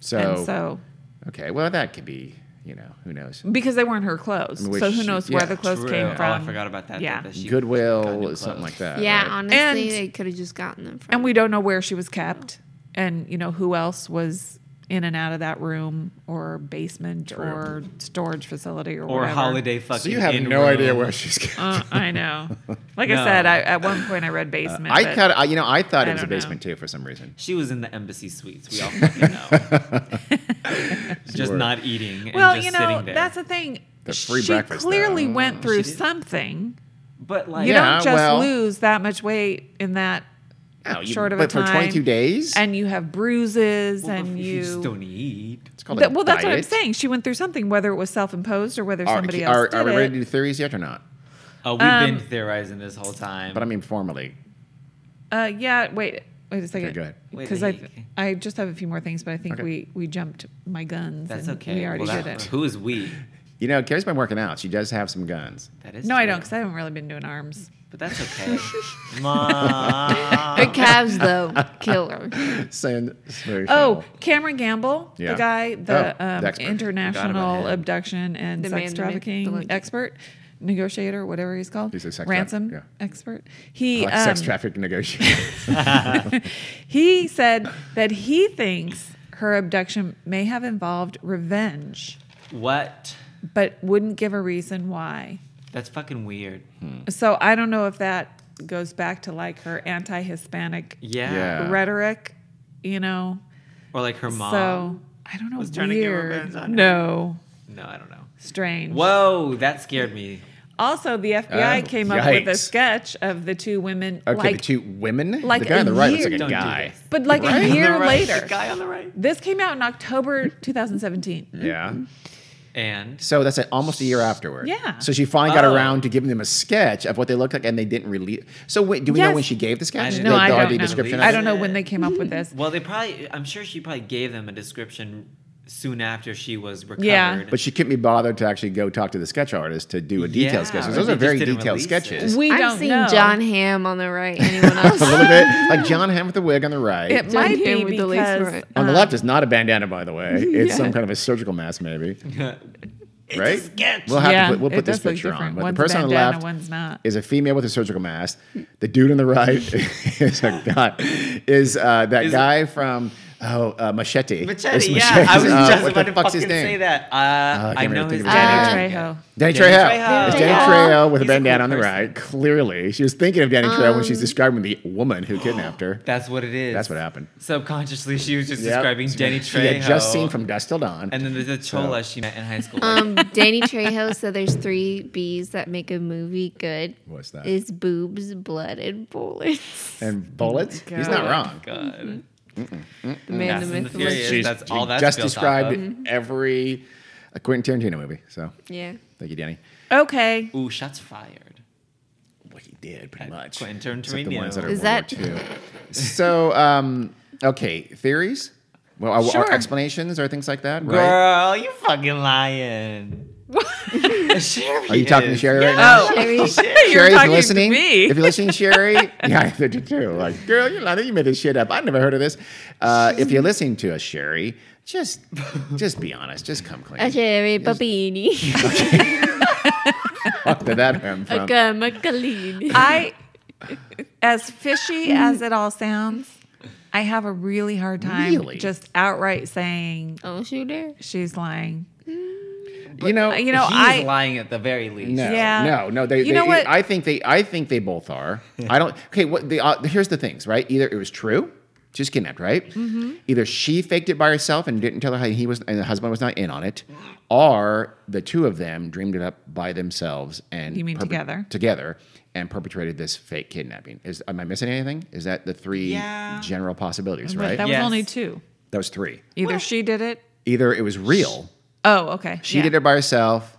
Speaker 4: So,
Speaker 5: and so
Speaker 4: okay, well that could be, you know, who knows?
Speaker 5: because they weren't her clothes,
Speaker 4: Which-
Speaker 5: so who knows where
Speaker 4: yeah,
Speaker 5: the clothes
Speaker 2: True.
Speaker 5: came
Speaker 2: Oh, I
Speaker 5: from?
Speaker 2: forgot about that.
Speaker 5: Yeah.
Speaker 2: that she got new
Speaker 4: Goodwill,
Speaker 2: clothes.
Speaker 4: something like that.
Speaker 3: Yeah,
Speaker 4: right?
Speaker 3: honestly,
Speaker 5: And-
Speaker 3: they could have just gotten them from.
Speaker 5: and we don't know where she was kept and you know who else was in and out of that room or basement or storage facility or,
Speaker 2: Or
Speaker 5: whatever.
Speaker 2: holiday fucking.
Speaker 4: So you have
Speaker 2: in
Speaker 4: no idea
Speaker 2: room.
Speaker 4: where she's going.
Speaker 5: Uh, I know. Like
Speaker 2: No. Uh,
Speaker 5: I said, I, at one point I read basement.
Speaker 4: I
Speaker 5: but
Speaker 4: kind of, you know, I thought
Speaker 5: I
Speaker 4: it was a
Speaker 5: don't know.
Speaker 4: basement too for some reason.
Speaker 2: She was in the embassy suites. We all fucking know. just
Speaker 4: Sure.
Speaker 2: not eating and
Speaker 5: well,
Speaker 2: just
Speaker 5: you know,
Speaker 2: sitting there.
Speaker 5: that's the thing.
Speaker 4: The free
Speaker 5: she
Speaker 4: breakfast, though.
Speaker 5: clearly went through
Speaker 2: Mm-hmm. She did.
Speaker 5: something.
Speaker 2: but like,
Speaker 5: You
Speaker 4: Yeah,
Speaker 5: don't just
Speaker 4: well-
Speaker 5: lose that much weight in that
Speaker 4: No, you,
Speaker 5: short of a
Speaker 4: but
Speaker 5: time.
Speaker 4: for 22 days,
Speaker 5: and you have bruises,
Speaker 2: well,
Speaker 5: and
Speaker 2: if
Speaker 5: you.
Speaker 2: just don't eat.
Speaker 4: it's called a
Speaker 5: That- well, that's what I'm
Speaker 4: diet.
Speaker 5: saying. She went through something, whether it was self-imposed or whether
Speaker 4: Are,
Speaker 5: somebody else
Speaker 4: are,
Speaker 5: did
Speaker 4: are we
Speaker 5: it.
Speaker 4: ready to do theories yet or not?
Speaker 2: Oh, we've
Speaker 5: Um,
Speaker 2: been theorizing this whole time.
Speaker 4: But I mean, formally.
Speaker 5: Uh, yeah. Wait. Wait a second.
Speaker 4: go ahead.
Speaker 2: Wait,
Speaker 5: Because I,
Speaker 2: like-
Speaker 5: I just have a few more things, but I think
Speaker 4: Okay.
Speaker 5: we we jumped my guns.
Speaker 2: that's
Speaker 5: and
Speaker 2: okay.
Speaker 5: We already
Speaker 2: Well,
Speaker 5: did
Speaker 2: that-
Speaker 5: it.
Speaker 2: Who is we?
Speaker 4: You know, Carrie's been working out. She does have some guns.
Speaker 2: That is
Speaker 5: No, I
Speaker 2: true.
Speaker 5: don't, because I haven't really been doing arms.
Speaker 2: But that's okay. Mom.
Speaker 3: her calves though, killer.
Speaker 4: Saying,
Speaker 5: Oh, Cameron Gamble,
Speaker 4: Yeah.
Speaker 5: the guy, the,
Speaker 4: Oh,
Speaker 5: um,
Speaker 4: the expert.
Speaker 2: Forgot about
Speaker 5: international
Speaker 2: him.
Speaker 5: abduction and
Speaker 3: The man, the
Speaker 5: sex
Speaker 3: myth, the
Speaker 5: trafficking
Speaker 3: legend.
Speaker 5: expert, negotiator, whatever he's called,
Speaker 4: He's a sex traf-
Speaker 5: ransom
Speaker 4: yeah.
Speaker 5: expert. He
Speaker 4: like sex
Speaker 5: um,
Speaker 4: traffic negotiator.
Speaker 5: he said that he thinks her abduction may have involved revenge,
Speaker 2: what?
Speaker 5: but wouldn't give a reason why.
Speaker 2: That's fucking weird.
Speaker 5: So I don't know if that goes back to like her anti-Hispanic
Speaker 2: Yeah.
Speaker 4: Yeah.
Speaker 5: rhetoric, you know.
Speaker 2: Or like her mom.
Speaker 5: so I don't know.
Speaker 2: was
Speaker 5: Weird.
Speaker 2: trying to get revenge on her.
Speaker 5: no,
Speaker 2: No, I don't know.
Speaker 5: strange.
Speaker 2: Whoa, that scared me.
Speaker 5: Also, the FBI
Speaker 4: Oh,
Speaker 5: came up with a
Speaker 4: yikes.
Speaker 5: sketch of the two women,
Speaker 4: Okay,
Speaker 5: like,
Speaker 4: the two women.
Speaker 5: like
Speaker 4: the guy on the
Speaker 5: a
Speaker 4: right
Speaker 5: year-
Speaker 4: looks like
Speaker 2: Don't
Speaker 4: a
Speaker 2: do
Speaker 4: guy.
Speaker 2: this.
Speaker 5: but like a year
Speaker 2: The right-
Speaker 5: later.
Speaker 2: The guy on the right.
Speaker 5: This came out in October 2017.
Speaker 4: Yeah.
Speaker 2: And
Speaker 4: So that's like almost a year afterward.
Speaker 5: Yeah.
Speaker 4: So she finally got
Speaker 2: Oh.
Speaker 4: around to giving them a sketch of what they looked like, and they didn't release. So wait, do we know
Speaker 5: Yes.
Speaker 4: when she gave the sketch?
Speaker 2: didn't
Speaker 5: No,
Speaker 2: The-
Speaker 5: I
Speaker 2: the-
Speaker 5: don't
Speaker 2: the
Speaker 5: know.
Speaker 2: description of
Speaker 5: I
Speaker 2: it?
Speaker 5: don't know when they came up with this.
Speaker 2: well, they probably. I'm sure she probably gave them a description soon after she was recovered.
Speaker 5: Yeah.
Speaker 4: But she couldn't be bothered to actually go talk to the sketch artist to do a detailed
Speaker 2: Yeah,
Speaker 4: sketch.
Speaker 2: or
Speaker 4: 'cause Those
Speaker 2: they
Speaker 4: are
Speaker 2: just
Speaker 4: very
Speaker 2: didn't
Speaker 4: detailed
Speaker 2: release it.
Speaker 4: sketches.
Speaker 5: we
Speaker 3: I'm
Speaker 5: don't
Speaker 3: seeing
Speaker 5: know.
Speaker 3: John Hamm on the right. Anyone else?
Speaker 4: a little bit like John Hamm with the wig on the right.
Speaker 5: It
Speaker 3: John
Speaker 5: might
Speaker 3: Hamm
Speaker 5: be
Speaker 3: with the lace
Speaker 5: because
Speaker 3: front.
Speaker 4: on the left is not a bandana, by the way. It's some kind of a surgical mask, maybe. right?
Speaker 2: sketch.
Speaker 4: We'll have
Speaker 5: yeah,
Speaker 4: to put, we'll
Speaker 5: it
Speaker 4: put this
Speaker 5: does look
Speaker 4: picture on.
Speaker 5: different.
Speaker 4: But
Speaker 5: one's
Speaker 4: the person
Speaker 5: a
Speaker 4: on the
Speaker 5: bandana,
Speaker 4: left
Speaker 5: one's not.
Speaker 4: is a female with a surgical mask. The dude on the right is a guy. Is uh, that guy from Oh, uh, machete.
Speaker 2: Machete,
Speaker 4: It's
Speaker 2: yeah. I was
Speaker 4: Uh,
Speaker 2: just
Speaker 4: what
Speaker 2: about
Speaker 4: the
Speaker 2: to
Speaker 4: fuck's
Speaker 2: fucking
Speaker 4: his name?
Speaker 2: say that. Uh,
Speaker 4: I can't
Speaker 2: I
Speaker 4: remember
Speaker 2: know
Speaker 4: the
Speaker 2: his
Speaker 4: name of his
Speaker 2: dad. Yeah.
Speaker 5: Danny Trejo.
Speaker 4: Danny
Speaker 2: Danny
Speaker 4: Trejo.
Speaker 2: Trejo.
Speaker 4: It's
Speaker 2: Danny
Speaker 4: Danny
Speaker 3: Trejo.
Speaker 4: Trejo with a
Speaker 2: He's a cool
Speaker 4: bandana on the
Speaker 2: person.
Speaker 4: right. Clearly, she was thinking of Danny Trejo when she's describing the woman who kidnapped her.
Speaker 2: That's what it is.
Speaker 4: That's what happened.
Speaker 2: Subconsciously, she was just
Speaker 4: Yep.
Speaker 2: describing
Speaker 4: She-
Speaker 2: Danny
Speaker 4: She
Speaker 2: Trejo.
Speaker 4: had just seen from dusk till dawn.
Speaker 2: And then there's the Chola she met in high school.
Speaker 5: Uh,
Speaker 3: Um, Danny Trejo. So there's three B's that make a movie good.
Speaker 4: What's that?
Speaker 3: Is boobs, blood, and bullets.
Speaker 4: and bullets. He's not
Speaker 5: God.
Speaker 4: wrong.
Speaker 2: Oh
Speaker 5: mm-hmm.
Speaker 2: God.
Speaker 3: The man,
Speaker 2: Fast
Speaker 3: the
Speaker 2: and
Speaker 3: myth,
Speaker 2: the
Speaker 3: the legend.
Speaker 2: Furious.
Speaker 4: She's-
Speaker 2: That's
Speaker 4: she
Speaker 2: all that's
Speaker 4: just
Speaker 2: built off
Speaker 4: described
Speaker 2: of.
Speaker 4: every uh, Quentin Tarantino movie. So
Speaker 3: Yeah.
Speaker 4: thank you, Danny.
Speaker 5: Okay.
Speaker 2: Ooh, shots fired.
Speaker 4: Well, he did pretty much.
Speaker 2: Quentin
Speaker 4: Except the
Speaker 2: Tarantino.
Speaker 4: ones that are
Speaker 3: Is
Speaker 4: World War
Speaker 3: that-
Speaker 4: II. so, um, okay, theories. Well, our,
Speaker 5: Sure.
Speaker 4: explanations or things like that, right?
Speaker 2: Girl, you fucking lying. Sherry
Speaker 4: Are you talking to
Speaker 2: is.
Speaker 4: Sherry right now?
Speaker 5: Oh,
Speaker 3: Sherry,
Speaker 5: you're
Speaker 4: Sherry's
Speaker 5: talking
Speaker 4: listening.
Speaker 5: to me.
Speaker 4: If you're listening, Sherry, yeah, I did it too. Like, girl, you lying. You made this shit up. I never heard of this. Uh, if you're listening to us, Sherry, just just be honest. Just come clean.
Speaker 3: a cherry babini,
Speaker 4: Fuck did that come
Speaker 3: a
Speaker 4: from?
Speaker 3: gum, a galine.
Speaker 5: I, as fishy as it all sounds, I have a really hard time
Speaker 4: Really?
Speaker 5: just outright saying
Speaker 3: Oh, shooter.
Speaker 5: she's lying.
Speaker 4: you know,
Speaker 5: You know,
Speaker 2: He's
Speaker 5: I
Speaker 2: lying at the very least.
Speaker 4: No,
Speaker 5: Yeah.
Speaker 4: no, no. They,
Speaker 5: You
Speaker 4: they-
Speaker 5: know what?
Speaker 4: I think they. I think they both are. I don't. Okay. What the? Uh, here's the things. Right. Either it was true. She's kidnapped, right?
Speaker 5: Mm-hmm.
Speaker 4: Either she faked it by herself and didn't tell her how he was, and the husband was not in on it, or the two of them dreamed it up by themselves and
Speaker 5: You mean together?
Speaker 4: together and perpetrated this fake kidnapping. Is am I missing anything? Is that the three
Speaker 2: Yeah.
Speaker 4: general possibilities?
Speaker 5: but
Speaker 4: Right.
Speaker 5: that
Speaker 4: That,
Speaker 2: Yes.
Speaker 5: was only two.
Speaker 4: was three.
Speaker 5: Either she did it.
Speaker 4: Either it was real.
Speaker 5: Oh, okay.
Speaker 4: She did it by herself.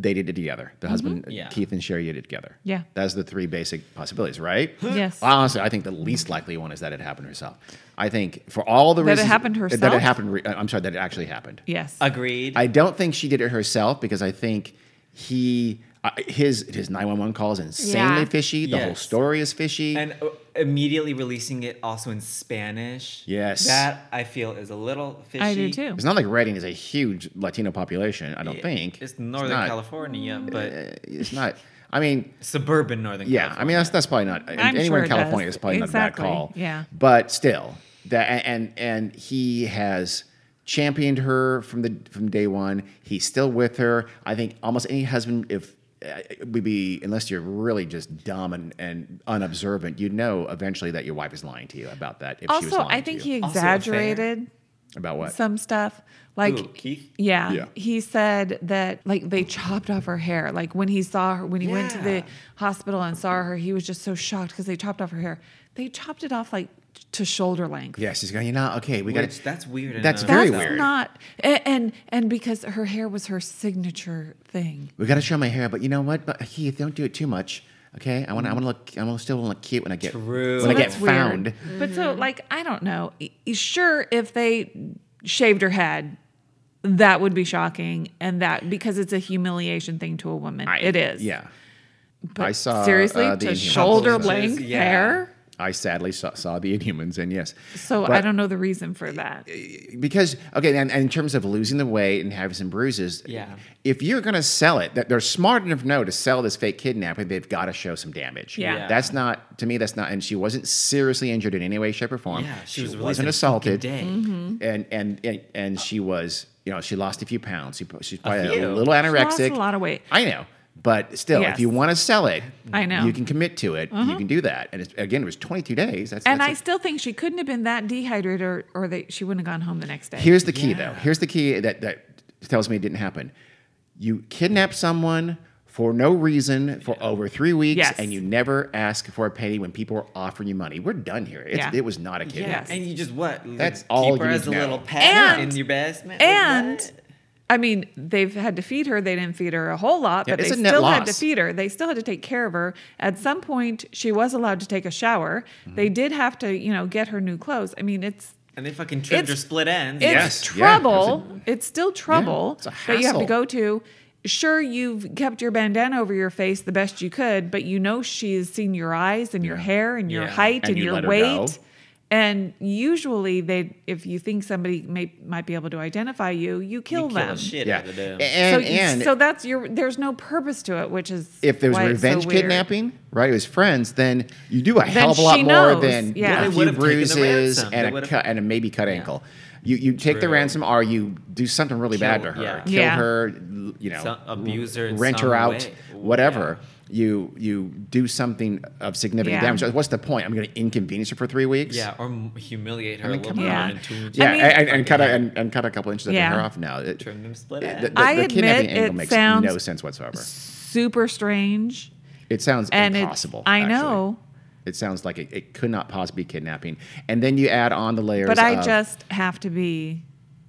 Speaker 4: They did it together. The husband,
Speaker 2: Yeah.
Speaker 4: Keith and Sherry, did it together.
Speaker 5: Mm-hmm. Yeah.
Speaker 4: That's the three basic possibilities, right?
Speaker 5: Yes.
Speaker 4: Honestly, I think the least likely one is that it happened herself. I think for all the
Speaker 5: That it
Speaker 4: reasons
Speaker 5: happened
Speaker 4: That it
Speaker 5: herself?
Speaker 4: happened. Re- I'm sorry, that it actually happened.
Speaker 5: Yes.
Speaker 2: Agreed.
Speaker 4: I don't think she did it herself because I think he. Uh, his his 911 call is insanely
Speaker 3: Yeah.
Speaker 4: fishy. The whole
Speaker 2: Yes.
Speaker 4: story is fishy.
Speaker 2: and uh, immediately releasing it also in Spanish.
Speaker 4: Yes.
Speaker 2: That I feel is a little fishy.
Speaker 5: I do too.
Speaker 4: it's not like Reading is a huge Latino population. I don't think
Speaker 2: It's Northern
Speaker 4: not-
Speaker 2: California, but
Speaker 4: It's not. I mean,
Speaker 2: suburban Northern
Speaker 4: Yeah, I
Speaker 2: California.
Speaker 4: mean that's that's probably not
Speaker 5: I'm
Speaker 4: anywhere
Speaker 5: sure
Speaker 4: in
Speaker 5: it
Speaker 4: California.
Speaker 5: does.
Speaker 4: It's probably
Speaker 5: Exactly,
Speaker 4: not a bad call.
Speaker 5: yeah.
Speaker 4: but still, that and and he has championed her from the from day one. He's still with her. I think almost any husband, if uh, would be unless you're really just dumb and, and unobservant, you know eventually that your wife is lying to you about that. If she was
Speaker 5: also,
Speaker 4: lying
Speaker 5: I
Speaker 4: to
Speaker 5: think
Speaker 4: you.
Speaker 5: he
Speaker 2: Also a fair-
Speaker 5: exaggerated
Speaker 4: about what
Speaker 5: some stuff. Like,
Speaker 2: Who, Keith?
Speaker 5: Yeah.
Speaker 4: Yeah.
Speaker 5: He said that like they chopped off her hair. Like when he saw her, when he went to
Speaker 2: Yeah.
Speaker 5: the hospital and saw her, he was just so shocked because they chopped off her hair. They chopped it off like to shoulder length.
Speaker 4: yeah, she's going. You know, okay, we got
Speaker 2: Which, that's weird. in
Speaker 4: That's
Speaker 2: and of
Speaker 4: very
Speaker 5: That's
Speaker 2: itself.
Speaker 4: weird.
Speaker 5: not and, and and because her hair was her signature thing.
Speaker 4: we got to show my hair, but you know what? But Heath, don't do it too much. Okay, I want to. I want to look. I want to still wanna look cute when I get
Speaker 2: True.
Speaker 4: when I
Speaker 2: So
Speaker 4: get
Speaker 5: Mm-hmm. that's weird.
Speaker 4: found.
Speaker 5: But so like I don't know. E- Sure, if they shaved her head, that would be shocking, and that because it's a humiliation thing to a woman. it is.
Speaker 4: Yeah.
Speaker 5: But
Speaker 4: I saw,
Speaker 5: seriously
Speaker 4: uh, the
Speaker 5: to
Speaker 4: Inhumans.
Speaker 5: shoulder
Speaker 4: Couples,
Speaker 5: length
Speaker 2: yeah.
Speaker 5: hair.
Speaker 4: I sadly saw, saw the Inhumans, and yes.
Speaker 5: So I
Speaker 4: But-
Speaker 5: don't know the reason for that.
Speaker 4: Because, okay, and, and in terms of losing the weight and having some bruises,
Speaker 2: Yeah.
Speaker 4: if you're going to sell it, that they're smart enough know to sell this fake kidnapping, they've got to show some damage.
Speaker 5: Yeah. Yeah.
Speaker 4: That's not, to me, that's not, and she wasn't seriously injured in any way, shape, or form.
Speaker 2: Yeah, she, was released in
Speaker 4: wasn't
Speaker 2: a fucking
Speaker 4: assaulted.
Speaker 2: Day.
Speaker 5: Mm-hmm.
Speaker 4: And, and, and, and she was, you know, she lost a few pounds. She, she's probably a,
Speaker 2: few.
Speaker 4: little anorexic.
Speaker 5: Lost a lot of weight.
Speaker 4: I know. But still, if
Speaker 5: Yes.
Speaker 4: you want to sell it,
Speaker 5: I know. Mm-hmm.
Speaker 4: you can commit to it. You can do that. And it's, again, it was 22 days. That's
Speaker 5: And
Speaker 4: that's
Speaker 5: I
Speaker 4: a-
Speaker 5: still think she couldn't have been that dehydrated, or, or that she wouldn't have gone home the next day.
Speaker 4: Here's the key, though. Here's the key that, that tells me it didn't happen. You kidnap someone for no reason for over three weeks,
Speaker 5: Yes.
Speaker 4: and you never ask for a penny when people are offering you money. We're done here. It's,
Speaker 5: Yeah.
Speaker 4: It was not a kidnap.
Speaker 5: Yes.
Speaker 2: And you just what?
Speaker 4: That's
Speaker 2: keep
Speaker 4: all
Speaker 2: her
Speaker 4: you
Speaker 2: as a
Speaker 4: know.
Speaker 2: little pet
Speaker 5: And-
Speaker 2: in your basement. Like,
Speaker 5: and
Speaker 2: what?
Speaker 5: I mean, they've had to feed her. They didn't feed her a whole lot,
Speaker 4: Yeah,
Speaker 5: but
Speaker 4: it's
Speaker 5: they
Speaker 4: a net
Speaker 5: still had to
Speaker 4: loss.
Speaker 5: feed her. They still had to take care of her. At some point, she was allowed to take a shower.
Speaker 4: Mm-hmm.
Speaker 5: They did have to, you know, get her new clothes. I mean, it's
Speaker 2: and they fucking trimmed
Speaker 5: it's-
Speaker 2: her split ends.
Speaker 5: it's
Speaker 4: Yes, yeah, that's a-
Speaker 5: trouble. it's still trouble
Speaker 4: it's a
Speaker 5: that you have
Speaker 4: hassle.
Speaker 5: to go to. Sure, you've kept your bandana over your face the best you could, but you know she's seen your eyes and your hair and your
Speaker 2: Yeah.
Speaker 5: height
Speaker 4: And
Speaker 5: and,
Speaker 4: you
Speaker 5: your
Speaker 4: let her
Speaker 5: weight.
Speaker 4: go.
Speaker 5: And usually, they if you think somebody may might be able to identify you, you kill
Speaker 2: Kill
Speaker 5: them.
Speaker 2: the shit
Speaker 4: Yeah.
Speaker 2: out of them.
Speaker 4: And
Speaker 5: so,
Speaker 4: and
Speaker 5: so that's your. There's no purpose to it, which is
Speaker 4: if there was
Speaker 5: why it's so
Speaker 4: revenge
Speaker 5: weird.
Speaker 4: kidnapping, right? It was friends. Then you do a hell of a lot
Speaker 5: she
Speaker 4: more
Speaker 5: knows,
Speaker 4: than
Speaker 5: yeah.
Speaker 4: a
Speaker 5: Well, they
Speaker 4: few
Speaker 2: would've taken the
Speaker 4: bruises
Speaker 2: ransom. They
Speaker 4: and a
Speaker 2: would've-
Speaker 4: cut and a maybe cut ankle. You you take the
Speaker 2: True.
Speaker 4: ransom, or you do something really bad to
Speaker 2: Kill-
Speaker 4: her,
Speaker 2: yeah.
Speaker 4: kill
Speaker 5: Yeah.
Speaker 4: her, l- you know,
Speaker 2: Some- abuse her in
Speaker 4: rent
Speaker 2: some
Speaker 4: her out,
Speaker 2: way.
Speaker 4: whatever. You you do something of significant
Speaker 5: Yeah.
Speaker 4: damage. What's the point? I'm going to inconvenience her for three weeks.
Speaker 2: Yeah, or m- humiliate her
Speaker 4: mean,
Speaker 2: a little
Speaker 4: come
Speaker 2: bit
Speaker 5: on.
Speaker 2: and two
Speaker 4: Yeah,
Speaker 5: I mean-
Speaker 4: and, and cut a, and, and cut a couple inches of
Speaker 5: Yeah.
Speaker 4: her hair off. No, it,
Speaker 2: trim them split.
Speaker 4: the,
Speaker 2: ends.
Speaker 4: the,
Speaker 5: I
Speaker 4: the kidnapping
Speaker 5: admit
Speaker 4: angle
Speaker 5: it
Speaker 4: makes
Speaker 5: sounds
Speaker 4: no sense whatsoever.
Speaker 5: Super strange.
Speaker 4: It sounds
Speaker 5: and it's-
Speaker 4: impossible.
Speaker 5: I
Speaker 4: actually.
Speaker 5: know.
Speaker 4: It sounds like it, it could not possibly be kidnapping. And then you add on the layers.
Speaker 5: But I
Speaker 4: of-
Speaker 5: just have to be.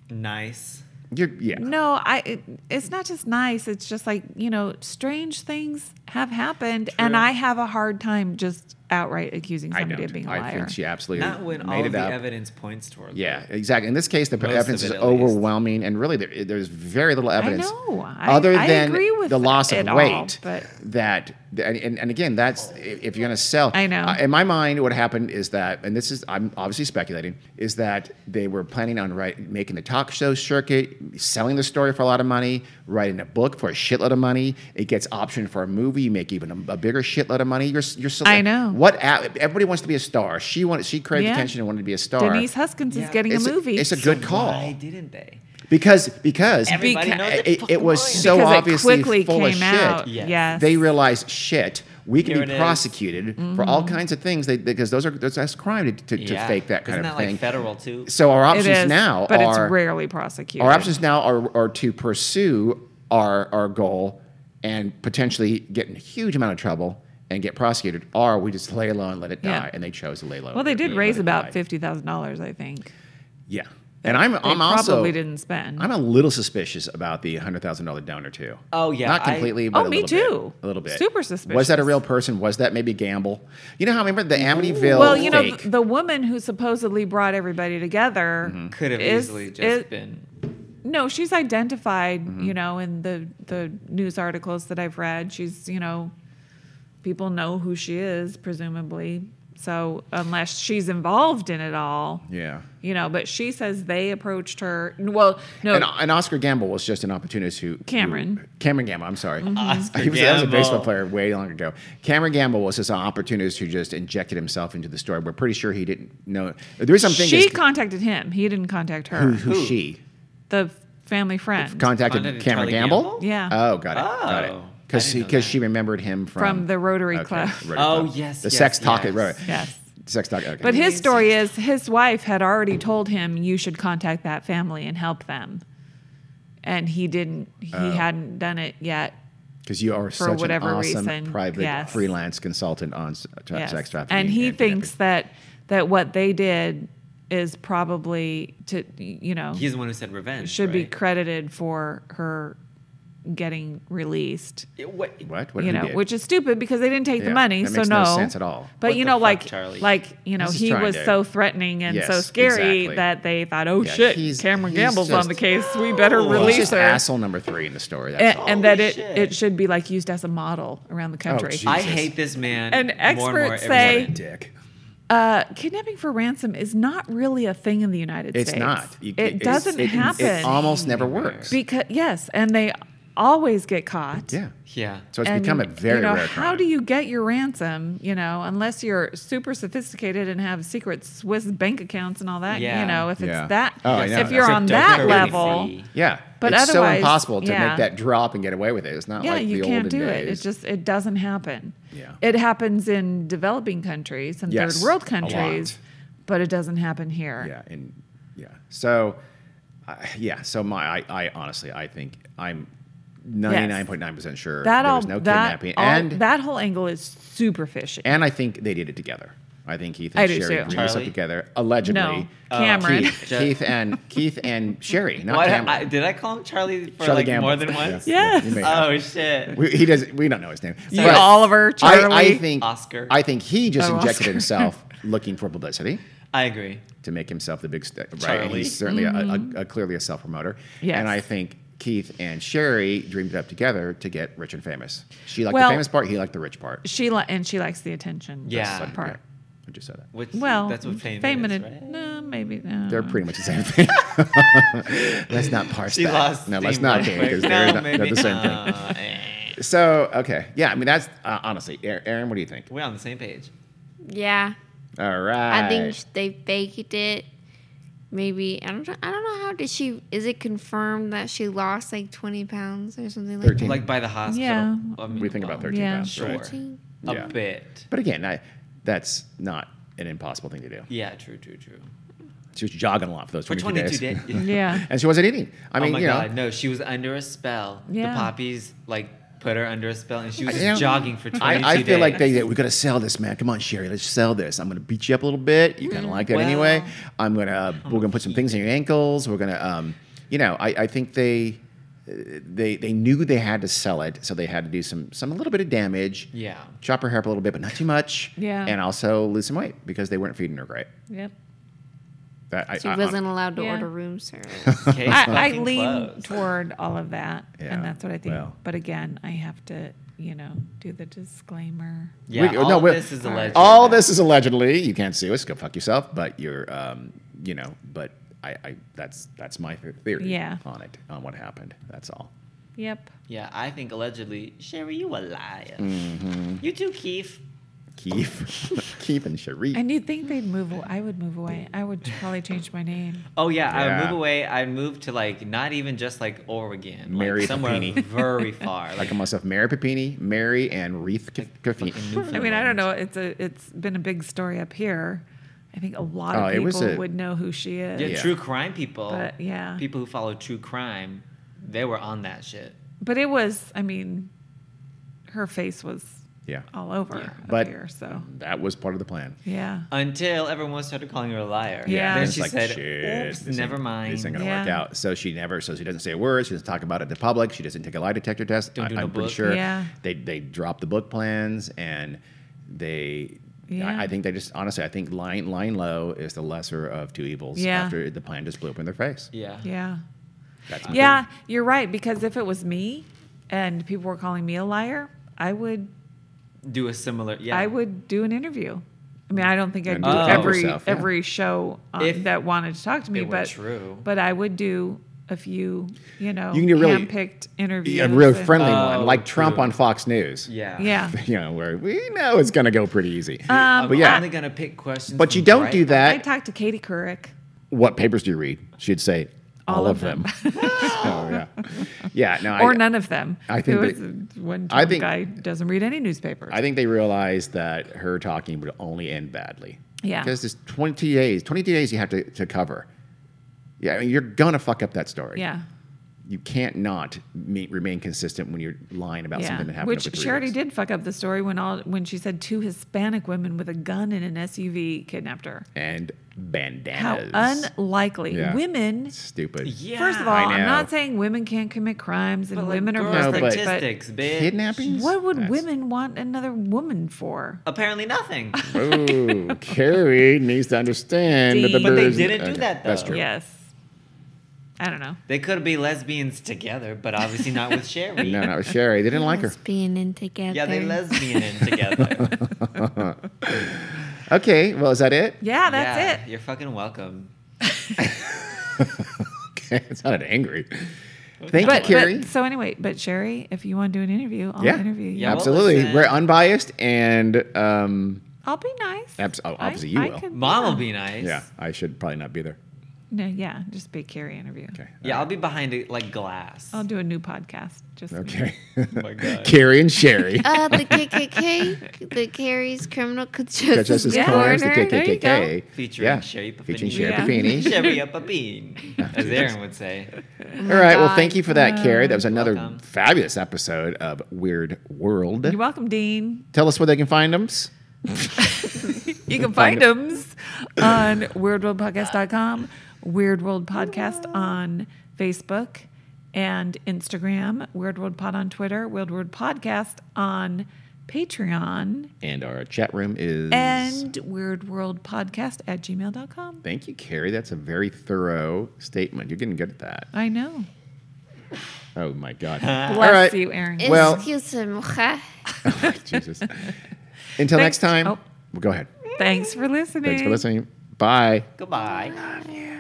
Speaker 2: nice.
Speaker 4: You're, yeah.
Speaker 5: No, I. It, it's not just nice. It's just like you know, strange things have happened, and I have a hard time just outright accusing
Speaker 4: I
Speaker 5: somebody of
Speaker 4: don't.
Speaker 5: being a
Speaker 4: I
Speaker 5: liar.
Speaker 4: think she absolutely
Speaker 2: Not when
Speaker 4: made
Speaker 2: all of
Speaker 4: it
Speaker 2: the
Speaker 4: up.
Speaker 2: evidence points toward. them.
Speaker 4: yeah, exactly. In this case, the
Speaker 2: Most of
Speaker 4: evidence
Speaker 2: it,
Speaker 4: is
Speaker 2: at least.
Speaker 4: overwhelming, and really, there, there's very little evidence.
Speaker 5: know. I-
Speaker 4: other
Speaker 5: I
Speaker 4: than
Speaker 5: agree with
Speaker 4: the loss of
Speaker 5: it all,
Speaker 4: weight,
Speaker 5: but-
Speaker 4: that and, and, and again, that's if you're going to sell.
Speaker 5: I know.
Speaker 4: Uh, in my mind, what happened is that, and this is I'm obviously speculating, is that they were planning on right, making the talk show circuit, selling the story for a lot of money, writing a book for a shitload of money. It gets optioned for a movie. You make even a, a bigger shitload of money. You're s- you're.
Speaker 5: I know.
Speaker 4: What a- everybody wants to be a star. She wanted. She craved
Speaker 5: Yeah.
Speaker 4: attention and wanted to be a star.
Speaker 5: Denise Huskins is getting
Speaker 4: It's
Speaker 5: a movie.
Speaker 4: it's a good call
Speaker 2: Why didn't they?
Speaker 4: because because
Speaker 2: Everybody
Speaker 5: Beca-
Speaker 2: knows
Speaker 4: it,
Speaker 2: it's
Speaker 4: it- it
Speaker 2: fucking
Speaker 4: was
Speaker 2: lying.
Speaker 4: so
Speaker 5: Because it
Speaker 4: obviously
Speaker 5: quickly
Speaker 4: full of
Speaker 5: came
Speaker 4: shit.
Speaker 5: out.
Speaker 2: Yes.
Speaker 5: Yes.
Speaker 4: They realized shit. We can
Speaker 2: Here it
Speaker 4: be
Speaker 2: is.
Speaker 4: prosecuted for
Speaker 5: Mm-hmm.
Speaker 4: all kinds of things they, because those are that's, that's crime to, to, to
Speaker 2: Yeah.
Speaker 4: fake that kind
Speaker 2: Isn't
Speaker 4: of
Speaker 2: that
Speaker 4: thing.
Speaker 2: like federal too?
Speaker 4: so our
Speaker 5: It
Speaker 4: options
Speaker 5: is,
Speaker 4: now
Speaker 5: but
Speaker 4: are
Speaker 5: it's rarely prosecuted.
Speaker 4: our options now are, are to pursue our our goal and potentially get in a huge amount of trouble and get prosecuted, or we just lay low and let it die.
Speaker 5: Yeah.
Speaker 4: And they chose to lay low.
Speaker 5: Well,
Speaker 4: and
Speaker 5: they
Speaker 4: let
Speaker 5: did
Speaker 4: it
Speaker 5: raise about
Speaker 4: die.
Speaker 5: fifty thousand dollars, I think.
Speaker 4: Yeah, and I'm
Speaker 5: They
Speaker 4: I'm
Speaker 5: probably
Speaker 4: also
Speaker 5: didn't spend.
Speaker 4: I'm a little suspicious about the hundred thousand dollar donor too.
Speaker 2: Oh, yeah,
Speaker 4: not
Speaker 2: I-
Speaker 4: completely, but
Speaker 5: Oh,
Speaker 4: a
Speaker 5: me
Speaker 4: little bit.
Speaker 5: too.
Speaker 4: a little bit.
Speaker 5: Super
Speaker 4: Was that a
Speaker 5: suspicious.
Speaker 4: real person? Was that maybe gamble? You know how I remember the Amityville
Speaker 5: well, you know,
Speaker 4: fake. Mm-hmm.
Speaker 5: th- the woman who supposedly brought everybody together
Speaker 2: Could have
Speaker 5: is-
Speaker 2: easily just
Speaker 5: is-
Speaker 2: been.
Speaker 5: No, she's identified.
Speaker 4: Mm-hmm.
Speaker 5: You know, in the the news articles that I've read, she's you know, people know who she is, presumably. So unless she's involved in it all,
Speaker 4: yeah.
Speaker 5: you know. But she says they approached her. Well, no,
Speaker 4: And, and Oscar Gamble was just an opportunist who
Speaker 5: Oh. Cameron. Mm-hmm.
Speaker 4: who- Cameron Gamble. I'm sorry,
Speaker 2: Oscar
Speaker 4: he was, that was a
Speaker 2: Gamble.
Speaker 4: baseball player way long ago. Cameron Gamble was just an opportunist who just injected himself into the story. We're pretty sure he didn't know. The reason I'm thinking
Speaker 5: she
Speaker 4: is
Speaker 5: contacted him. He didn't contact her.
Speaker 4: who, who she
Speaker 5: the family friend
Speaker 4: contacted,
Speaker 2: Contacted
Speaker 4: Cameron
Speaker 2: Charlie
Speaker 4: Gamble?
Speaker 2: Gamble?
Speaker 5: Yeah.
Speaker 4: Oh, got it. Got
Speaker 2: Oh,
Speaker 4: it.
Speaker 2: I
Speaker 4: Because
Speaker 2: didn't
Speaker 4: she
Speaker 2: know
Speaker 4: because
Speaker 2: that.
Speaker 4: she remembered him from,
Speaker 5: From the Rotary Club.
Speaker 4: Rotary
Speaker 2: Oh,
Speaker 4: Club.
Speaker 2: yes,
Speaker 4: the
Speaker 2: yes,
Speaker 4: sex talk
Speaker 2: yes.
Speaker 4: at Rotary.
Speaker 5: yes.
Speaker 4: Sex talk. Okay.
Speaker 5: But his story is his wife had already told him you should contact that family and help them. And he didn't he
Speaker 2: Oh.
Speaker 5: hadn't done it yet.
Speaker 4: because you are such an
Speaker 5: whatever
Speaker 4: awesome
Speaker 5: reason,
Speaker 4: private
Speaker 5: yes.
Speaker 4: freelance consultant on s- tra-
Speaker 5: Yes.
Speaker 4: sex trafficking,
Speaker 5: And he thinks
Speaker 4: kidnapping.
Speaker 5: that that what they did is probably to you know
Speaker 2: He's the one who said revenge.
Speaker 5: should be
Speaker 2: right?
Speaker 5: credited for her getting released.
Speaker 2: It- what-
Speaker 4: what what
Speaker 5: you
Speaker 4: he
Speaker 5: know,
Speaker 4: did.
Speaker 5: which is stupid because they didn't take
Speaker 4: Yeah,
Speaker 5: the money.
Speaker 4: that
Speaker 5: so
Speaker 4: makes no
Speaker 5: no,
Speaker 4: sense at all.
Speaker 5: But
Speaker 2: What
Speaker 5: you
Speaker 2: the
Speaker 5: know,
Speaker 2: fuck,
Speaker 5: like,
Speaker 2: Charlie?
Speaker 5: like you know,
Speaker 4: This is
Speaker 5: he
Speaker 4: trying
Speaker 5: was
Speaker 4: to-
Speaker 5: so threatening and so
Speaker 4: Yes,
Speaker 5: scary
Speaker 4: exactly.
Speaker 5: that they thought, oh
Speaker 4: Yeah,
Speaker 5: shit,
Speaker 4: he's-
Speaker 5: Cameron
Speaker 4: he's
Speaker 5: Gamble's
Speaker 4: just-
Speaker 5: on the case. We better
Speaker 4: Well, he's
Speaker 5: release
Speaker 4: just
Speaker 5: her.
Speaker 4: asshole number three in the story. That's
Speaker 5: and,
Speaker 4: all.
Speaker 5: and that
Speaker 2: Holy
Speaker 5: it
Speaker 2: shit.
Speaker 5: it should be like used as a model around the country.
Speaker 4: Jesus.
Speaker 2: I hate this man.
Speaker 5: And
Speaker 2: more and more
Speaker 5: experts
Speaker 2: every
Speaker 5: say-
Speaker 2: day.
Speaker 4: Dick.
Speaker 5: uh, kidnapping for ransom is not really a thing in the United
Speaker 4: It's
Speaker 5: States.
Speaker 4: not. You-
Speaker 5: it
Speaker 4: it's-
Speaker 5: doesn't
Speaker 4: it-
Speaker 5: happen
Speaker 4: It almost never works.
Speaker 5: because yes, and they always get caught.
Speaker 4: yeah.
Speaker 2: yeah.
Speaker 4: So it's
Speaker 5: And,
Speaker 4: become a very
Speaker 5: you know,
Speaker 4: rare
Speaker 5: How
Speaker 4: crime.
Speaker 5: do you get your ransom? You know, unless you're super sophisticated and have secret Swiss bank accounts and all that.
Speaker 2: Yeah.
Speaker 5: You know, if
Speaker 4: Yeah.
Speaker 5: it's that,
Speaker 4: Oh, I know.
Speaker 5: if you're on
Speaker 4: Cryptocurrency.
Speaker 5: that level,
Speaker 4: Yeah.
Speaker 5: But
Speaker 4: it's so
Speaker 5: otherwise,
Speaker 4: impossible to
Speaker 5: yeah.
Speaker 4: make that drop and get away with it. It's not
Speaker 5: yeah,
Speaker 4: like the
Speaker 5: you
Speaker 4: olden
Speaker 5: can't do it.
Speaker 4: days.
Speaker 5: It just it doesn't happen.
Speaker 4: Yeah.
Speaker 5: It happens in developing countries and
Speaker 4: Yes,
Speaker 5: third world
Speaker 4: a
Speaker 5: countries,
Speaker 4: lot.
Speaker 5: but it doesn't happen here.
Speaker 4: yeah and yeah so uh, yeah so my I, I honestly i think i'm 99.9% sure
Speaker 5: That
Speaker 4: there
Speaker 5: all
Speaker 4: was no
Speaker 5: that
Speaker 4: kidnapping
Speaker 5: all-
Speaker 4: and
Speaker 5: that whole angle is super fishy.
Speaker 4: and i think they did it together i think keith
Speaker 5: I
Speaker 4: and
Speaker 5: do
Speaker 4: sherry
Speaker 5: too.
Speaker 4: drew stuff
Speaker 2: Charlie?
Speaker 4: together allegedly
Speaker 5: no,
Speaker 2: Oh.
Speaker 5: Cameron.
Speaker 4: keith,
Speaker 2: Ju-
Speaker 4: keith and keith and sherry not
Speaker 2: Why-
Speaker 4: Cameron.
Speaker 2: I- did I call him Charlie for
Speaker 4: Charlie
Speaker 2: like
Speaker 4: Gamble.
Speaker 2: more than once?
Speaker 5: Yes.
Speaker 4: you may have.
Speaker 2: Oh shit.
Speaker 4: we, he does. We don't know his name.
Speaker 5: You
Speaker 4: But
Speaker 5: Oliver,
Speaker 4: I, I
Speaker 5: Charlie,
Speaker 4: think
Speaker 2: Oscar.
Speaker 4: I think he just
Speaker 5: Oh,
Speaker 4: injected
Speaker 5: Oscar.
Speaker 4: himself, looking for publicity.
Speaker 2: I agree.
Speaker 4: to make himself the big st- right. And
Speaker 2: Charlie. Mm-hmm.
Speaker 4: he's certainly a- a, a, clearly a self promoter.
Speaker 5: Yes.
Speaker 4: And I think Keith and Sherry dreamed it up together to get rich and famous. She liked
Speaker 5: Well-
Speaker 4: the famous part. He liked the rich part.
Speaker 5: She li- and she likes the attention.
Speaker 2: Yeah.
Speaker 5: part.
Speaker 4: Yeah. We just said that.
Speaker 2: Which
Speaker 5: Well,
Speaker 2: that's what fame,
Speaker 5: fame
Speaker 2: is,
Speaker 5: and
Speaker 2: right?
Speaker 5: no, maybe no.
Speaker 4: They're pretty much the same thing. let's not parse
Speaker 2: uh-huh. She
Speaker 4: that.
Speaker 2: lost.
Speaker 4: no, let's
Speaker 2: steam
Speaker 4: not
Speaker 2: real
Speaker 4: do
Speaker 2: quick.
Speaker 4: because
Speaker 2: No,
Speaker 4: they're, not, they're
Speaker 2: maybe
Speaker 4: the same thing.
Speaker 2: not. Eh.
Speaker 4: So okay, yeah. I mean, that's uh, honestly, Aaron. Aaron, What do you think?
Speaker 2: We're on the same page.
Speaker 3: Yeah,
Speaker 4: All right.
Speaker 3: I think sh- they faked it. Maybe I don't. know- I don't know how did she. Is it confirmed that she lost like twenty pounds or something like
Speaker 4: 13.
Speaker 2: Like by the hospital.
Speaker 5: Yeah.
Speaker 2: I mean,
Speaker 4: we think
Speaker 2: well,
Speaker 4: about thirteen
Speaker 5: yeah.
Speaker 4: pounds.
Speaker 2: Sure.
Speaker 3: that? Fourteen?
Speaker 2: A
Speaker 4: Yeah.
Speaker 2: bit.
Speaker 4: But again, I, that's not an impossible thing to do.
Speaker 2: Yeah. True. True. True.
Speaker 4: She was jogging a lot for those
Speaker 2: For
Speaker 4: 22,
Speaker 2: 22
Speaker 4: days.
Speaker 2: days.
Speaker 5: Yeah.
Speaker 4: and she wasn't eating. I mean,
Speaker 2: oh my
Speaker 4: you know,
Speaker 2: god, no, she was under a spell.
Speaker 5: Yeah.
Speaker 2: The poppies like put her under a spell and she was
Speaker 4: I-
Speaker 2: just
Speaker 4: you know,
Speaker 2: jogging for 22
Speaker 4: I, I feel
Speaker 2: days.
Speaker 4: like they did. We gotta sell this, man. Come on, Sherry, let's sell this. I'm gonna beat you up a little bit. You're gonna like it
Speaker 2: Well-
Speaker 4: anyway. I'm gonna uh, we're gonna put some things in your ankles. We're gonna, um, you know, I, I think they uh, they they knew they had to sell it, so they had to do some some a little bit of damage.
Speaker 2: Yeah.
Speaker 4: chop her hair up a little bit, but not too much.
Speaker 5: Yeah.
Speaker 4: and also lose some weight because they weren't feeding her great.
Speaker 5: Yep.
Speaker 4: That I,
Speaker 3: She
Speaker 4: I- I-
Speaker 3: wasn't allowed to
Speaker 5: Yeah.
Speaker 3: order room service.
Speaker 2: Okay,
Speaker 5: I, I
Speaker 2: fucking
Speaker 5: lean
Speaker 2: close.
Speaker 5: toward all of that,
Speaker 4: Yeah,
Speaker 5: and that's what I think.
Speaker 4: well.
Speaker 5: But again, I have to, you know, do the disclaimer.
Speaker 2: Yeah,
Speaker 4: We- oh,
Speaker 2: all
Speaker 4: no,
Speaker 2: of
Speaker 4: we-
Speaker 2: this is alleged.
Speaker 4: All this is allegedly. You can't sue us. Go fuck yourself. But you're, um, you know, but I, I that's that's my the- theory
Speaker 5: Yeah.
Speaker 4: on it on what happened. That's all.
Speaker 5: Yep.
Speaker 2: Yeah, I think allegedly, Sherry, you a liar.
Speaker 4: Mm-hmm.
Speaker 2: You too, Keith.
Speaker 4: Keith, Keith and Cherie.
Speaker 5: And you'd think they'd move. aw- I would move away. I would probably change my name.
Speaker 2: Oh yeah, I
Speaker 4: Yeah.
Speaker 2: would move away. I'd move to like not even just like Oregon,
Speaker 4: Mary
Speaker 2: like somewhere
Speaker 4: Papini.
Speaker 2: very far.
Speaker 4: I
Speaker 2: Like
Speaker 4: call myself Mary Papini, Mary and Reith Kafini.
Speaker 5: I mean, I don't know. It's a. It's been a big story up here. I think a lot
Speaker 4: Oh,
Speaker 5: of
Speaker 4: it was
Speaker 5: people
Speaker 4: a-
Speaker 5: would know who she is.
Speaker 2: Yeah,
Speaker 4: Yeah.
Speaker 2: true crime people.
Speaker 5: But, yeah.
Speaker 2: people who follow true crime, they were on that shit.
Speaker 5: But it was. I mean, her face was
Speaker 4: Yeah,
Speaker 5: all over up
Speaker 4: But-
Speaker 5: here. So
Speaker 4: that was part of the plan.
Speaker 5: yeah.
Speaker 2: Until everyone started calling her a liar.
Speaker 5: Yeah.
Speaker 2: Then
Speaker 5: It's
Speaker 2: she
Speaker 4: like,
Speaker 2: said,
Speaker 4: shit,
Speaker 2: "Oops,
Speaker 4: this ain't-
Speaker 2: never mind."
Speaker 4: This ain't gonna work
Speaker 5: Yeah.
Speaker 4: out. So she never. So she doesn't say a word. She doesn't talk about it to the public. She doesn't take a lie detector test.
Speaker 2: Don't do no
Speaker 4: I'm pretty
Speaker 2: book.
Speaker 4: sure
Speaker 5: Yeah.
Speaker 4: they they dropped the book plans and they.
Speaker 5: Yeah.
Speaker 4: I, I think they just honestly. I think lying lying low is the lesser of two evils.
Speaker 5: Yeah.
Speaker 4: After the plan just blew up in their face.
Speaker 2: Yeah.
Speaker 5: Yeah.
Speaker 4: That's my
Speaker 5: Yeah, you're right. Because if it was me, and people were calling me a liar, I would
Speaker 2: Do a similar. Yeah.
Speaker 5: I would do an interview. I mean, I don't think I'd
Speaker 4: And
Speaker 5: do
Speaker 2: do it
Speaker 5: every
Speaker 4: yourself, yeah.
Speaker 5: every show um,
Speaker 2: If
Speaker 5: that wanted to talk to me,
Speaker 2: it were
Speaker 5: but
Speaker 2: true.
Speaker 5: but I would do a few, you know,
Speaker 4: You can do really-
Speaker 5: hand-picked interviews.
Speaker 4: a real
Speaker 5: and-
Speaker 4: friendly one,
Speaker 2: Oh,
Speaker 4: like Trump
Speaker 2: true.
Speaker 4: on Fox News.
Speaker 2: Yeah.
Speaker 5: Yeah,
Speaker 4: You know where we know it's gonna go pretty easy.
Speaker 2: I'm
Speaker 4: but yeah.
Speaker 2: only gonna pick questions.
Speaker 4: but you
Speaker 2: from
Speaker 4: don't
Speaker 2: Bright-
Speaker 4: do
Speaker 5: Uh, I
Speaker 4: that.
Speaker 5: talked to Katie Couric.
Speaker 4: what papers do you read? She'd say all,
Speaker 5: All
Speaker 4: of
Speaker 5: of
Speaker 4: them. oh, yeah. Yeah. No.
Speaker 5: Or
Speaker 4: I,
Speaker 5: none of them.
Speaker 4: I think
Speaker 5: there was
Speaker 4: they-
Speaker 5: one
Speaker 4: I
Speaker 5: Trump
Speaker 4: think-
Speaker 5: guy doesn't read any newspapers.
Speaker 4: I think they realized that her talking would only end badly.
Speaker 5: Yeah.
Speaker 4: Because it's 20 days, 22 days you have to, to cover. Yeah, I mean, you're going to fuck up that story.
Speaker 5: yeah,
Speaker 4: You can't not me remain consistent when you're lying about
Speaker 5: yeah.
Speaker 4: something that happened
Speaker 5: Which
Speaker 4: over three
Speaker 5: she already
Speaker 4: weeks.
Speaker 5: did fuck up the story when all when she said two Hispanic women with a gun in an SUV kidnapped her.
Speaker 4: And
Speaker 5: How
Speaker 4: bandanas.
Speaker 5: unlikely
Speaker 4: Yeah.
Speaker 5: women
Speaker 4: Stupid.
Speaker 2: Yeah.
Speaker 5: First of all,
Speaker 4: I
Speaker 5: I'm not
Speaker 4: know.
Speaker 5: saying women can't commit crimes and
Speaker 2: But, like,
Speaker 5: women are
Speaker 2: girl
Speaker 4: No, but-
Speaker 5: perfect, but,
Speaker 2: statistics, bitch.
Speaker 4: Kidnappings?
Speaker 5: what would
Speaker 4: That's-
Speaker 5: women want another woman for?
Speaker 2: Apparently nothing.
Speaker 4: Oh, Carrie needs to understand that the
Speaker 5: Deep. But they
Speaker 4: birds-
Speaker 2: didn't do that,
Speaker 4: That's
Speaker 2: though.
Speaker 4: true.
Speaker 5: Yes. I don't know.
Speaker 2: they could be lesbians together, but obviously not with Sherry.
Speaker 4: No, not with Sherry. They didn't like her.
Speaker 3: Us Being in together.
Speaker 2: Yeah, they lesbian in together.
Speaker 4: Okay, well, is that it?
Speaker 5: Yeah, that's
Speaker 2: yeah,
Speaker 5: it.
Speaker 2: You're fucking welcome.
Speaker 4: Okay, it sounded angry. Thank
Speaker 5: But,
Speaker 4: you, Carrie.
Speaker 5: but so anyway, but Sherry, if you want to do an interview, I'll
Speaker 4: yeah,
Speaker 5: interview you.
Speaker 2: Yeah. well,
Speaker 4: absolutely.
Speaker 2: listen.
Speaker 4: We're unbiased, and um,
Speaker 5: I'll be nice.
Speaker 4: Abs- oh,
Speaker 5: I-
Speaker 4: obviously you
Speaker 5: I
Speaker 4: will.
Speaker 5: could-
Speaker 2: Mom will be nice.
Speaker 4: yeah, I should probably not be there.
Speaker 5: No, yeah, just be Carrie interview.
Speaker 4: Okay.
Speaker 2: Yeah, I'll be behind it like glass. Oh
Speaker 5: I'll do a new podcast. Just me.
Speaker 4: Okay.
Speaker 2: my God.
Speaker 4: Carrie and Sherry.
Speaker 3: Uh, the KKK, the Carries Criminal Justice
Speaker 4: Justice
Speaker 5: Yeah.
Speaker 4: Corners, the
Speaker 3: Corner.
Speaker 5: There you
Speaker 4: KKK.
Speaker 2: Featuring
Speaker 4: yeah.
Speaker 2: Sherry Papini.
Speaker 4: Featuring Sherry
Speaker 5: Yeah.
Speaker 4: Papini.
Speaker 2: Sherry up a bean, as Aaron would say.
Speaker 4: All right. Well, thank you for that, Carrie. That was another
Speaker 2: welcome.
Speaker 4: fabulous episode of Weird World.
Speaker 5: You're welcome, Dean.
Speaker 4: Tell us where they can find them.
Speaker 5: You can find us on weirdworldpodcast.com, Weird World Podcast on Facebook and Instagram, Weird World Pod on Twitter, Weird World Podcast on Patreon,
Speaker 4: And our chat room is.
Speaker 5: and Weird World Podcast at gmail.com.
Speaker 4: Thank you, Carrie. That's a very thorough statement. You're getting good at that.
Speaker 5: I know.
Speaker 4: Oh, my God. All right.
Speaker 5: Bless you, Aaron.
Speaker 4: Well-
Speaker 3: Excuse me.
Speaker 4: Jesus. Until next
Speaker 5: Thanks.
Speaker 4: time,
Speaker 5: Oh.
Speaker 4: well, go ahead.
Speaker 8: Thanks for listening.
Speaker 5: Thanks for listening. Bye.
Speaker 4: Goodbye.
Speaker 2: Yeah.